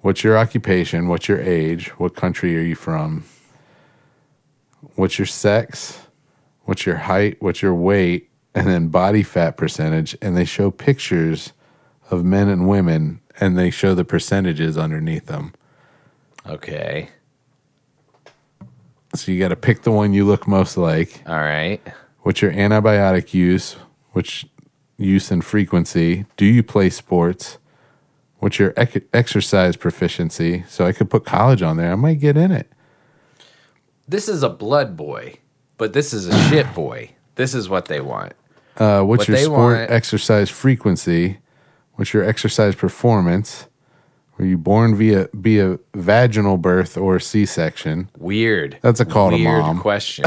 Speaker 2: what's your occupation? What's your age? What country are you from? What's your sex? What's your height? What's your weight? And then body fat percentage. And they show pictures of men and women and they show the percentages underneath them.
Speaker 1: Okay.
Speaker 2: So you got to pick the one you look most like.
Speaker 1: All right.
Speaker 2: What's your antibiotic use? Which use and frequency? Do you play sports? What's your ec- exercise proficiency? So I could put college on there. I might get in it.
Speaker 1: This is a blood boy, but this is a shit boy. This is what they want.
Speaker 2: Uh, what's
Speaker 1: What
Speaker 2: your
Speaker 1: they
Speaker 2: sport
Speaker 1: want-
Speaker 2: exercise frequency? What's your exercise performance? Were you born via via vaginal birth or C section?
Speaker 1: Weird.
Speaker 2: That's a call to
Speaker 1: weird
Speaker 2: mom.
Speaker 1: question.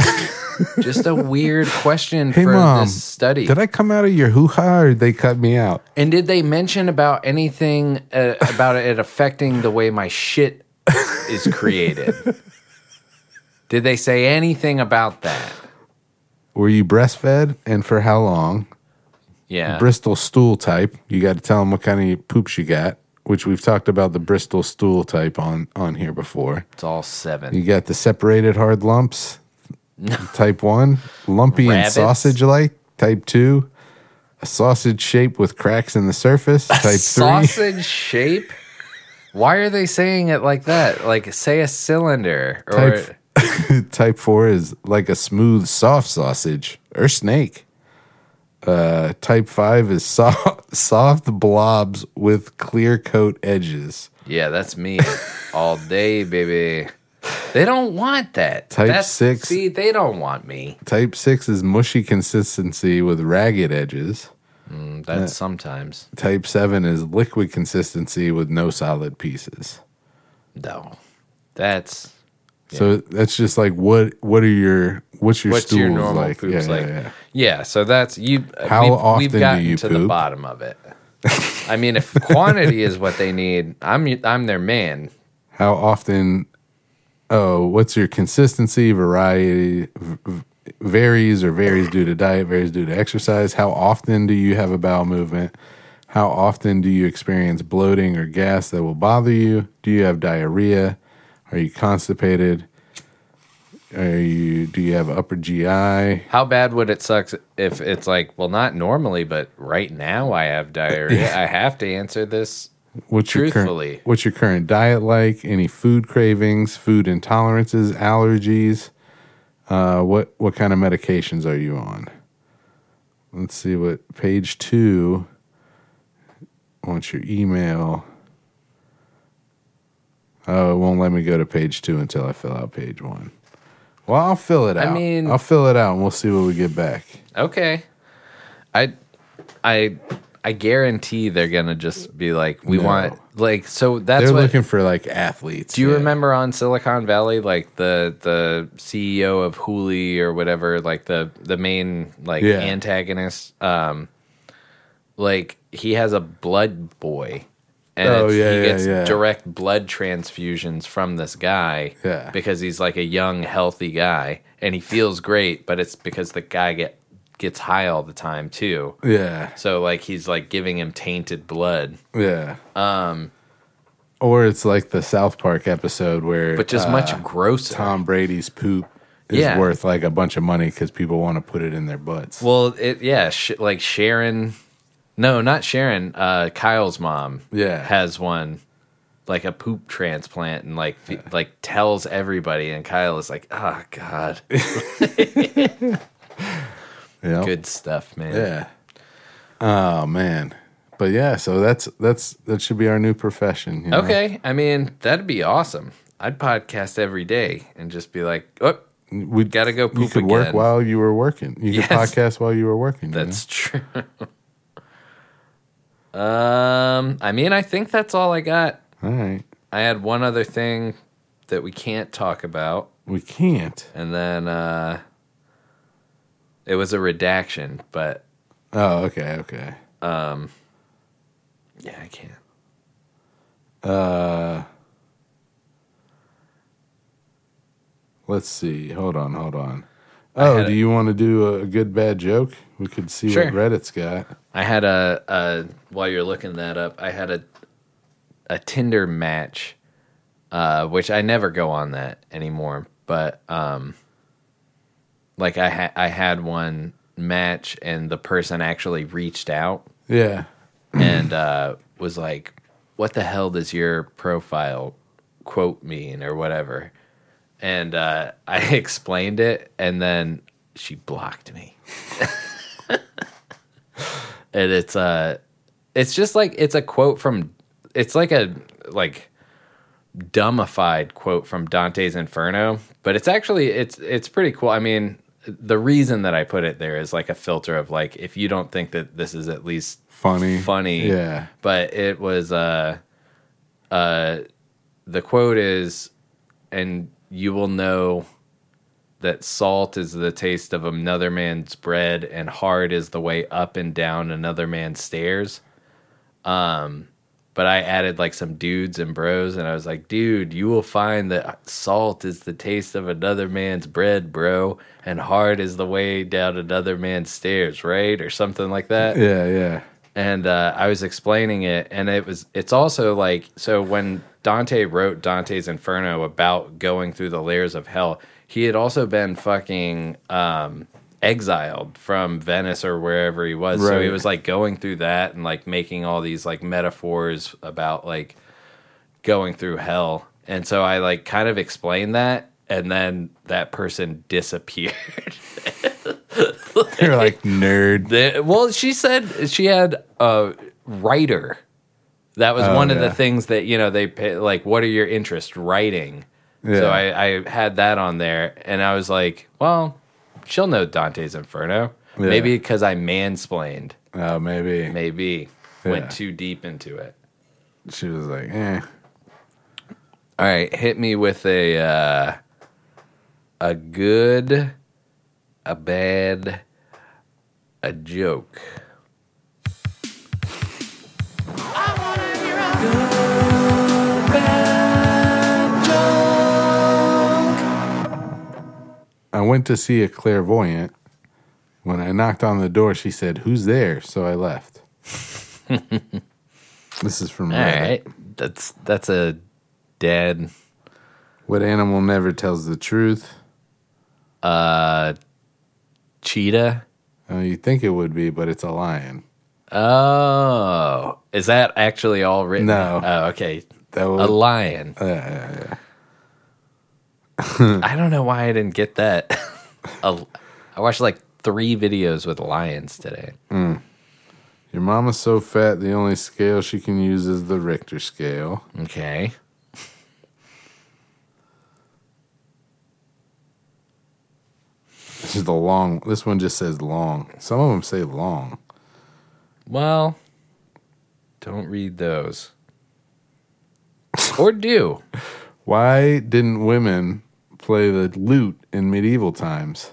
Speaker 1: Just a weird question
Speaker 2: Hey
Speaker 1: for
Speaker 2: mom,
Speaker 1: this study.
Speaker 2: did I come out of your hoo ha or did they cut me out?
Speaker 1: And did they mention about anything uh, about it affecting the way my shit is created? did they say anything about that?
Speaker 2: Were you breastfed and for how long?
Speaker 1: Yeah.
Speaker 2: Bristol stool type. You got to tell them what kind of poops you got, which we've talked about the Bristol stool type on on here before.
Speaker 1: It's all seven.
Speaker 2: You got the separated hard lumps, type one, lumpy and
Speaker 1: Rabbits.
Speaker 2: sausage like, type two, a sausage shape with cracks in the surface, type three.
Speaker 1: Sausage shape? Why are they saying it like that? Like, say a cylinder or.
Speaker 2: Type, type four is like a smooth, soft sausage or snake. Uh, type five is soft, soft blobs with clear coat edges.
Speaker 1: Yeah, that's me all day, baby. They don't want that.
Speaker 2: Type
Speaker 1: That's-
Speaker 2: six.
Speaker 1: See, they don't want me.
Speaker 2: Type six is mushy consistency with ragged edges.
Speaker 1: Mm, That's sometimes.
Speaker 2: Type seven is liquid consistency with no solid pieces.
Speaker 1: No. That's
Speaker 2: So that's just like what what are your what's your
Speaker 1: what's
Speaker 2: stools
Speaker 1: your normal
Speaker 2: like?
Speaker 1: poops
Speaker 2: Yeah,
Speaker 1: like.
Speaker 2: yeah,
Speaker 1: Yeah,
Speaker 2: yeah.
Speaker 1: so that's you.
Speaker 2: How
Speaker 1: we've,
Speaker 2: often
Speaker 1: we've
Speaker 2: do
Speaker 1: gotten
Speaker 2: you
Speaker 1: to the
Speaker 2: poop?
Speaker 1: bottom of it. I mean, if quantity is what they need, I'm I'm their man.
Speaker 2: How often? Oh, what's your consistency? Variety v- v- varies or varies due to diet, varies due to exercise. How often do you have a bowel movement? How often do you experience bloating or gas that will bother you? Do you have diarrhea? Are you constipated? Are you? Do you have upper GI?
Speaker 1: How bad would it suck if it's like, well, not normally, but right now I have diarrhea. I have to answer this
Speaker 2: What's your
Speaker 1: truthfully.
Speaker 2: current What's your current diet like? Any food cravings, food intolerances, allergies? Uh, what what kind of medications are you on? Let's see what page two. Wants your email. Oh, it won't let me go to page two until I fill out page one. Well, I'll fill it
Speaker 1: I
Speaker 2: out.
Speaker 1: mean-
Speaker 2: I'll fill it out, and we'll see what we get back.
Speaker 1: Okay, I, I, I guarantee they're gonna just be like, we
Speaker 2: No.
Speaker 1: want like so. That's
Speaker 2: They're
Speaker 1: what
Speaker 2: looking for like athletes.
Speaker 1: Do you remember on Silicon Valley, like the the CEO of Huli or whatever, like the the main like
Speaker 2: Yeah.
Speaker 1: antagonist? Um, like he has a blood boy, and
Speaker 2: Oh,
Speaker 1: it's,
Speaker 2: yeah,
Speaker 1: he
Speaker 2: yeah,
Speaker 1: gets
Speaker 2: yeah.
Speaker 1: direct blood transfusions from this guy
Speaker 2: Yeah.
Speaker 1: because he's like a young, healthy guy, and he feels great, but it's because the guy get gets high all the time too.
Speaker 2: Yeah.
Speaker 1: So like he's like giving him tainted blood.
Speaker 2: Yeah.
Speaker 1: Um,
Speaker 2: Or it's like the South Park episode where, uh,
Speaker 1: But just
Speaker 2: Ah,
Speaker 1: much grosser.
Speaker 2: Tom Brady's poop is
Speaker 1: Yeah.
Speaker 2: worth like a bunch of money because people want to put it in their butts.
Speaker 1: Well, it yeah, sh- like Sharon. No, not Sharon. Uh, Kyle's mom.
Speaker 2: Yeah.
Speaker 1: has one, like a poop transplant, and like fe- like tells everybody, and Kyle is like, oh god,
Speaker 2: Yeah.
Speaker 1: good stuff, man.
Speaker 2: Yeah. Oh man. But yeah, so that's that's that should be our new profession. you know?
Speaker 1: Okay, I mean that'd be awesome. I'd podcast every day and just be like, oh,
Speaker 2: we
Speaker 1: gotta go poop
Speaker 2: You could
Speaker 1: again.
Speaker 2: work while you were working. You
Speaker 1: Yes.
Speaker 2: could podcast while you were working. you
Speaker 1: That's
Speaker 2: Mm-hmm.
Speaker 1: true. um, I mean, I think that's all I got.
Speaker 2: know? all right.
Speaker 1: I had one other thing that we can't talk about.
Speaker 2: We can't.
Speaker 1: And then uh it was a redaction, but
Speaker 2: Oh, okay, okay.
Speaker 1: um Yeah, I can't.
Speaker 2: Uh, let's see. Hold on, hold on.
Speaker 1: I
Speaker 2: Oh,
Speaker 1: had
Speaker 2: do
Speaker 1: it.
Speaker 2: you want to do a good bad joke? We could see
Speaker 1: Sure.
Speaker 2: what Reddit's got.
Speaker 1: I had a, a while you're looking that up, I had a a Tinder match, uh, which I never go on that anymore. But um, like I ha- I had one match, and the person actually reached out
Speaker 2: Yeah.
Speaker 1: and uh, was like, "What the hell does your profile quote mean or whatever?" And uh, I explained it, and then she blocked me. and it's uh, it's just like it's a quote from, it's like a like dumbified quote from Dante's Inferno, but it's actually it's it's pretty cool. I mean, the reason that I put it there is like a filter of like if you don't think that this is at least
Speaker 2: Funny.
Speaker 1: funny,
Speaker 2: Yeah.
Speaker 1: But it was uh, uh, the quote is, and you will know that salt is the taste of another man's bread, and hard is the way up and down another man's stairs. Um, but I added like some dudes and bros, and I was like, dude, you will find that salt is the taste of another man's bread, bro, and hard is the way down another man's stairs, right? Or something like that.
Speaker 2: Yeah, yeah.
Speaker 1: And uh, I was explaining it, and it was, it's also like, so when Dante wrote Dante's Inferno about going through the layers of hell, he had also been fucking um, exiled from Venice or wherever he was. So he
Speaker 2: Right.
Speaker 1: was like going through that and like making all these like metaphors about like going through hell. And so I like kind of explained that and then that person disappeared.
Speaker 2: You're like nerd.
Speaker 1: They- well, she said she had a writer. That was
Speaker 2: Oh,
Speaker 1: one of
Speaker 2: yeah.
Speaker 1: the things that, you know, they pay, like what are your interests writing? So
Speaker 2: Yeah.
Speaker 1: I, I had that on there and I was like, well, she'll know Dante's Inferno.
Speaker 2: Yeah.
Speaker 1: Maybe because I mansplained.
Speaker 2: Oh, maybe.
Speaker 1: Maybe.
Speaker 2: Yeah.
Speaker 1: Went too deep into it.
Speaker 2: She was like, eh.
Speaker 1: All right, hit me with a uh, a good, a bad, a joke.
Speaker 2: I went to see a clairvoyant. When I knocked on the door, she said, Who's there? So I left. this is from
Speaker 1: All
Speaker 2: Reddit.
Speaker 1: right, that's that's a dead.
Speaker 2: What animal never tells the truth?
Speaker 1: Uh, cheetah.
Speaker 2: Oh, you think it would be, but it's a lion.
Speaker 1: Oh, is that actually all written?
Speaker 2: No.
Speaker 1: Oh, okay.
Speaker 2: That
Speaker 1: A
Speaker 2: was
Speaker 1: lion.
Speaker 2: Yeah, yeah, yeah.
Speaker 1: I don't know why I didn't get that. a, I watched like three videos with lions today.
Speaker 2: Your mama's so fat, the only scale she can use is the Richter scale.
Speaker 1: Okay.
Speaker 2: This is the long. This one just says long. Some of them say long.
Speaker 1: Well, don't read those. or do.
Speaker 2: Why didn't women play the lute in medieval times?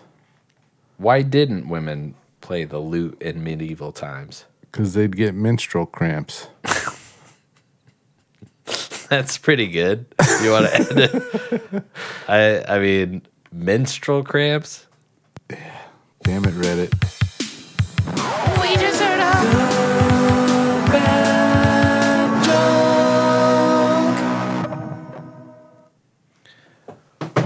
Speaker 1: Why didn't women play the lute in medieval times?
Speaker 2: Because they'd get menstrual cramps.
Speaker 1: That's pretty good. You want to end it? I I mean, menstrual cramps.
Speaker 2: Damn it, Reddit.
Speaker 12: We just heard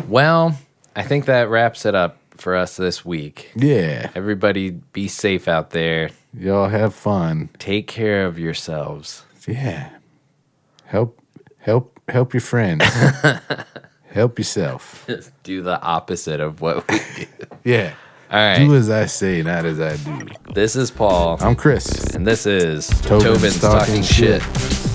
Speaker 1: Well, I think that wraps it up for us this week.
Speaker 2: Yeah.
Speaker 1: Everybody, be safe out there.
Speaker 2: Y'all have fun.
Speaker 1: Take care of yourselves.
Speaker 2: Yeah. Help help help your friends. help yourself.
Speaker 1: Just do the opposite of what we do.
Speaker 2: Yeah.
Speaker 1: All right.
Speaker 2: Do as I say, not as I do.
Speaker 1: This is Paul,
Speaker 2: I'm Chris.
Speaker 1: and this is
Speaker 2: Tobin's
Speaker 1: Tobin's
Speaker 2: Talking
Speaker 1: Talking Shit.
Speaker 2: Shit.